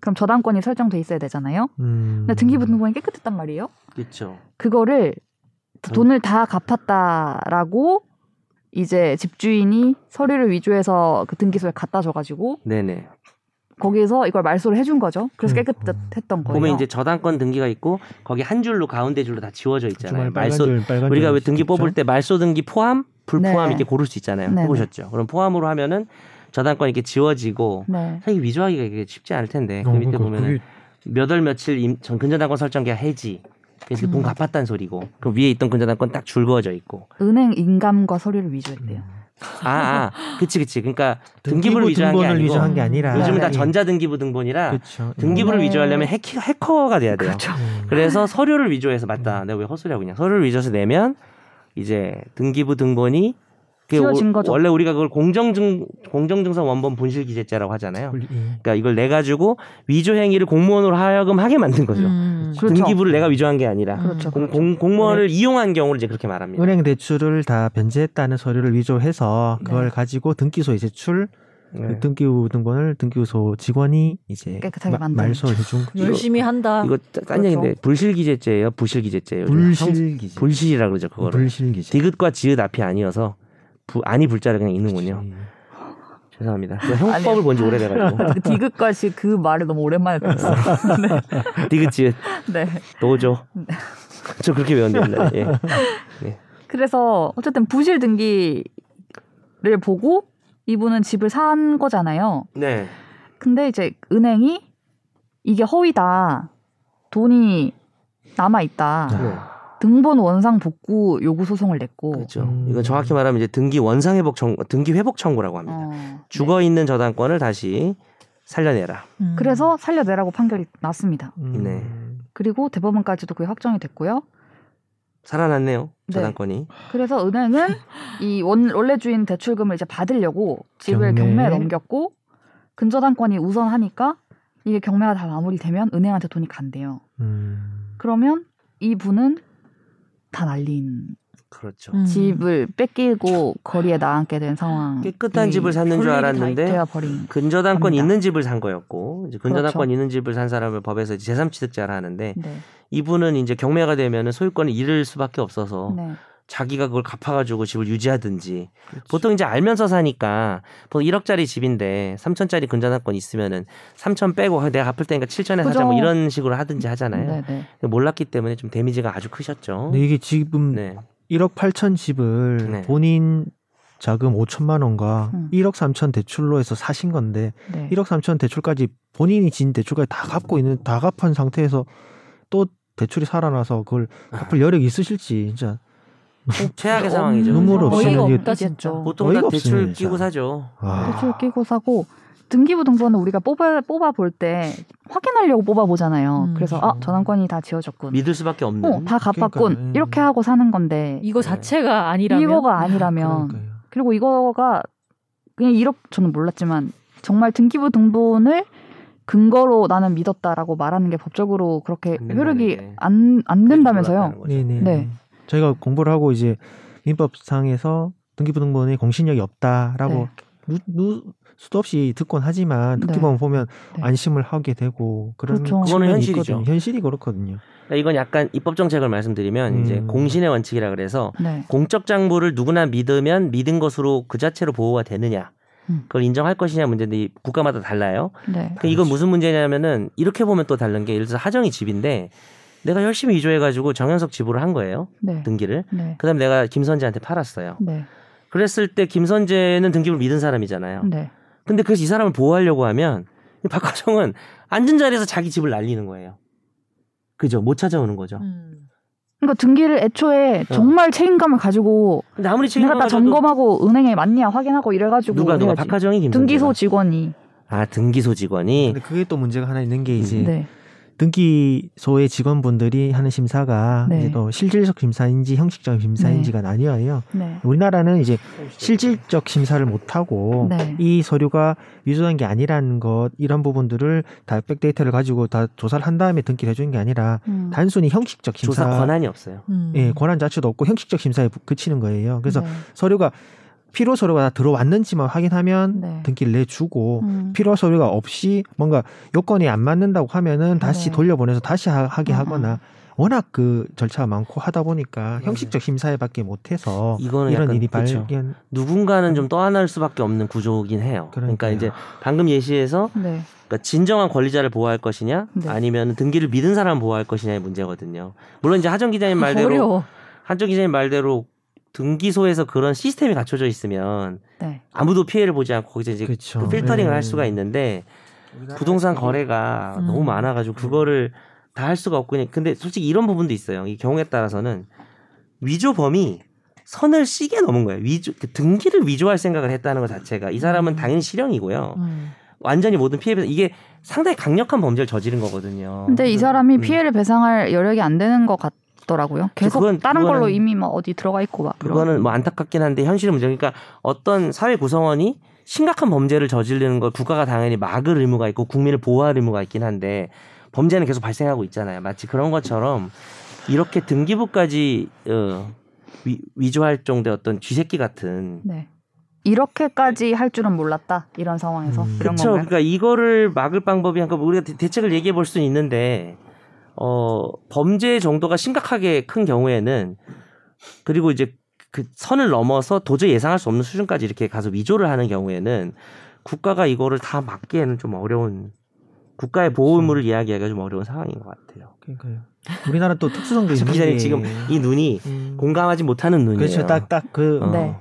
Speaker 1: 그럼 저당권이 설정돼 있어야 되잖아요.
Speaker 4: 음.
Speaker 1: 근데 등기부등본이 깨끗했단 말이에요.
Speaker 3: 그렇죠.
Speaker 1: 그거를
Speaker 3: 돈-
Speaker 1: 돈을 다 갚았다라고 이제 집주인이 서류를 위조해서 그 등기소에 갖다 줘가지고
Speaker 3: 네네.
Speaker 1: 거기서 이걸 말소를 해준 거죠. 그래서
Speaker 4: 음.
Speaker 1: 깨끗했던 거예요.
Speaker 3: 보면 이제 저당권 등기가 있고 거기 한 줄로 가운데 줄로 다 지워져 있잖아요.
Speaker 4: 주말 빨간
Speaker 3: 말소
Speaker 4: 줄, 빨간
Speaker 3: 우리가
Speaker 4: 줄
Speaker 3: 왜 등기 뽑을
Speaker 4: 그러니까 있죠?
Speaker 3: 때 말소 등기 포함, 불포함
Speaker 1: 네.
Speaker 3: 이렇게 고를 수 있잖아요.
Speaker 1: 네네.
Speaker 3: 해보셨죠? 그럼 포함으로 하면은 저당권 이렇게 지워지고
Speaker 1: 네.
Speaker 3: 사실 위조하기가 이게 쉽지 않을 텐데
Speaker 4: 어,
Speaker 3: 그 밑에
Speaker 4: 그러니까
Speaker 3: 보면
Speaker 4: 그게-
Speaker 3: 몇월 며칠 임, 전 근저당권 설정계 해지. 그래서
Speaker 1: 음.
Speaker 3: 돈 갚았다는 소리고 그 위에 있던 근저당권 딱 줄거져 있고
Speaker 1: 은행 인감과 서류를
Speaker 3: 음.
Speaker 1: 위조했대요.
Speaker 3: 아, 아 그치 그치 그러니까 등기부를
Speaker 4: [laughs] 등기부
Speaker 3: 위조한 게
Speaker 4: 등본을
Speaker 3: 아니고
Speaker 4: 위조한 게 아니라
Speaker 3: 요즘은 다
Speaker 4: 예.
Speaker 3: 전자등기부 등본이라
Speaker 4: 그렇죠. 예.
Speaker 3: 등기부를
Speaker 1: 네.
Speaker 3: 위조하려면 해키, 해커가 돼야 돼요.
Speaker 1: 그렇죠.
Speaker 4: 음.
Speaker 3: 그래서
Speaker 1: 아.
Speaker 3: 서류를 위조해서
Speaker 1: 음.
Speaker 3: 맞다. 내가 왜 헛소리하고 있냐. 서류를 위조해서 내면 이제 등기부 등본이 그게
Speaker 1: 지워진
Speaker 3: 오-
Speaker 1: 거죠.
Speaker 3: 원래 우리가 그걸 공정증 공정증서 원본 분실 기재죄라고
Speaker 1: 음.
Speaker 3: 하잖아요.
Speaker 4: 예.
Speaker 3: 그러니까 이걸 내 가지고 위조 행위를 공무원으로 하여금 하게 만든 거죠.
Speaker 5: 음.
Speaker 1: 그렇죠.
Speaker 3: 등기부를 내가 위조한 게 아니라
Speaker 1: 그렇죠.
Speaker 3: 공, 무원을 이용한 경우를 이제 그렇게 말합니다.
Speaker 4: 은행 대출을 다 변제했다는 서류를 위조해서 그걸 가지고 등기소에 제출
Speaker 1: 그렇죠.
Speaker 3: 네.
Speaker 4: 그 등기부 등본을 등기부소 직원이 이제
Speaker 1: 깨끗하게
Speaker 4: 마-
Speaker 1: 만드는
Speaker 4: 말소해 준
Speaker 3: 이거-
Speaker 5: 열심히
Speaker 1: 아,
Speaker 5: 한다.
Speaker 3: 이거 딴
Speaker 1: 그렇죠.
Speaker 3: 얘기인데 불실기재죄예요. 불실기재죄예요. 성-
Speaker 4: 불실기지.
Speaker 3: 불실이라 그러죠 그거를.
Speaker 4: 불실기지.
Speaker 3: 디귿과 지읒 앞이 아니어서 부, 아니 불자를 그냥 읽는군요. 죄송합니다. 그 형법을
Speaker 1: 그렇죠. 아니요.
Speaker 3: 본
Speaker 1: [laughs]
Speaker 3: 지 오래돼가지고
Speaker 1: 디귿까지 그 말을 너무 오랜만에 들었어요.
Speaker 3: 디귿 지읒
Speaker 1: 네.
Speaker 3: 노조. 저 그렇게 외웠는데 옛날에. 예.
Speaker 1: 그래서 어쨌든 부실 등기를 보고 이분은 집을 산 거잖아요.
Speaker 3: 네.
Speaker 1: 근데 이제 은행이 이게 허위다. 돈이 남아 있다.
Speaker 3: 네.
Speaker 1: 등본 원상 복구 요구 소송을 냈고.
Speaker 3: 그렇죠.
Speaker 4: 음.
Speaker 3: 이건 정확히 말하면 이제 등기 원상 회복 청 등기 회복 청구라고 합니다.
Speaker 1: 어,
Speaker 3: 죽어 있는 저당권을 다시 살려내라.
Speaker 5: 음.
Speaker 1: 그래서 살려내라고 판결이 났습니다.
Speaker 4: 음.
Speaker 3: 네.
Speaker 1: 그리고 대법원까지도 그게 확정이 됐고요.
Speaker 3: 살아났네요.
Speaker 1: 네.
Speaker 3: 저당권이.
Speaker 1: 그래서
Speaker 3: [laughs]
Speaker 1: 은행은 이 원, 원래 주인 대출금을 이제 받으려고 집을
Speaker 4: 경매.
Speaker 1: 경매. 에 넘겼고 근저당권이 우선하니까 이게 경매가 다 마무리되면 은행한테 돈이 간대요.
Speaker 4: 음.
Speaker 1: 그러면 이 분은 다 날린
Speaker 3: 그렇죠.
Speaker 5: 음.
Speaker 1: 집을 뺏기고 거리에 나앉게 된 상황.
Speaker 3: 깨끗한 집을 샀는 줄
Speaker 5: 별일이 다
Speaker 3: 알았는데
Speaker 1: 되어 버린.
Speaker 3: 근저당권
Speaker 1: 합니다.
Speaker 3: 있는 집을 산 거였고 이제 근저당권
Speaker 1: 그렇죠.
Speaker 3: 있는 집을 산 사람을 법에서 제삼취득자라 하는데
Speaker 1: 네.
Speaker 3: 이분은 이제 경매가 되면은 소유권을 잃을 수밖에 없어서
Speaker 1: 네.
Speaker 3: 자기가 그걸 갚아가지고 집을 유지하든지 보통 이제 알면서 사니까 보통 1억짜리 집인데 3천짜리 근저당권 있으면은 3천 빼고 아, 내가 갚을 테니까 7천에 사자 뭐
Speaker 1: 그죠.
Speaker 3: 이런 식으로 하든지 하잖아요.
Speaker 1: 네, 네.
Speaker 3: 몰랐기 때문에 좀 데미지가 아주 크셨죠.
Speaker 4: 근데 이게 지금
Speaker 3: 어? 네.
Speaker 4: 1억 8천 집을
Speaker 3: 네.
Speaker 4: 본인 자금 5천만 원과
Speaker 1: 음.
Speaker 4: 1억 3천 대출로 해서 사신 건데
Speaker 1: 네.
Speaker 4: 1억 3천 대출까지 본인이 진 대출까지 다 갚고 있는 다 갚은 상태에서 또 대출이 살아나서 그걸 갚을 여력이 있으실지 진짜
Speaker 2: [laughs]
Speaker 3: 최악의 상황이죠.
Speaker 4: 눈물 없이
Speaker 5: 어이가
Speaker 4: 이제
Speaker 5: 없다 진짜.
Speaker 1: 음.
Speaker 3: 보통
Speaker 4: 어이가
Speaker 3: 다 대출
Speaker 4: 없으면
Speaker 3: 끼고
Speaker 4: 진짜.
Speaker 3: 사죠.
Speaker 4: 와.
Speaker 1: 대출 끼고 사고 등기부 등본은 우리가 뽑아 뽑아 볼 때 확인하려고 뽑아 보잖아요.
Speaker 5: 음.
Speaker 1: 그래서 아 저당권이 다 지어졌군.
Speaker 3: 믿을 수밖에 없는.
Speaker 1: 어, 다 갚았군.
Speaker 4: 그러니까요.
Speaker 1: 이렇게 하고 사는 건데
Speaker 5: 이거 자체가 아니라면
Speaker 1: 이거가 아니라면
Speaker 4: 그러니까요.
Speaker 1: 그리고 이거가 그냥 이렇게 저는 몰랐지만 정말 등기부 등본을 근거로 나는 믿었다라고 말하는 게 법적으로 그렇게
Speaker 3: 안 된다는 게.
Speaker 1: 효력이 안, 안 된다면서요.
Speaker 3: 몰랐다는 거죠.
Speaker 4: 네네.
Speaker 1: 네.
Speaker 4: 저희가 공부를 하고 이제 민법상에서 등기부등본의 공신력이 없다라고
Speaker 1: 네.
Speaker 4: 누, 누- 수도 없이 듣곤 하지만 듣기만 보면
Speaker 1: 네.
Speaker 4: 안심을 하게 되고 그런
Speaker 1: 그렇죠.
Speaker 3: 그거는
Speaker 4: 측면이
Speaker 3: 현실이죠.
Speaker 4: 있거든요. 현실이 그렇거든요.
Speaker 3: 그러니까 이건 약간 입법 정책을 말씀드리면 이제
Speaker 4: 음.
Speaker 3: 공신의 원칙이라 그래서
Speaker 1: 네.
Speaker 3: 공적 장부를 누구나 믿으면 믿은 것으로 그 자체로 보호가 되느냐.
Speaker 1: 음.
Speaker 3: 그걸 인정할 것이냐 문제인데 이 국가마다 달라요.
Speaker 1: 네.
Speaker 3: 그 이건 무슨 문제냐면은 이렇게 보면 또 다른 게 예를 들어 서 하정이 집인데 내가 열심히 위조해가지고 정현석 집으로 한 거예요
Speaker 1: 네.
Speaker 3: 등기를.
Speaker 1: 네.
Speaker 3: 그다음 내가 김선재한테 팔았어요.
Speaker 1: 네.
Speaker 3: 그랬을 때 김선재는 등기부를 믿은 사람이잖아요.
Speaker 1: 네.
Speaker 3: 근데 그래서 이 사람을 보호하려고 하면 이 박화정은 앉은 자리에서 자기 집을 날리는 거예요. 그죠? 못 찾아오는 거죠.
Speaker 5: 음.
Speaker 1: 그러니까 등기를 애초에 정말 책임감을 가지고
Speaker 3: 근데 아무리
Speaker 1: 내가
Speaker 3: 책임을
Speaker 1: 다 점검하고 은행에 맞냐 확인하고 이래가지고
Speaker 3: 누가 누가
Speaker 1: 해야지.
Speaker 3: 박화정이 김선재
Speaker 1: 등기소 직원이
Speaker 3: 아 등기소 직원이
Speaker 4: 근데 그게 또 문제가 하나 있는 게 이제
Speaker 1: 네.
Speaker 4: 등기소의 직원분들이 하는 심사가
Speaker 1: 네.
Speaker 4: 이제 또 실질적 심사인지 형식적 심사인지가 나뉘어요.
Speaker 1: 네.
Speaker 4: 우리나라는 이제 실질적 심사를 못 하고
Speaker 1: 네.
Speaker 4: 이 서류가 위조된 게 아니라는 것 이런 부분들을 다 백데이터를 가지고 다 조사를 한 다음에 등기를 해주는 게 아니라
Speaker 1: 음.
Speaker 4: 단순히 형식적 심사
Speaker 3: 조사 권한이 없어요.
Speaker 5: 음.
Speaker 4: 예, 권한 자체도 없고 형식적 심사에 부- 그치는 거예요. 그래서
Speaker 1: 네.
Speaker 4: 서류가 필요 서류가 다 들어왔는지만 확인하면
Speaker 1: 네.
Speaker 4: 등기를 내주고
Speaker 1: 음.
Speaker 4: 필요 서류가 없이 뭔가 요건이 안 맞는다고 하면은 다시
Speaker 1: 네.
Speaker 4: 돌려보내서 다시 하, 게
Speaker 1: 음,
Speaker 4: 하거나 워낙 그 절차가 많고 하다 보니까 형식적 심사에밖에 못해서
Speaker 3: 이거는
Speaker 4: 이런
Speaker 3: 약간
Speaker 4: 일이
Speaker 3: 그쵸.
Speaker 4: 발견
Speaker 3: 누군가는 좀 떠안을 수밖에 없는 구조긴 해요. 그러니까
Speaker 4: 그러니까요.
Speaker 3: 이제 방금 예시에서
Speaker 1: 네.
Speaker 3: 그러니까 진정한 권리자를 보호할 것이냐
Speaker 1: 네.
Speaker 3: 아니면 등기를 믿은 사람 보호할 것이냐의 문제거든요. 물론 이제 하정 기자님
Speaker 2: 아,
Speaker 3: 말대로
Speaker 5: 어려워.
Speaker 3: 한정 기자님 말대로 등기소에서 그런 시스템이 갖춰져 있으면
Speaker 1: 네.
Speaker 3: 아무도 피해를 보지 않고 거기서 이제
Speaker 4: 그렇죠.
Speaker 3: 그 필터링을
Speaker 4: 네.
Speaker 3: 할 수가 있는데 부동산
Speaker 4: 그
Speaker 3: 거래가
Speaker 5: 음.
Speaker 3: 너무 많아가지고 그거를 다 할 수가 없고 그냥 근데 솔직히 이런 부분도 있어요. 이 경우에 따라서는 위조범이 선을 씨게 넘은 거예요. 위조 그 등기를 위조할 생각을 했다는 것 자체가 이
Speaker 1: 음.
Speaker 3: 사람은 당연히 실형이고요.
Speaker 5: 음.
Speaker 3: 완전히 모든 피해 배상 이게 상당히 강력한 범죄를 저지른 거거든요.
Speaker 1: 근데 이 사람이
Speaker 3: 음.
Speaker 1: 피해를 배상할 여력이 안 되는 것 같더라고요. 계속
Speaker 3: 그건-
Speaker 1: 다른 걸로
Speaker 3: 그거는-
Speaker 1: 이미 막 어디 들어가 있고 막 그런.
Speaker 3: 그거는 뭐 안타깝긴 한데 현실의 문제. 그러니까 어떤 사회 구성원이 심각한 범죄를 저지르는 걸 국가가 당연히 막을 의무가 있고 국민을 보호할 의무가 있긴 한데 범죄는 계속 발생하고 있잖아요. 마치 그런 것처럼 이렇게 등기부까지 어, 위, 위조할 정도의 어떤 쥐새끼 같은
Speaker 1: 네. 이렇게까지 할 줄은 몰랐다 이런 상황에서
Speaker 4: 음.
Speaker 1: 이런
Speaker 3: 그렇죠.
Speaker 1: 건가요?
Speaker 3: 그러니까 이거를 막을 방법이 한까 우리가 대- 대책을 얘기해 볼 수는 있는데 어 범죄 정도가 심각하게 큰 경우에는 그리고 이제 그 선을 넘어서 도저히 예상할 수 없는 수준까지 이렇게 가서 위조를 하는 경우에는 국가가 이거를 다 막기에는 좀 어려운 국가의 보호물을 이야기하기가 좀 어려운 상황인 것 같아요.
Speaker 4: 그러니까요. 우리나라 또
Speaker 3: [laughs]
Speaker 4: 특수성도
Speaker 3: 지
Speaker 4: 있는
Speaker 3: 그 기자님
Speaker 4: 게-
Speaker 3: 지금 이 눈이
Speaker 4: 음.
Speaker 3: 공감하지 못하는 눈이에요.
Speaker 4: 그 그렇죠. 딱 딱 그
Speaker 3: 어.
Speaker 1: 네.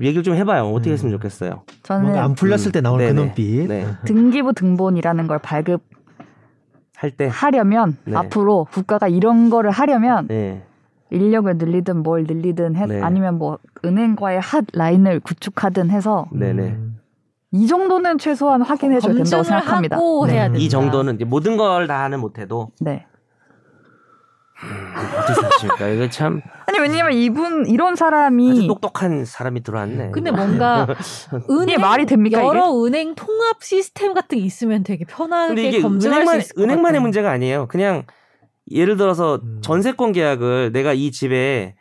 Speaker 3: 얘기를 좀 해봐요. 어떻게
Speaker 4: 음.
Speaker 3: 했으면 좋겠어요.
Speaker 1: 저는
Speaker 4: 뭔가 안 풀렸을 때 나오는
Speaker 3: 네네.
Speaker 4: 그 눈빛.
Speaker 3: 네.
Speaker 1: 등기부 등본이라는 걸
Speaker 3: 할 때.
Speaker 1: 발급하려면
Speaker 3: 네.
Speaker 1: 앞으로 국가가 이런 거를 하려면
Speaker 3: 네.
Speaker 1: 인력을 늘리든 뭘 늘리든 해,
Speaker 3: 네.
Speaker 1: 아니면 뭐 은행과의 핫 라인을 구축하든 해서
Speaker 3: 네네.
Speaker 4: 음.
Speaker 1: 이 정도는 최소한 확인해 줘야 된다고
Speaker 5: 어, 검증을
Speaker 1: 생각합니다.
Speaker 5: 하고
Speaker 1: 네.
Speaker 5: 해야
Speaker 2: 예.
Speaker 5: 된다.
Speaker 3: 이 정도는 이제 모든 걸 다 하는 못해도
Speaker 1: 네.
Speaker 4: [laughs]
Speaker 3: 어떻게 생각하십니까? 이거 참
Speaker 1: 아니 왜냐면 이분 이런
Speaker 3: 아주
Speaker 1: 사람이
Speaker 3: 똑똑한 사람이 들어왔네.
Speaker 5: 근데
Speaker 4: 음.
Speaker 5: 뭔가
Speaker 1: 이게
Speaker 5: 은행
Speaker 1: 말이 됩니까, 이게?
Speaker 5: 여러 은행 통합 시스템 같은 게 있으면 되게
Speaker 3: 근데
Speaker 5: 편하게
Speaker 3: 이게
Speaker 5: 검증할
Speaker 3: 은행만
Speaker 5: 수 있을 것
Speaker 3: 은행만의
Speaker 5: 같아요.
Speaker 3: 문제가 아니에요. 그냥 예를 들어서
Speaker 4: 음.
Speaker 3: 전세권 계약을 내가 이 집에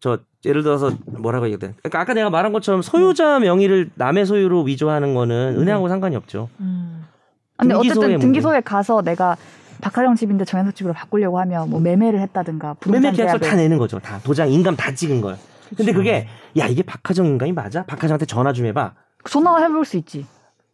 Speaker 3: 저 예를 들어서 뭐라고 얘기해야 돼? 그러니까 아까 내가 말한 것처럼 소유자 명의를 남의 소유로 위조하는 거는 은행하고 상관이 없죠.
Speaker 5: 음.
Speaker 1: 아니
Speaker 3: 등기소의
Speaker 1: 어쨌든
Speaker 3: 문제.
Speaker 1: 등기소에 가서 내가 박하령 집인데 정현석 집으로 바꾸려고 하면 뭐 매매를 했다든가
Speaker 3: 매매
Speaker 1: 부동산
Speaker 3: 계약서 다
Speaker 1: 계약을
Speaker 3: 내는 거죠. 다 도장 인감 다 찍은 걸. 근데
Speaker 4: 그렇죠.
Speaker 3: 그게 야 이게 박하정 인감이 맞아? 박하정한테 전화 좀 해봐.
Speaker 1: 전화 해볼 수 있지.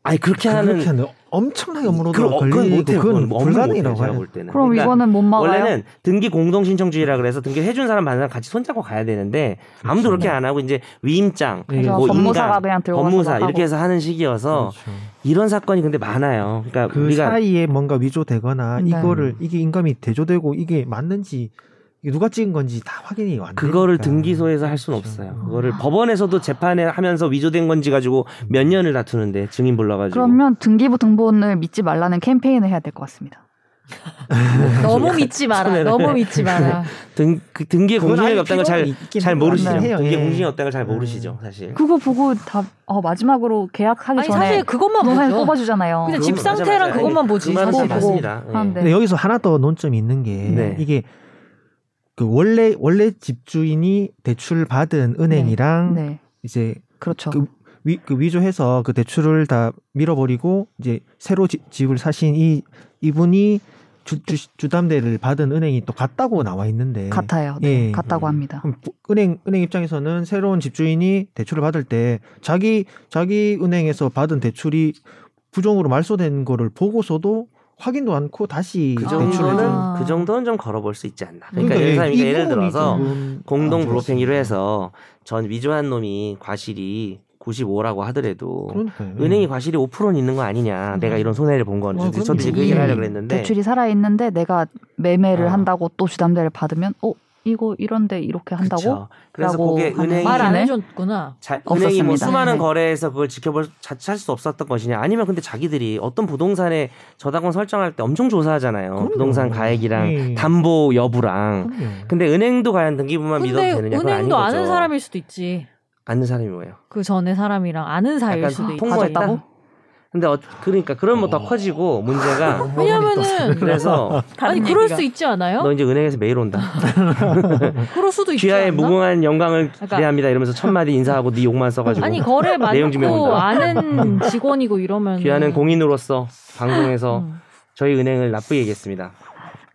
Speaker 3: 아니 그렇게 하는 어,
Speaker 4: 그렇게 하는 엄청나게 업무로도
Speaker 3: 그건- 그건
Speaker 4: 걸리고
Speaker 3: 못해요.
Speaker 4: 그건
Speaker 3: 뭐 업무 못해요,
Speaker 4: 불가능이라고
Speaker 3: 제가
Speaker 4: 해요.
Speaker 3: 볼 때는.
Speaker 1: 그럼
Speaker 3: 그러니까
Speaker 1: 이거는 못 막아요.
Speaker 3: 원래는 등기 공동 신청주의라 그래서 등기 해준 사람 받는 사람 같이 손잡고 가야 되는데 아무도
Speaker 4: 그렇죠.
Speaker 3: 그렇게 안 하고 이제 위임장,
Speaker 4: 예,
Speaker 1: 네. 그래서
Speaker 3: 뭐
Speaker 1: 법무사가
Speaker 3: 인감,
Speaker 1: 그냥 들고
Speaker 3: 법무사
Speaker 1: 가서 막
Speaker 3: 이렇게 해서 하는 시기여서 이런 사건이 근데 많아요. 그러니까
Speaker 4: 그렇죠. 그
Speaker 3: 우리가
Speaker 4: 사이에 뭔가 위조되거나
Speaker 1: 네.
Speaker 4: 이거를 이게 인감이 대조되고 이게 맞는지 이게 누가 찍은 건지 다 확인이 안 되니까.
Speaker 3: 그거를 등기소에서 할 수는
Speaker 4: 그러니까. 그렇죠.
Speaker 3: 없어요. 그거를 법원에서도 재판에 하면서 위조된 건지 가지고 몇 년을 다투는데 증인 불러가지고
Speaker 1: 그러면 등기부 등본을 믿지 말라는 캠페인을 해야 될 것 같습니다.
Speaker 5: 너무 믿지 마라. 너무 믿지
Speaker 3: [laughs]
Speaker 5: 마라.
Speaker 3: 등 그, 등기에
Speaker 4: 그건
Speaker 3: 공신력이
Speaker 4: 아예
Speaker 3: 없다는 걸 잘
Speaker 4: 필요는 있긴
Speaker 3: 잘 모르시죠.
Speaker 4: 해요.
Speaker 3: 등기에
Speaker 4: 예.
Speaker 3: 공신이 없다는 걸 잘 모르시죠, 사실.
Speaker 1: 그거 보고 다 어, 마지막으로 계약하기
Speaker 5: 아니
Speaker 1: 전에
Speaker 5: 사실 그것만
Speaker 1: 부동산
Speaker 5: 보죠.
Speaker 1: 뽑아주잖아요.
Speaker 5: 근데
Speaker 3: 그건
Speaker 5: 집
Speaker 3: 맞아,
Speaker 5: 상태랑
Speaker 3: 맞아.
Speaker 5: 그것만
Speaker 3: 아니,
Speaker 5: 보지,
Speaker 3: 그 말은
Speaker 1: 사실.
Speaker 3: 맞습니다. 예.
Speaker 1: 하는데.
Speaker 4: 근데 여기서 하나 더 논점이 있는 게
Speaker 3: 네.
Speaker 4: 이게 그 원래 원래 집주인이 대출 받은 은행이랑
Speaker 1: 네,
Speaker 4: 이제
Speaker 1: 그렇죠.
Speaker 4: 그- 위, 그 위조해서 그 대출을 다 밀어버리고 이제 새로 지- 집을 사신 이 이분이 주, 주, 주담대를 받은 은행이 또 같다고 나와 있는데
Speaker 1: 같아요. 네,
Speaker 4: 예.
Speaker 1: 같다고
Speaker 3: 음.
Speaker 1: 합니다.
Speaker 4: 그럼 부- 은행 은행 입장에서는 새로운 집주인이 대출을 받을 때 자기 자기 은행에서 받은 대출이 부정으로 말소된 거를 보고서도 확인도 않고 다시
Speaker 3: 그
Speaker 4: 대출을 준
Speaker 3: 정도는
Speaker 5: 아.
Speaker 3: 그 정도는 좀 걸어볼 수 있지 않나. 그러니까,
Speaker 4: 예,
Speaker 3: 예를, 들어,
Speaker 4: 이
Speaker 3: 예를
Speaker 4: 부분이 아,
Speaker 3: 들어서
Speaker 4: 조금
Speaker 3: 공동
Speaker 4: 안
Speaker 3: 블로핑이로
Speaker 4: 좋았습니다.
Speaker 3: 해서 전 위조한 놈이 과실이 95라고 하더라도
Speaker 4: 그러니까요. 예.
Speaker 3: 은행이 과실이 5%는 있는 거 아니냐. 내가 이런 손해를 본 건.
Speaker 4: 어,
Speaker 3: 저도- 저도
Speaker 4: 그럼요.
Speaker 3: 지금 그 얘기를 하려고
Speaker 4: 이
Speaker 1: 음.
Speaker 3: 그랬는데.
Speaker 1: 대출이 살아 있는데 내가 매매를
Speaker 3: 아.
Speaker 1: 한다고 또 주담대를 받으면 어 이거 이런데 이렇게 한다고
Speaker 3: 그쵸. 그래서
Speaker 1: 라고
Speaker 3: 그게
Speaker 1: 하는
Speaker 3: 은행이
Speaker 5: 말 안
Speaker 1: 네.
Speaker 5: 해줬구나.
Speaker 3: 자, 은행이 뭐
Speaker 1: 없었습니다.
Speaker 3: 수많은
Speaker 1: 네.
Speaker 3: 거래에서 그걸 지켜볼 자체할 수 없었던 것이냐 아니면 근데 자기들이 어떤 부동산에 저당권 설정할 때 엄청 조사하잖아요
Speaker 4: 그럼요.
Speaker 3: 어, 부동산 가액이랑
Speaker 4: 예.
Speaker 3: 담보 여부랑
Speaker 4: 그럼요.
Speaker 3: 근데 은행도 과연 등기부만 믿어도
Speaker 5: 근데
Speaker 3: 되느냐 그건 아닌
Speaker 5: 은행도
Speaker 3: 거죠
Speaker 5: 아는 사람일 수도 있지.
Speaker 3: 아는 사람이 뭐예요
Speaker 5: 그 전에 사람이랑 아는 사이일
Speaker 3: 약간
Speaker 5: 수도 있지.
Speaker 3: 통보했다고? 근데 어, 그러니까 그러면 더 커지고
Speaker 1: 어,
Speaker 3: 문제가
Speaker 5: 왜냐면은
Speaker 3: [laughs] 그래서
Speaker 5: 아니 그럴 수 있지 않아요?
Speaker 3: 너 이제 은행에서 매일 온다.
Speaker 5: 그럴 수도 있지
Speaker 3: 귀하의
Speaker 5: 않나? 그러니까
Speaker 3: 무궁한 영광을 기대합니다. 이러면서 첫 마디 인사하고 네 욕만 써가지고
Speaker 5: 아니 거래
Speaker 3: 내용 증명
Speaker 5: 많고
Speaker 3: 온다. [laughs]
Speaker 5: 아는 직원이고 이러면
Speaker 3: 귀하는 공인으로서 방송에서
Speaker 5: 네. 음.
Speaker 3: 저희 은행을 나쁘게 얘기했습니다.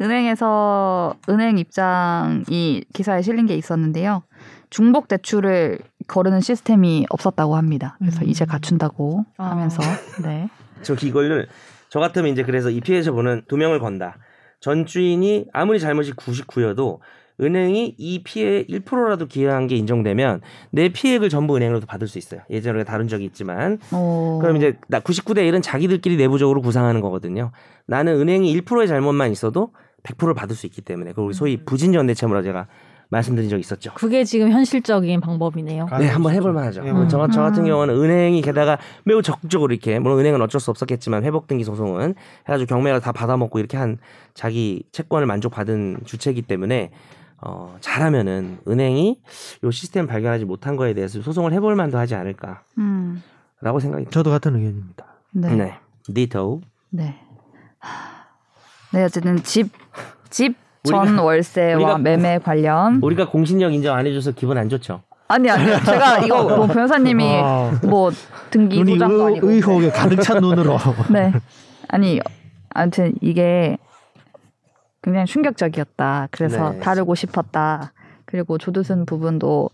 Speaker 1: 은행에서 은행 입장이 기사에 실린 게 있었는데요. 중복 대출을 거르는 시스템이 없었다고 합니다. 그래서
Speaker 5: 음.
Speaker 1: 이제 갖춘다고
Speaker 5: 아.
Speaker 1: 하면서 네.
Speaker 3: 저 이걸를 저 같으면 이제 그래서 이 피해자 보는 두 명을 건다. 전 주인이 아무리 잘못이 99여도 은행이 이 피해 1%라도 기여한 게 인정되면 내 피해액을 전부 은행으로도 받을 수 있어요. 예전에 우리가 다룬 적이 있지만
Speaker 1: 어,
Speaker 3: 그럼 이제 나 99대 1은 자기들끼리 내부적으로 구상하는 거거든요. 나는 은행이 1%의 잘못만 있어도 100%를 받을 수 있기 때문에 그걸 소위 부진전 대체무라 제가 말씀드린 적이 있었죠.
Speaker 5: 그게 지금 현실적인 방법이네요.
Speaker 3: 네, 한번 해볼 만하죠.
Speaker 4: 아, 예,
Speaker 3: 저,
Speaker 5: 음.
Speaker 3: 저 같은
Speaker 1: 음.
Speaker 3: 경우는 은행이 게다가 매우 적극적으로 이렇게 물론 은행은 어쩔 수 없었겠지만 회복 등기 소송은 해가지고 경매가 다 받아먹고 이렇게 한 자기 채권을 만족받은 주체이기 때문에 어, 잘하면은 은행이 요 시스템 발견하지 못한 거에 대해서 소송을 해볼 만도 하지 않을까라고
Speaker 1: 음,
Speaker 3: 생각이
Speaker 4: 저도 같은 의견입니다.
Speaker 1: 네.
Speaker 3: 듭니다. 네. 니토.
Speaker 1: 네. 하, 네, 어쨌든 집 집 전 월세와
Speaker 3: 우리가-
Speaker 1: 매매 관련
Speaker 3: 우리가 공신력 인정 안 해줘서 기분 안 좋죠.
Speaker 1: 아니 아니 제가 이거 뭐 변호사님이
Speaker 3: 아.
Speaker 4: 어,
Speaker 1: 뭐 등기
Speaker 4: 눈이
Speaker 1: 소장도
Speaker 4: 의,
Speaker 1: 아니고
Speaker 4: 의혹에 가득 찬 눈으로.
Speaker 3: [laughs]
Speaker 1: 네. 아니, 아무튼 이게 굉장히 충격적이었다. 그래서
Speaker 3: 네.
Speaker 1: 다루고 싶었다. 그리고 조두순 부분도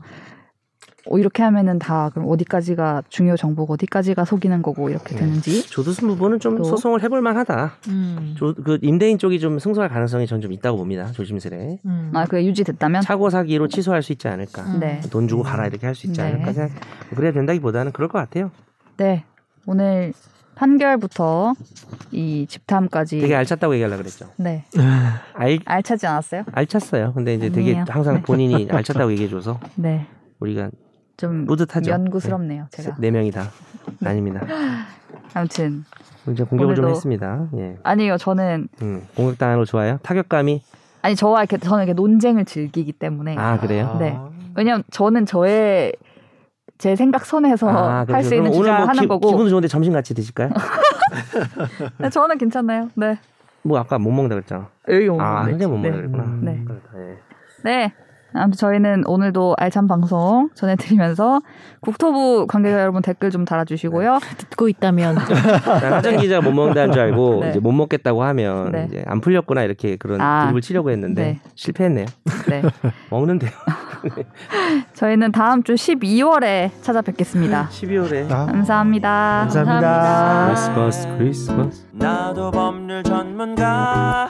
Speaker 1: 어, 이렇게 하면은 다 그럼 어디까지가 중요 정보고 어디까지가 속이는 거고 이렇게
Speaker 3: 네.
Speaker 1: 되는지.
Speaker 3: 조두순 부분은 좀
Speaker 1: 또?
Speaker 3: 소송을 해볼 만하다.
Speaker 5: 음.
Speaker 3: 조, 그 임대인 쪽이 좀 승소할 가능성이 전 좀 있다고 봅니다. 조심스레.
Speaker 5: 음.
Speaker 1: 아, 그게 유지됐다면?
Speaker 3: 사고 사기로 취소할 수 있지 않을까.
Speaker 5: 음.
Speaker 1: 네.
Speaker 3: 아, 돈 주고 가라 이렇게 할 수 있지
Speaker 1: 네.
Speaker 3: 않을까 생각. 그래야 된다기보다는 그럴 것 같아요.
Speaker 1: 네. 오늘 판결부터 이 집탐까지
Speaker 3: 되게 알찼다고 얘기하려 그랬죠.
Speaker 1: 네.
Speaker 3: 알
Speaker 1: 알차지 않았어요?
Speaker 3: 알찼어요. 근데 이제 되게
Speaker 1: 아니에요.
Speaker 3: 항상
Speaker 1: 네.
Speaker 3: 본인이 알찼다고 얘기해줘서
Speaker 1: 네.
Speaker 3: 우리가
Speaker 1: 좀
Speaker 3: 뿌듯하죠.
Speaker 1: 연구스럽네요, 제가.
Speaker 3: 네 명이 다 아닙니다.
Speaker 1: 아무튼
Speaker 3: 이제 공격을 좀
Speaker 1: 오늘도-
Speaker 3: 했습니다. 예,
Speaker 1: 아니요, 저는
Speaker 3: 음, 공격당한 거 좋아요. 타격감이
Speaker 1: 아니 저와 이렇게 저는 이렇게 논쟁을 즐기기 때문에
Speaker 3: 아 그래요.
Speaker 1: 네. 왜냐면 저는 저의 제 생각 선에서
Speaker 3: 아,
Speaker 1: 어, 할
Speaker 3: 그래요.
Speaker 1: 수
Speaker 3: 그럼
Speaker 1: 있는 주장을 하는
Speaker 3: 기,
Speaker 1: 거고
Speaker 3: 기분도 좋은데 점심 같이 드실까요?
Speaker 1: 네, 저는 괜찮아요. 네.
Speaker 3: 뭐 아까 못 먹는다 그랬잖아.
Speaker 1: 여기 오면
Speaker 3: 아
Speaker 1: 네.
Speaker 3: 근데 못
Speaker 1: 네.
Speaker 3: 먹는구나.
Speaker 1: 네.
Speaker 3: 그렇다. 예.
Speaker 1: 네. 아무튼 저희는 오늘도 알찬 방송 전해드리면서 국토부 관계자 여러분 댓글 좀 달아주시고요.
Speaker 5: 듣고 있다면
Speaker 3: 난 하정 기자가 못 먹는다는 줄 알고
Speaker 1: 네.
Speaker 3: 이제 못 먹겠다고 하면
Speaker 1: 네.
Speaker 3: 이제 안 풀렸구나 이렇게 그런
Speaker 1: 아.
Speaker 3: 드립을 치려고 했는데
Speaker 1: 네.
Speaker 3: 실패했네요.
Speaker 1: 네.
Speaker 3: 먹는데요.
Speaker 1: 저희는 다음 주 12월에 찾아뵙겠습니다.
Speaker 3: 12월에
Speaker 1: 감사합니다.
Speaker 4: 감사합니다.
Speaker 3: 크리스마스 크리스마스.
Speaker 6: 나도 법률 전문가